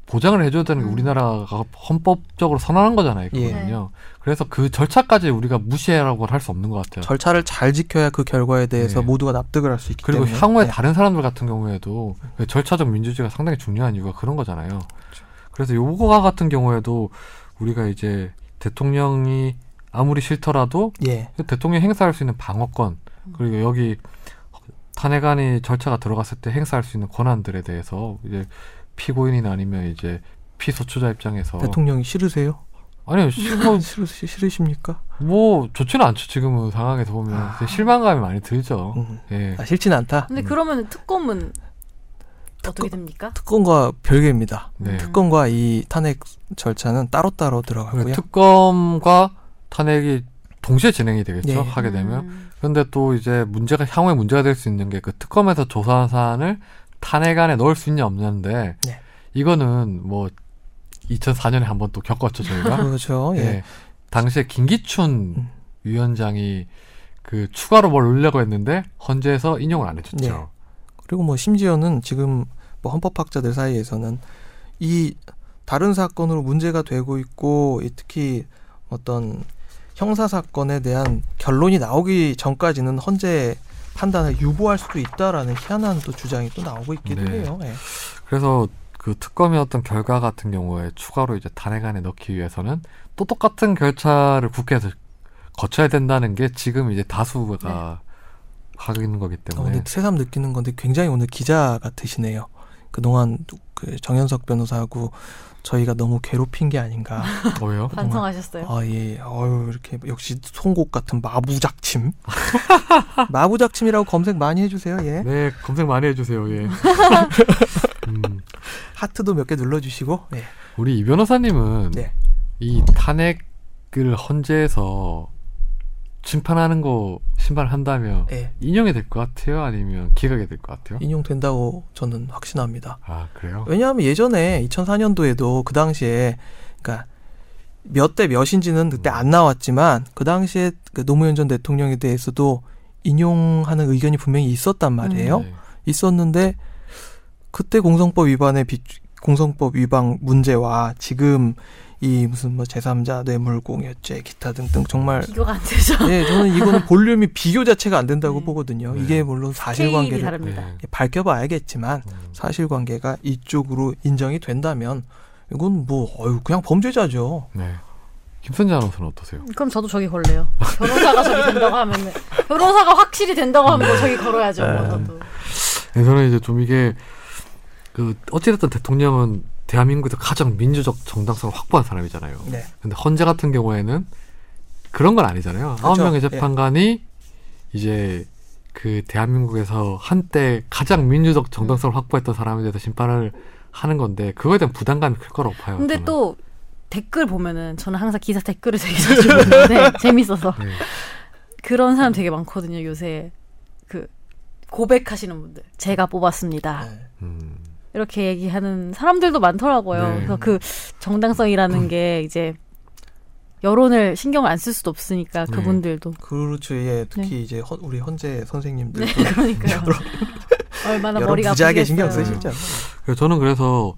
[SPEAKER 1] 보장을 해줘야 되는 게
[SPEAKER 3] 음.
[SPEAKER 1] 우리나라가 헌법적으로 선언한 거잖아요.
[SPEAKER 2] 예.
[SPEAKER 1] 그거는요. 그래서 그 절차까지 우리가 무시해라고 할 수 없는 것 같아요.
[SPEAKER 2] 절차를 잘 지켜야 그 결과에 대해서
[SPEAKER 1] 네.
[SPEAKER 2] 모두가 납득을 할 수 있기
[SPEAKER 1] 그리고
[SPEAKER 2] 때문에
[SPEAKER 1] 향후에
[SPEAKER 2] 네.
[SPEAKER 1] 다른 사람들 같은 경우에도 왜 절차적 민주주의가 상당히 중요한 이유가 그런 거잖아요.
[SPEAKER 2] 그렇죠.
[SPEAKER 1] 그래서 요거가 같은 경우에도 우리가 이제 대통령이 아무리 싫더라도
[SPEAKER 2] 예,
[SPEAKER 1] 대통령 이 행사할 수 있는 방어권 그리고 여기 탄핵안이 절차가 들어갔을 때 행사할 수 있는 권한들에 대해서 이제 피고인이나 아니면 이제 피소추자 입장에서
[SPEAKER 2] 대통령이 싫으세요?
[SPEAKER 1] 아니요 어. 싫어
[SPEAKER 2] 싫으 싫으십니까?
[SPEAKER 1] 뭐 좋지는 않죠 지금은 상황에서 보면
[SPEAKER 2] 아.
[SPEAKER 1] 실망감이 많이 들죠.
[SPEAKER 2] 음.
[SPEAKER 1] 예.
[SPEAKER 2] 아, 싫진 않다.
[SPEAKER 3] 근데
[SPEAKER 1] 음.
[SPEAKER 3] 그러면 특검은 어떻게 됩니까? 음.
[SPEAKER 2] 특검과 별개입니다.
[SPEAKER 1] 네.
[SPEAKER 2] 특검과 이 탄핵 절차는 따로따로
[SPEAKER 1] 그러니까
[SPEAKER 2] 들어가고요.
[SPEAKER 1] 특검과 탄핵이 동시에 진행이 되겠죠
[SPEAKER 2] 예.
[SPEAKER 1] 하게 되면
[SPEAKER 3] 음.
[SPEAKER 1] 근데 또 이제 문제가 향후에 문제가 될 수 있는 게 그 특검에서 조사한 사안을 탄핵안에 넣을 수 있냐 없냐인데
[SPEAKER 2] 네.
[SPEAKER 1] 이거는 뭐 2004년에 한 번 또 겪었죠 저희가
[SPEAKER 2] 그렇죠. 예.
[SPEAKER 1] 예. 당시에 김기춘
[SPEAKER 2] 음.
[SPEAKER 1] 위원장이 그 추가로 뭘 넣으려고 했는데 헌재에서 인용을 안
[SPEAKER 2] 네.
[SPEAKER 1] 해줬죠
[SPEAKER 2] 그리고 뭐 심지어는 지금 뭐 헌법학자들 사이에서는 이 다른 사건으로 문제가 되고 있고 이 특히 어떤 형사 사건에 대한 결론이 나오기 전까지는 헌재 판단을 유보할 수도 있다라는 희한한 또 주장이 또 나오고 있기도
[SPEAKER 1] 네.
[SPEAKER 2] 해요. 예.
[SPEAKER 1] 그래서 그 특검의 어떤 결과 같은 경우에 추가로 이제 탄핵안에 넣기 위해서는 또 똑같은 절차를 국회에서 거쳐야 된다는 게 지금 이제 다수가 하고 있는 거기
[SPEAKER 2] 어,
[SPEAKER 1] 때문에
[SPEAKER 2] 근데 새삼 느끼는 건데 굉장히 오늘 기자 같으시네요. 그동안 그 정현석 변호사하고 저희가 너무 괴롭힌 게 아닌가.
[SPEAKER 1] 어, 왜요?
[SPEAKER 3] 반성하셨어요?
[SPEAKER 2] 아, 예. 어유 이렇게 역시 송곳 같은 마부작침. 마부작침이라고 검색 많이 해주세요. 예.
[SPEAKER 1] 네 검색 많이 해주세요. 예. 음,
[SPEAKER 2] 하트도 몇 개 눌러주시고. 예.
[SPEAKER 1] 우리 이 변호사님은
[SPEAKER 2] 네.
[SPEAKER 1] 이 탄핵을 헌재에서 심판하는 거 심판을 한다면
[SPEAKER 2] 예.
[SPEAKER 1] 인용이 될 것 같아요? 아니면 기각이 될 것 같아요?
[SPEAKER 2] 인용된다고 저는 확신합니다.
[SPEAKER 1] 아 그래요?
[SPEAKER 2] 왜냐하면 예전에 2004년도에도 그 당시에 그러니까 몇 대 몇인지는 그때 안 나왔지만 그 당시에 그 노무현 전 대통령에 대해서도 인용하는 의견이 분명히 있었단 말이에요.
[SPEAKER 1] 네.
[SPEAKER 2] 있었는데 그때 공성법 위반의 비, 공성법 위반 문제와 지금 이 무슨 뭐 제3자 뇌물공여죄 기타 등등 정말
[SPEAKER 3] 비교가 안 되죠.
[SPEAKER 2] 예 저는 이거는 볼륨이 비교 자체가 안 된다고
[SPEAKER 3] 네.
[SPEAKER 2] 보거든요.
[SPEAKER 1] 네.
[SPEAKER 2] 이게 물론
[SPEAKER 3] 케이블이
[SPEAKER 2] 사실관계를
[SPEAKER 3] 다릅니다.
[SPEAKER 1] 네.
[SPEAKER 2] 밝혀봐야겠지만
[SPEAKER 1] 음.
[SPEAKER 2] 사실관계가 이쪽으로 인정이 된다면 이건 뭐 어유 그냥 범죄자죠.
[SPEAKER 1] 네. 김선재 아나운서는 어떠세요?
[SPEAKER 3] 그럼 저도 저기 걸래요. 변호사가 저기 된다고 하면 변호사가 확실히 된다고 하면 뭐 저기 걸어야죠. 뭐 저도.
[SPEAKER 1] 네, 저는 이제 좀 이게 그 어찌됐든 대통령은 대한민국에서 가장 민주적 정당성을 확보한 사람이잖아요.
[SPEAKER 2] 네.
[SPEAKER 1] 근데 헌재 같은 경우에는 그런 건 아니잖아요. 아홉
[SPEAKER 2] 그렇죠.
[SPEAKER 1] 명의 재판관이 이제 그 대한민국에서 한때 가장 민주적 정당성을 확보했던 사람에 대해서 심판을 하는 건데 그거에 대한 부담감이 클 거라고 봐요.
[SPEAKER 3] 근데
[SPEAKER 1] 저는.
[SPEAKER 3] 또 댓글 보면은 저는 항상 기사 댓글을 되게 자주 보는데 재밌어서
[SPEAKER 1] 네.
[SPEAKER 3] 그런 사람 되게 많거든요. 요새 그 고백하시는 분들 제가 뽑았습니다.
[SPEAKER 2] 네.
[SPEAKER 1] 음.
[SPEAKER 3] 이렇게 얘기하는 사람들도 많더라고요.
[SPEAKER 1] 네.
[SPEAKER 3] 그래서 그 정당성이라는 게 이제 여론을 신경 안 쓸 수도 없으니까
[SPEAKER 1] 네.
[SPEAKER 3] 그분들도
[SPEAKER 2] 그렇죠. 예, 특히
[SPEAKER 3] 네.
[SPEAKER 2] 이제 헌- 우리 헌재 선생님들 도
[SPEAKER 3] 그러니까요.
[SPEAKER 2] 여러-
[SPEAKER 3] 얼마나
[SPEAKER 2] 여러
[SPEAKER 3] 네. 머리가
[SPEAKER 2] 부자하게
[SPEAKER 3] 아프겠어요.
[SPEAKER 2] 신경 쓰시지 않나요?
[SPEAKER 1] 그래서 저는 그래서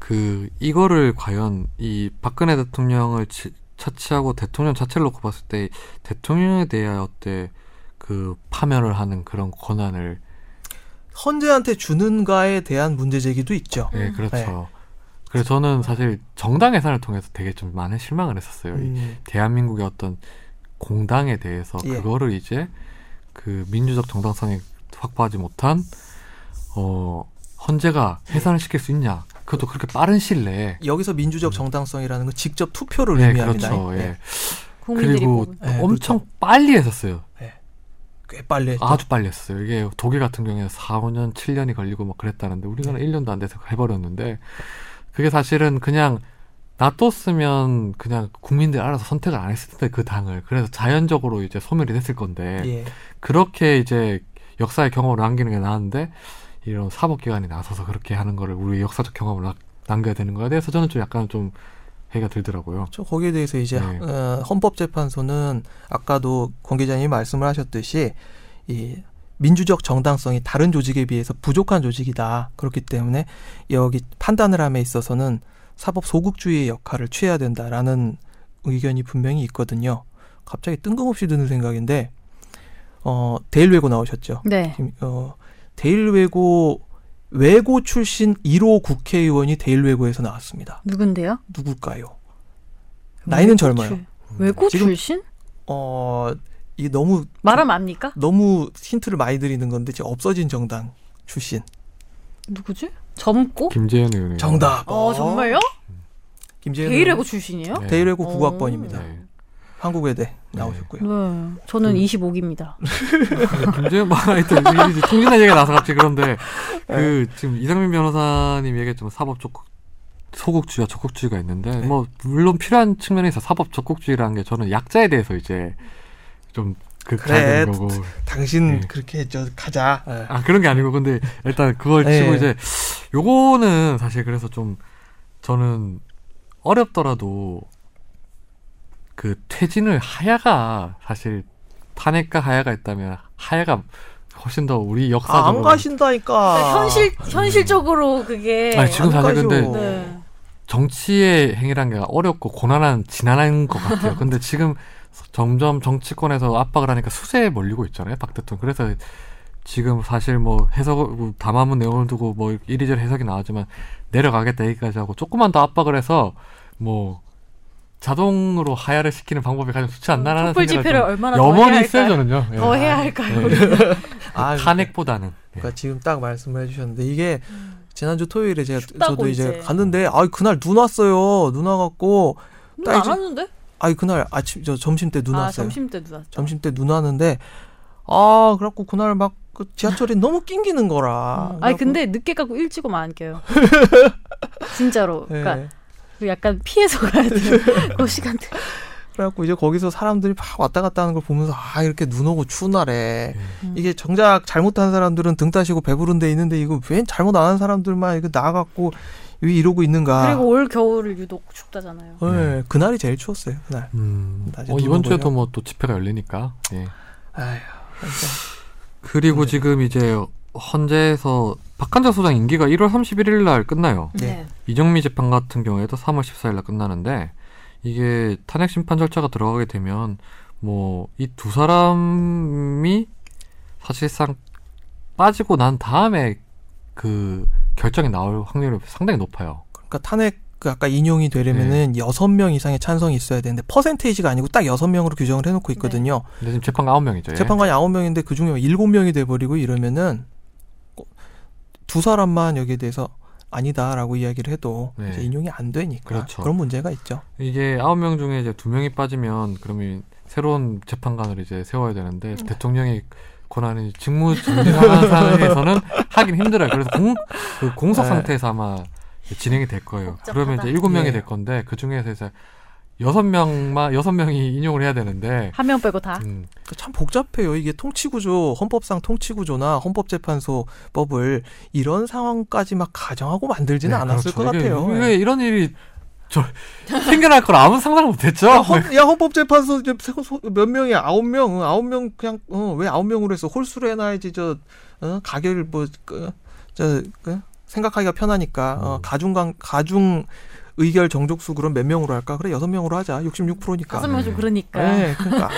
[SPEAKER 1] 그 이거를 과연 이 박근혜 대통령을 치- 차치하고 대통령 자체를 놓고 봤을 때 대통령에 대한 어때 그 파면을 하는 그런 권한을
[SPEAKER 2] 헌재한테 주는가에 대한 문제 제기도 있죠.
[SPEAKER 1] 예 그렇죠.
[SPEAKER 2] 네.
[SPEAKER 1] 그래서 저는 사실 정당 예산을 통해서 되게 좀 많은 실망을 했었어요. 이
[SPEAKER 2] 음,
[SPEAKER 1] 대한민국의 어떤 공당에 대해서
[SPEAKER 2] 예.
[SPEAKER 1] 그거를 이제 그 민주적 정당성이 확보하지 못한 어 헌재가 해산을 시킬 수 있냐? 그것도 그렇게 빠른 시일 내에
[SPEAKER 2] 여기서 민주적 정당성이라는 건 직접 투표를
[SPEAKER 1] 음. 네,
[SPEAKER 2] 의미합니다.
[SPEAKER 1] 그렇죠. 예.
[SPEAKER 3] 국민들이
[SPEAKER 1] 그리고
[SPEAKER 3] 뽑은.
[SPEAKER 2] 네,
[SPEAKER 1] 어, 엄청 빨리 했었어요.
[SPEAKER 2] 꽤 빨리 했죠.
[SPEAKER 1] 아주 빨리 했어요. 이게 독일 같은 경우에는 4, 5년, 7년이 걸리고 막 그랬다는데 우리나라 1년도 안 돼서 해버렸는데 그게 사실은 그냥 놔뒀으면 그냥 국민들 알아서 선택을 안 했을 텐데 그 당을 그래서 자연적으로 이제 소멸이 됐을 건데
[SPEAKER 2] 예.
[SPEAKER 1] 그렇게 이제 역사의 경험을 남기는 게 나은데 이런 사법기관이 나서서 그렇게 하는 거를 우리 역사적 경험을 남- 남겨야 되는 거에 대해서 저는 좀 약간 좀 해가 들더라고요.
[SPEAKER 2] 저 거기에 대해서 이제
[SPEAKER 1] 네.
[SPEAKER 2] 어, 헌법재판소는 아까도 권 기자님이 말씀을 하셨듯이 이 민주적 정당성이 다른 조직에 비해서 부족한 조직이다. 그렇기 때문에 여기 판단을 함에 있어서는 사법 소극주의의 역할을 취해야 된다라는 의견이 분명히 있거든요. 갑자기 뜬금없이 드는 생각인데 어 데일 외고 나오셨죠.
[SPEAKER 3] 네.
[SPEAKER 2] 김- 어, 데일 외고 외고 출신 1호 국회의원이 데일 외고에서 나왔습니다.
[SPEAKER 3] 누군데요?
[SPEAKER 2] 누굴까요? 나이는 젊어요. 음.
[SPEAKER 3] 출- 외고
[SPEAKER 2] 지금-
[SPEAKER 3] 출신?
[SPEAKER 2] 어, 이 너무
[SPEAKER 3] 말하면 압니까?
[SPEAKER 2] 너무 힌트를 많이 드리는 건데 지금 없어진 정당 출신.
[SPEAKER 3] 누구지? 젊고?
[SPEAKER 1] 김재현 의원이
[SPEAKER 2] 정답.
[SPEAKER 3] 어, 정말요?
[SPEAKER 2] 김재현
[SPEAKER 3] 게이레고 출신이에요?
[SPEAKER 1] 네.
[SPEAKER 2] 데일외고
[SPEAKER 3] 어.
[SPEAKER 2] 9학번입니다.
[SPEAKER 1] 네.
[SPEAKER 2] 한국외대 나오셨고요.
[SPEAKER 3] 네. 저는 25기입니다.
[SPEAKER 1] 김재현 뭐 하여튼 이- 이 통진한 얘기가 나서 갑자기 그런데 그
[SPEAKER 2] 네.
[SPEAKER 1] 지금 이상민 변호사님 얘기 좀 사법 적 소극주의와 적극주의가 있는데
[SPEAKER 2] 네.
[SPEAKER 1] 뭐 물론 필요한 측면에서 사법 적극주의라는 게 저는 약자에 대해서 이제 좀
[SPEAKER 2] 그래.
[SPEAKER 1] 극하는 거고
[SPEAKER 2] 당신
[SPEAKER 1] 네.
[SPEAKER 2] 그렇게 했죠. 가자. 네.
[SPEAKER 1] 아 그런 게 아니고 근데 일단 그걸
[SPEAKER 2] 네.
[SPEAKER 1] 치고 이제 요거는 사실 그래서 좀 저는 어렵더라도 그 퇴진을 하야가 사실 탄핵과 하야가 있다면 하야가 훨씬 더 우리
[SPEAKER 2] 아,
[SPEAKER 1] 역사적으로
[SPEAKER 2] 안 가신다니까.
[SPEAKER 3] 그러니까 현실 현실적으로 그게
[SPEAKER 1] 아니, 지금
[SPEAKER 2] 안
[SPEAKER 1] 사실
[SPEAKER 2] 가죠.
[SPEAKER 1] 근데
[SPEAKER 3] 네.
[SPEAKER 1] 정치의 행위란 게 어렵고 고난한 지난한 것 같아요. 근데 지금 점점 정치권에서 압박을 하니까 수세에 몰리고 있잖아요, 박 대통령. 그래서 지금 사실 뭐 해석 담화문 내용을 두고 뭐 이리저리 해석이 나오지만 내려가겠다 얘기까지 하고 조금만 더 압박을 해서 뭐 자동으로 하야를 시키는 방법이 가장 좋지 않나라는
[SPEAKER 3] 촛불
[SPEAKER 1] 생각을
[SPEAKER 3] 집회를
[SPEAKER 1] 좀
[SPEAKER 3] 얼마나 더 해야
[SPEAKER 1] 염원이 있어요
[SPEAKER 3] 할까요?
[SPEAKER 1] 저는요. 예.
[SPEAKER 3] 더 해야 할까요?
[SPEAKER 2] 아,
[SPEAKER 1] 탄핵보다는 예.
[SPEAKER 2] 그러니까 지금 딱 말씀을 해주셨는데 이게 지난주 토요일에 제가
[SPEAKER 3] 음. 춥다고
[SPEAKER 2] 저도 이제
[SPEAKER 3] 이제.
[SPEAKER 2] 갔는데 아 그날 눈 왔어요. 눈 와갖고
[SPEAKER 3] 눈
[SPEAKER 2] 딸
[SPEAKER 3] 안
[SPEAKER 2] 집-
[SPEAKER 3] 왔는데?
[SPEAKER 2] 아 그날 아침 저 점심 때 눈
[SPEAKER 3] 아
[SPEAKER 2] 왔어요.
[SPEAKER 3] 점심 때 누웠어.
[SPEAKER 2] 점심 때 눈 왔는데 아 그래갖고 그날 막그 지하철이 너무 낑기는 거라.
[SPEAKER 3] 아, 니
[SPEAKER 2] 그래갖고,
[SPEAKER 3] 근데 늦게 가고 일찍 오면 안 깨요. 진짜로.
[SPEAKER 2] 예.
[SPEAKER 3] 그러니까 약간 피해서 가야 돼요. 그 시간대.
[SPEAKER 2] 그래갖고 이제 거기서 사람들이 막 왔다 갔다 하는 걸 보면서 아 이렇게 눈 오고 추운 날에
[SPEAKER 3] 음.
[SPEAKER 2] 이게 정작 잘못한 사람들은 등 따시고 배부른 데 있는데 이거 웬 잘못 안 한 사람들만 이거 나가갖고 왜 이러고 있는가.
[SPEAKER 3] 그리고 올 겨울을 유독 춥다잖아요.
[SPEAKER 2] 예,
[SPEAKER 1] 네.
[SPEAKER 2] 그날이 제일 추웠어요. 그날.
[SPEAKER 1] 음,
[SPEAKER 2] 낮에
[SPEAKER 1] 어,
[SPEAKER 2] 눈
[SPEAKER 1] 이번 주에도
[SPEAKER 2] 오고요.
[SPEAKER 1] 뭐 또 집회가 열리니까. 예.
[SPEAKER 2] 아휴. 진짜.
[SPEAKER 1] 그리고 지금 이제 헌재에서 박한자 소장 임기가 1월 31일 날 끝나요.
[SPEAKER 2] 네.
[SPEAKER 1] 이정미 재판 같은 경우에도 3월 14일 날 끝나는데 이게 탄핵 심판 절차가 들어가게 되면 뭐 이 두 사람이 사실상 빠지고 난 다음에 그 결정이 나올 확률이 상당히 높아요.
[SPEAKER 2] 그러니까 탄핵 그 아까 인용이
[SPEAKER 1] 네.
[SPEAKER 2] 되려면은 여섯 명 이상의 찬성이 있어야 되는데 퍼센테이지가 아니고 딱 여섯 명으로 규정을 해놓고 있거든요.
[SPEAKER 1] 근데 지금 재판가 9명이죠. 예.
[SPEAKER 2] 재판관이 아홉 명인데 그 중에 일곱 명이 돼버리고 이러면은 꼭 두 사람만 여기에 대해서 아니다라고 이야기를 해도
[SPEAKER 1] 네.
[SPEAKER 2] 이제 인용이 안 되니까
[SPEAKER 1] 그렇죠.
[SPEAKER 2] 런 문제가 있죠.
[SPEAKER 1] 이게 아홉 명 중에 이제 두 명이 빠지면 그러면 새로운 재판관을 이제 세워야
[SPEAKER 2] 음.
[SPEAKER 1] 되는데 대통령의 권한이 직무 정지 상황에서는 하긴 힘들어요. 그래서 공, 그 공석
[SPEAKER 2] 네.
[SPEAKER 1] 상태에서 아마 진행이 될 거예요.
[SPEAKER 3] 복잡하다.
[SPEAKER 1] 그러면 이제 일곱 명이
[SPEAKER 2] 예.
[SPEAKER 1] 될 건데 그 중에서 이제 여섯 명만 여섯 명이 인용을 해야 되는데
[SPEAKER 3] 한 명 빼고
[SPEAKER 2] 아,
[SPEAKER 3] 다.
[SPEAKER 1] 음,
[SPEAKER 2] 그러니까 참 복잡해요. 이게 통치구조, 헌법상 통치구조나 헌법재판소법을 이런 상황까지 막 가정하고 만들지는
[SPEAKER 1] 네,
[SPEAKER 2] 않았을
[SPEAKER 1] 그렇죠.
[SPEAKER 2] 것
[SPEAKER 1] 이게
[SPEAKER 2] 같아요.
[SPEAKER 1] 왜 이런 일이 저 생겨날 걸 아무 상상을 못했죠.
[SPEAKER 2] 야, 헌, 야 헌법재판소 이제 세- 소- 몇 명이야? 아홉 명, 어, 아홉 명 그냥 어, 왜 아홉 명으로 해서 홀수로 해놔야지 저 어, 가결 뭐저그 생각하기가 편하니까 어,
[SPEAKER 1] 음.
[SPEAKER 2] 가중강 가중 의결 정족수 그럼 몇 명으로 할까? 그래 여섯 명으로 하자. 66%니까.
[SPEAKER 3] 다섯 명좀
[SPEAKER 1] 네.
[SPEAKER 3] 그러니까.
[SPEAKER 2] 네, 그러니까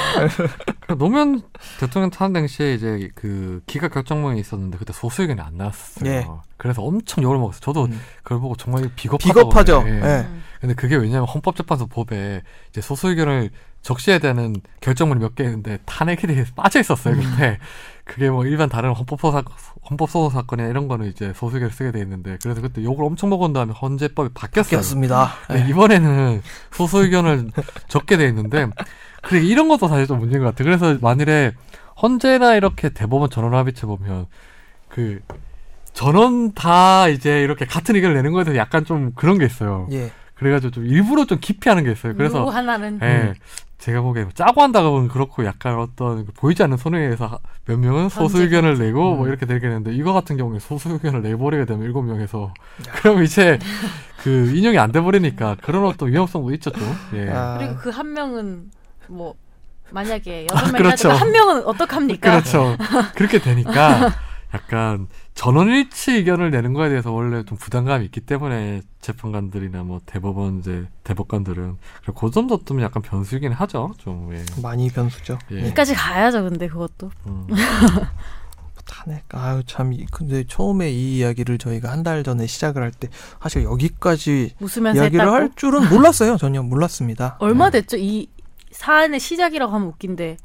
[SPEAKER 1] 노무현 대통령 탄핵 당시에 이제 그 기각 결정문이 있었는데 그때 소수 의견이 안 나왔어요.
[SPEAKER 2] 예.
[SPEAKER 1] 그래서 엄청 욕을 먹었어요. 저도
[SPEAKER 2] 음.
[SPEAKER 1] 그걸 보고 정말 비겁하다.
[SPEAKER 2] 비겁하죠. 예.
[SPEAKER 3] 음.
[SPEAKER 1] 근데 그게 왜냐면 헌법재판소 법에 이제 소수 의견을 적시해야 되는 결정문이 몇 개 있는데 탄핵이 되게 빠져
[SPEAKER 2] 음.
[SPEAKER 1] 있었어요. 그때 그게 뭐 일반 다른 헌법소사 헌법소송 사건이나 이런 거는 이제 소수 의견을 쓰게 돼 있는데 그래서 그때 욕을 엄청 먹은 다음에 헌재법이 바뀌었어요.
[SPEAKER 2] 그렇습니다.
[SPEAKER 1] 네, 이번에는 소수 의견을 적게 돼 있는데 그래 이런 것도 사실 좀 문제인 것 같아. 요 그래서 만일에 헌재나 이렇게 대법원 전원 합의체 보면 그 전원 다 이제 이렇게 같은 의견을 내는 거에 대해서 약간 좀 그런 게 있어요.
[SPEAKER 2] 예.
[SPEAKER 1] 그래서 좀 일부러 좀 기피하는 게 있어요.
[SPEAKER 3] 누구
[SPEAKER 1] 네. 그래서
[SPEAKER 3] 하나는
[SPEAKER 1] 예. 제가 보기에 짜고 한다고 보면 그렇고 약간 어떤 그 보이지 않는 손해에서 하- 몇 명은 소수
[SPEAKER 3] 언제-
[SPEAKER 1] 의견을 내고 뭐
[SPEAKER 2] 음.
[SPEAKER 1] 이렇게 되게 되는데 이거 같은 경우에 소수 의견을 내버리게 되면 일곱 명에서 그럼 이제 그 인용이 안 돼 버리니까 그런 어떤 위험성도 있죠 좀. 예.
[SPEAKER 2] 아,
[SPEAKER 3] 그리고 그 한 명은 뭐 만약에 여섯 명이
[SPEAKER 1] 그렇죠.
[SPEAKER 3] 하지만 한 명은 어떡합니까?
[SPEAKER 1] 그렇죠. 그렇게 되니까 약간 전원일치 의견을 내는 거에 대해서 원래 좀 부담감이 있기 때문에 재판관들이나 뭐 대법원 이제 대법관들은 그 점도 좀 약간 변수이긴 하죠. 좀 예.
[SPEAKER 3] 그
[SPEAKER 2] 많이 변수죠.
[SPEAKER 1] 예.
[SPEAKER 3] 여기까지 가야죠, 근데 그것도.
[SPEAKER 1] 음.
[SPEAKER 2] 탄핵. 아유 참. 이- 근데 처음에 이 이야기를 저희가 한 달 전에 시작을 할 때 사실 여기까지
[SPEAKER 3] 웃으면서
[SPEAKER 2] 이야기를
[SPEAKER 3] 했다고.
[SPEAKER 2] 할 네. 줄은 몰랐어요. 전혀 몰랐습니다.
[SPEAKER 3] 얼마 됐죠? 이 사안의 시작이라고 하면 웃긴데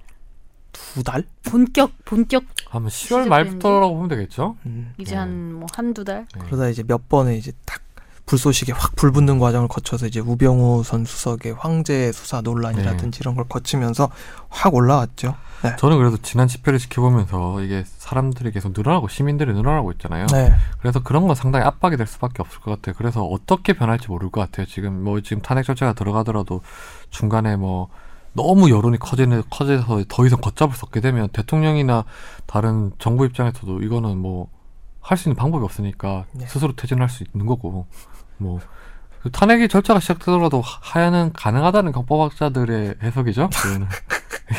[SPEAKER 2] 두 달?
[SPEAKER 3] 본격 본격
[SPEAKER 1] 아마 10월
[SPEAKER 3] 시작된지?
[SPEAKER 1] 말부터라고 보면 되겠죠.
[SPEAKER 2] 음.
[SPEAKER 3] 이제
[SPEAKER 1] 네.
[SPEAKER 3] 한 뭐 한두 달.
[SPEAKER 2] 그러다 이제 몇 번에 이제 딱 불쏘시개 확 불붙는 과정을 거쳐서 이제 우병우 전 수석의 황제 수사 논란이라든지
[SPEAKER 1] 네.
[SPEAKER 2] 이런 걸 거치면서 확 올라왔죠.
[SPEAKER 1] 저는 그래도 지난 집회를 지켜보면서 이게 사람들이 계속 늘어나고 시민들이 늘어나고 있잖아요.
[SPEAKER 2] 네.
[SPEAKER 1] 그래서 그런 건 상당히 압박이 될 수밖에 없을 것 같아요. 그래서 어떻게 변할지 모를 것 같아요. 지금 뭐 지금 탄핵 절차가 들어가더라도 중간에 뭐 너무 여론이 커지는 커져서 더 이상 걷잡을 수 없게 되면 대통령이나 다른 정부 입장에서도 이거는 뭐 할 수 있는 방법이 없으니까
[SPEAKER 2] 네.
[SPEAKER 1] 스스로 퇴진할 수 있는 거고 뭐. 그 탄핵이 절차가 시작되더라도 하야는 가능하다는 헌법학자들의 해석이죠. 그거는.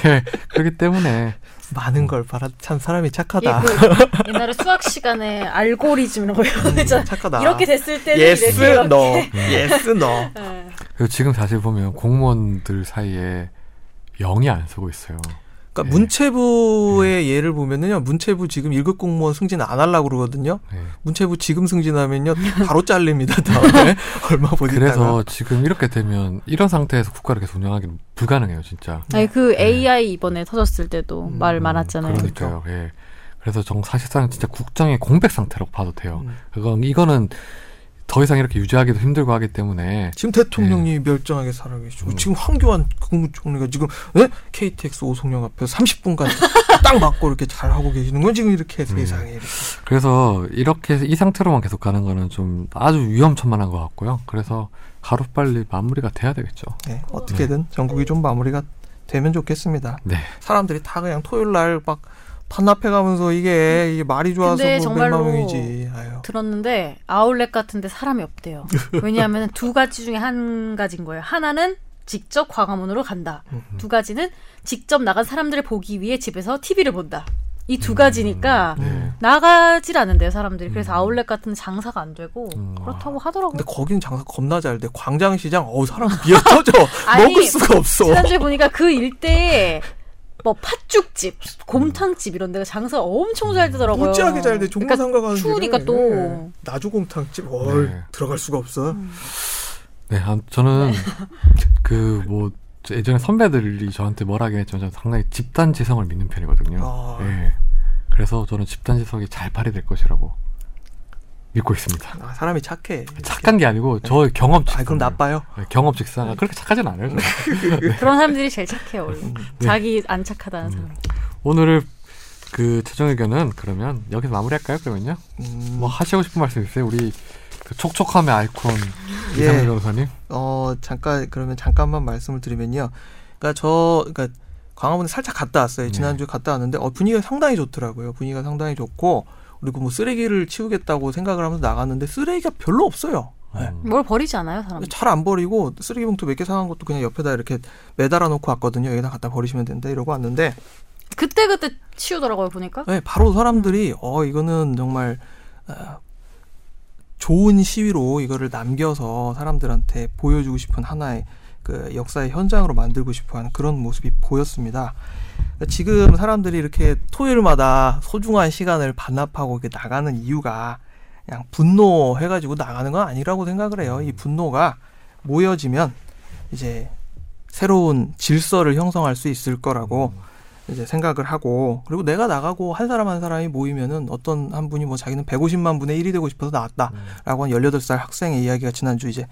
[SPEAKER 1] 예, 그렇기 때문에
[SPEAKER 2] 많은 걸 바라 참 사람이
[SPEAKER 3] 예,
[SPEAKER 2] 착하다.
[SPEAKER 3] 그 옛날에 수학 시간에 알고리즘이라고 배웠잖아.
[SPEAKER 2] 착하다.
[SPEAKER 3] 이렇게 됐을 때는
[SPEAKER 2] 예스
[SPEAKER 3] 이렇게.
[SPEAKER 2] 너.
[SPEAKER 1] 음.
[SPEAKER 2] 예스 너.
[SPEAKER 3] 예.
[SPEAKER 1] 그리고 지금 사실 보면 공무원들 사이에 영이 안 쓰고 있어요.
[SPEAKER 2] 그러니까
[SPEAKER 1] 네.
[SPEAKER 2] 문체부의 예를 보면은요. 문체부 지금 일급 공무원 승진 안 하려고 그러거든요.
[SPEAKER 1] 예.
[SPEAKER 2] 문체부 지금 승진하면요. 바로 잘립니다. 다음에 얼마 못 있다가.
[SPEAKER 1] 네. 그래서 그렇죠. 지금 이렇게 되면 이런 상태에서 국가를 계속 운영하기는 불가능해요, 진짜.
[SPEAKER 3] 아니 그 AI 이번에 터졌을 때도
[SPEAKER 2] 네. 음,
[SPEAKER 3] 말
[SPEAKER 1] 음,
[SPEAKER 3] 많았잖아요.
[SPEAKER 1] 그러니까요. 예. 그래서 정 사실상 진짜 국정의 공백 상태라고 봐도 돼요.
[SPEAKER 2] 음.
[SPEAKER 1] 그건 이거는 더 이상 이렇게 유지하기도 힘들고 하기 때문에
[SPEAKER 2] 지금
[SPEAKER 1] 네.
[SPEAKER 2] 대통령이 멸정하게 살아계시고
[SPEAKER 1] 음.
[SPEAKER 2] 지금 황교안 국무총리가 지금 네? KTX 오송역 앞에서 30분간 딱 맞고 이렇게 잘 하고 계시는 건 지금 이렇게
[SPEAKER 1] 음.
[SPEAKER 2] 세상에 이렇게.
[SPEAKER 1] 그래서 이렇게 이 상태로만 계속 가는 거는 좀 아주 위험천만한 것 같고요. 그래서 가로빨리 마무리가 돼야 되겠죠.
[SPEAKER 2] 네, 어떻게든 전국이 좀 마무리가 되면 좋겠습니다.
[SPEAKER 1] 네.
[SPEAKER 2] 사람들이 다 그냥 토요일 날 막 반납해 가면서 이게, 이게 말이 좋아서
[SPEAKER 3] 근데
[SPEAKER 2] 뭐 몇만
[SPEAKER 3] 정말로 그
[SPEAKER 2] 명이지. 아유.
[SPEAKER 3] 들었는데 아울렛 같은데 사람이 없대요. 왜냐하면 두 가지 중에 한 가지인 거예요. 하나는 직접 광화문으로 간다. 두 가지는 직접 나간 사람들을 보기 위해 집에서 TV를 본다. 이 두 가지니까
[SPEAKER 2] 음.
[SPEAKER 1] 네.
[SPEAKER 3] 나가질 않는데요, 사람들이. 그래서
[SPEAKER 1] 음.
[SPEAKER 3] 아울렛 같은 장사가 안 되고
[SPEAKER 1] 음.
[SPEAKER 3] 그렇다고 하더라고요.
[SPEAKER 2] 근데 거기는 장사 겁나 잘 돼. 광장시장 어우 사람 비어 터져.
[SPEAKER 3] 아니,
[SPEAKER 2] 먹을 수가 없어.
[SPEAKER 3] 지난주에 보니까 그 일대에 뭐 팥죽집, 곰탕집 이런 데가 장사 가 엄청 잘 되더라고요.
[SPEAKER 2] 무지하게 잘 돼. 종로
[SPEAKER 3] 그러니까
[SPEAKER 2] 상가 가는
[SPEAKER 3] 추우니까
[SPEAKER 2] 길에.
[SPEAKER 3] 또.
[SPEAKER 2] 예. 나주곰탕집 얼
[SPEAKER 1] 네.
[SPEAKER 2] 들어갈 수가 없어.
[SPEAKER 1] 네, 아, 저는 그 뭐 예전에 선배들이 저한테 뭐라 하긴 했지만 저는 상당히 집단 지성을 믿는 편이거든요.
[SPEAKER 2] 아.
[SPEAKER 1] 예. 그래서 저는 집단 지성이 잘 발휘될 것이라고 믿고 있습니다.
[SPEAKER 2] 아, 사람이 착해.
[SPEAKER 1] 착한 게 아니고 저 경험 직상.
[SPEAKER 2] 아, 그럼 나빠요. 네.
[SPEAKER 1] 네, 경험 직상. 아, 그렇게 착하진 않아요. 저는.
[SPEAKER 3] 그런 사람들이 제일 착해요. 원래.
[SPEAKER 2] 음.
[SPEAKER 3] 자기 안 착하다는 사람.
[SPEAKER 1] 오늘을 그 최종 의견은 그러면 여기서 마무리할까요? 그러면요.
[SPEAKER 2] 음,
[SPEAKER 1] 뭐 하시고 싶은 말씀 있어요? 우리 그 촉촉함의 아이콘
[SPEAKER 2] 예.
[SPEAKER 1] 이상민 변호사님.
[SPEAKER 2] 어 잠깐 그러면 잠깐만 말씀을 드리면요. 그러니까 저 그러니까 광화문에 살짝 갔다 왔어요.
[SPEAKER 1] 네.
[SPEAKER 2] 지난주에 갔다 왔는데 어, 분위기가 상당히 좋더라고요. 분위기가 상당히 좋고 그리고 뭐 쓰레기를 치우겠다고 생각을 하면서 나갔는데 쓰레기가 별로 없어요.
[SPEAKER 1] 음.
[SPEAKER 3] 뭘 버리지 않아요, 사람?
[SPEAKER 2] 잘 안 버리고 쓰레기 봉투 몇 개 사간 것도 그냥 옆에다 이렇게 매달아 놓고 왔거든요. 여기다 갖다 버리시면 된다 이러고 왔는데
[SPEAKER 3] 그때 그때 치우더라고요 보니까.
[SPEAKER 2] 네, 바로 사람들이 어 이거는 정말 어, 좋은 시위로 이거를 남겨서 사람들한테 보여주고 싶은 하나의 그 역사의 현장으로 만들고 싶어하는 그런 모습이 보였습니다. 그러니까 지금 사람들이 이렇게 토요일마다 소중한 시간을 반납하고 이렇게 나가는 이유가 그냥 분노해가지고 나가는 건 아니라고 생각을 해요. 이 분노가 모여지면 이제 새로운 질서를 형성할 수 있을 거라고 이제 생각을 하고 그리고 내가 나가고 한 사람 한 사람이 모이면은 어떤 한 분이 뭐 자기는 150만 분의 1이 되고 싶어서 나왔다라고
[SPEAKER 1] 음.
[SPEAKER 2] 한 18살 학생의 이야기가 지난주 이제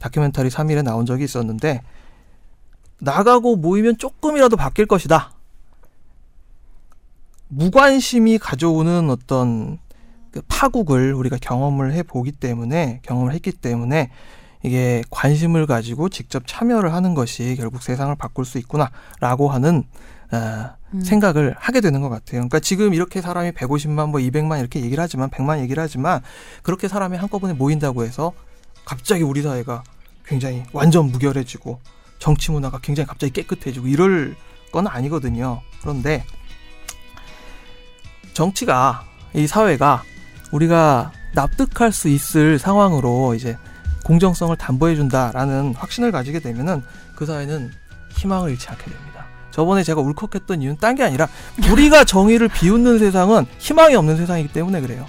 [SPEAKER 2] 다큐멘터리 3일에 나온 적이 있었는데 나가고 모이면 조금이라도 바뀔 것이다. 무관심이 가져오는 어떤 그 파국을 우리가 경험을 해 보기 때문에 경험을 했기 때문에 이게 관심을 가지고 직접 참여를 하는 것이 결국 세상을 바꿀 수 있구나라고 하는 어,
[SPEAKER 3] 음.
[SPEAKER 2] 생각을 하게 되는 것 같아요. 그러니까 지금 이렇게 사람이 150만, 뭐 200만 이렇게 얘기를 하지만 100만 얘기를 하지만 그렇게 사람이 한꺼번에 모인다고 해서 갑자기 우리 사회가 굉장히 완전 무결해지고 정치 문화가 굉장히 갑자기 깨끗해지고 이럴 건 아니거든요. 그런데 정치가 이 사회가 우리가 납득할 수 있을 상황으로 이제 공정성을 담보해 준다라는 확신을 가지게 되면은 그 사회는 희망을 잃지 않게 됩니다. 저번에 제가 울컥했던 이유는 딴 게 아니라 우리가 정의를 비웃는 세상은 희망이 없는 세상이기 때문에 그래요.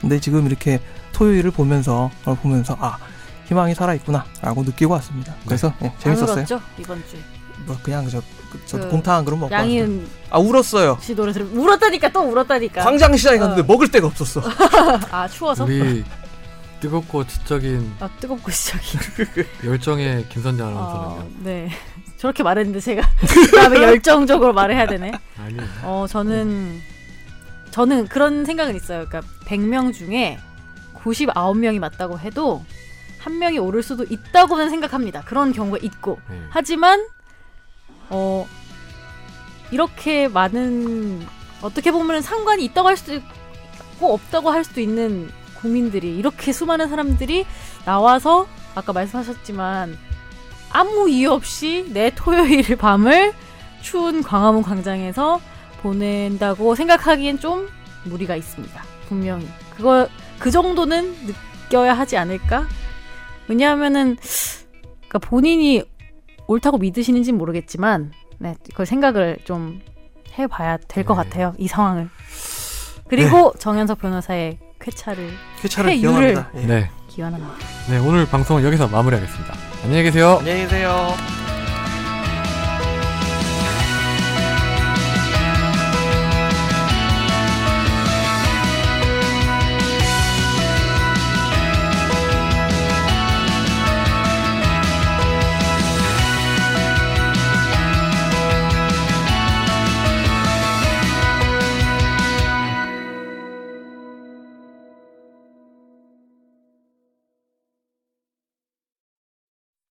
[SPEAKER 2] 근데 지금 이렇게 토요일을 보면서 오늘 보면서 아 희망이 살아 있구나라고 느끼고 왔습니다. 그래서 예, 재밌었어요.
[SPEAKER 3] 안 네. 아, 울었죠 이번 주에.
[SPEAKER 2] 뭐 그냥 저, 저
[SPEAKER 3] 그
[SPEAKER 2] 곰탕 한 그릇 먹고 왔는데.
[SPEAKER 3] 양희은
[SPEAKER 2] 아 울었어요.
[SPEAKER 3] 씨 노래 들으면 울었다니까 또 울었다니까.
[SPEAKER 2] 광장시장에
[SPEAKER 3] 어.
[SPEAKER 2] 갔는데 먹을 데가 없었어.
[SPEAKER 3] 아 추워서.
[SPEAKER 1] 우리 뜨겁고 지적인
[SPEAKER 3] 아 뜨겁고 시작이.
[SPEAKER 1] 열정의 김선재
[SPEAKER 3] 어,
[SPEAKER 1] 아나운서는요.
[SPEAKER 3] 네. 저렇게 말했는데 제가 다음에 열정적으로 말해야 되네.
[SPEAKER 1] 아니
[SPEAKER 3] 어 저는 저는 그런 생각은 있어요. 그러니까 100명 중에 99명이 맞다고 해도 한 명이 오를 수도 있다고는 생각합니다. 그런 경우가 있고
[SPEAKER 1] 네.
[SPEAKER 3] 하지만 어 이렇게 많은 어떻게 보면 상관이 있다고 할 수도 있고 없다고 할 수도 있는 고민들이 이렇게 수많은 사람들이 나와서 아까 말씀하셨지만 아무 이유 없이 내 토요일 밤을 추운 광화문 광장에서 보낸다고 생각하기엔 좀 무리가 있습니다. 분명히 그거 그 정도는 느껴야 하지 않을까? 왜냐하면은 그러니까 본인이 옳다고 믿으시는지 는 모르겠지만 네, 그걸 생각을 좀 해봐야 될 것
[SPEAKER 1] 네.
[SPEAKER 3] 같아요. 이 상황을. 그리고 정현석 변호사의 쾌차를
[SPEAKER 2] 쾌차를
[SPEAKER 3] 쾌유를.
[SPEAKER 2] 기원합니다. 예.
[SPEAKER 1] 네.
[SPEAKER 3] 기원합니다.
[SPEAKER 1] 네, 오늘 방송은 여기서 마무리하겠습니다. 안녕히 계세요.
[SPEAKER 2] 안녕히 계세요.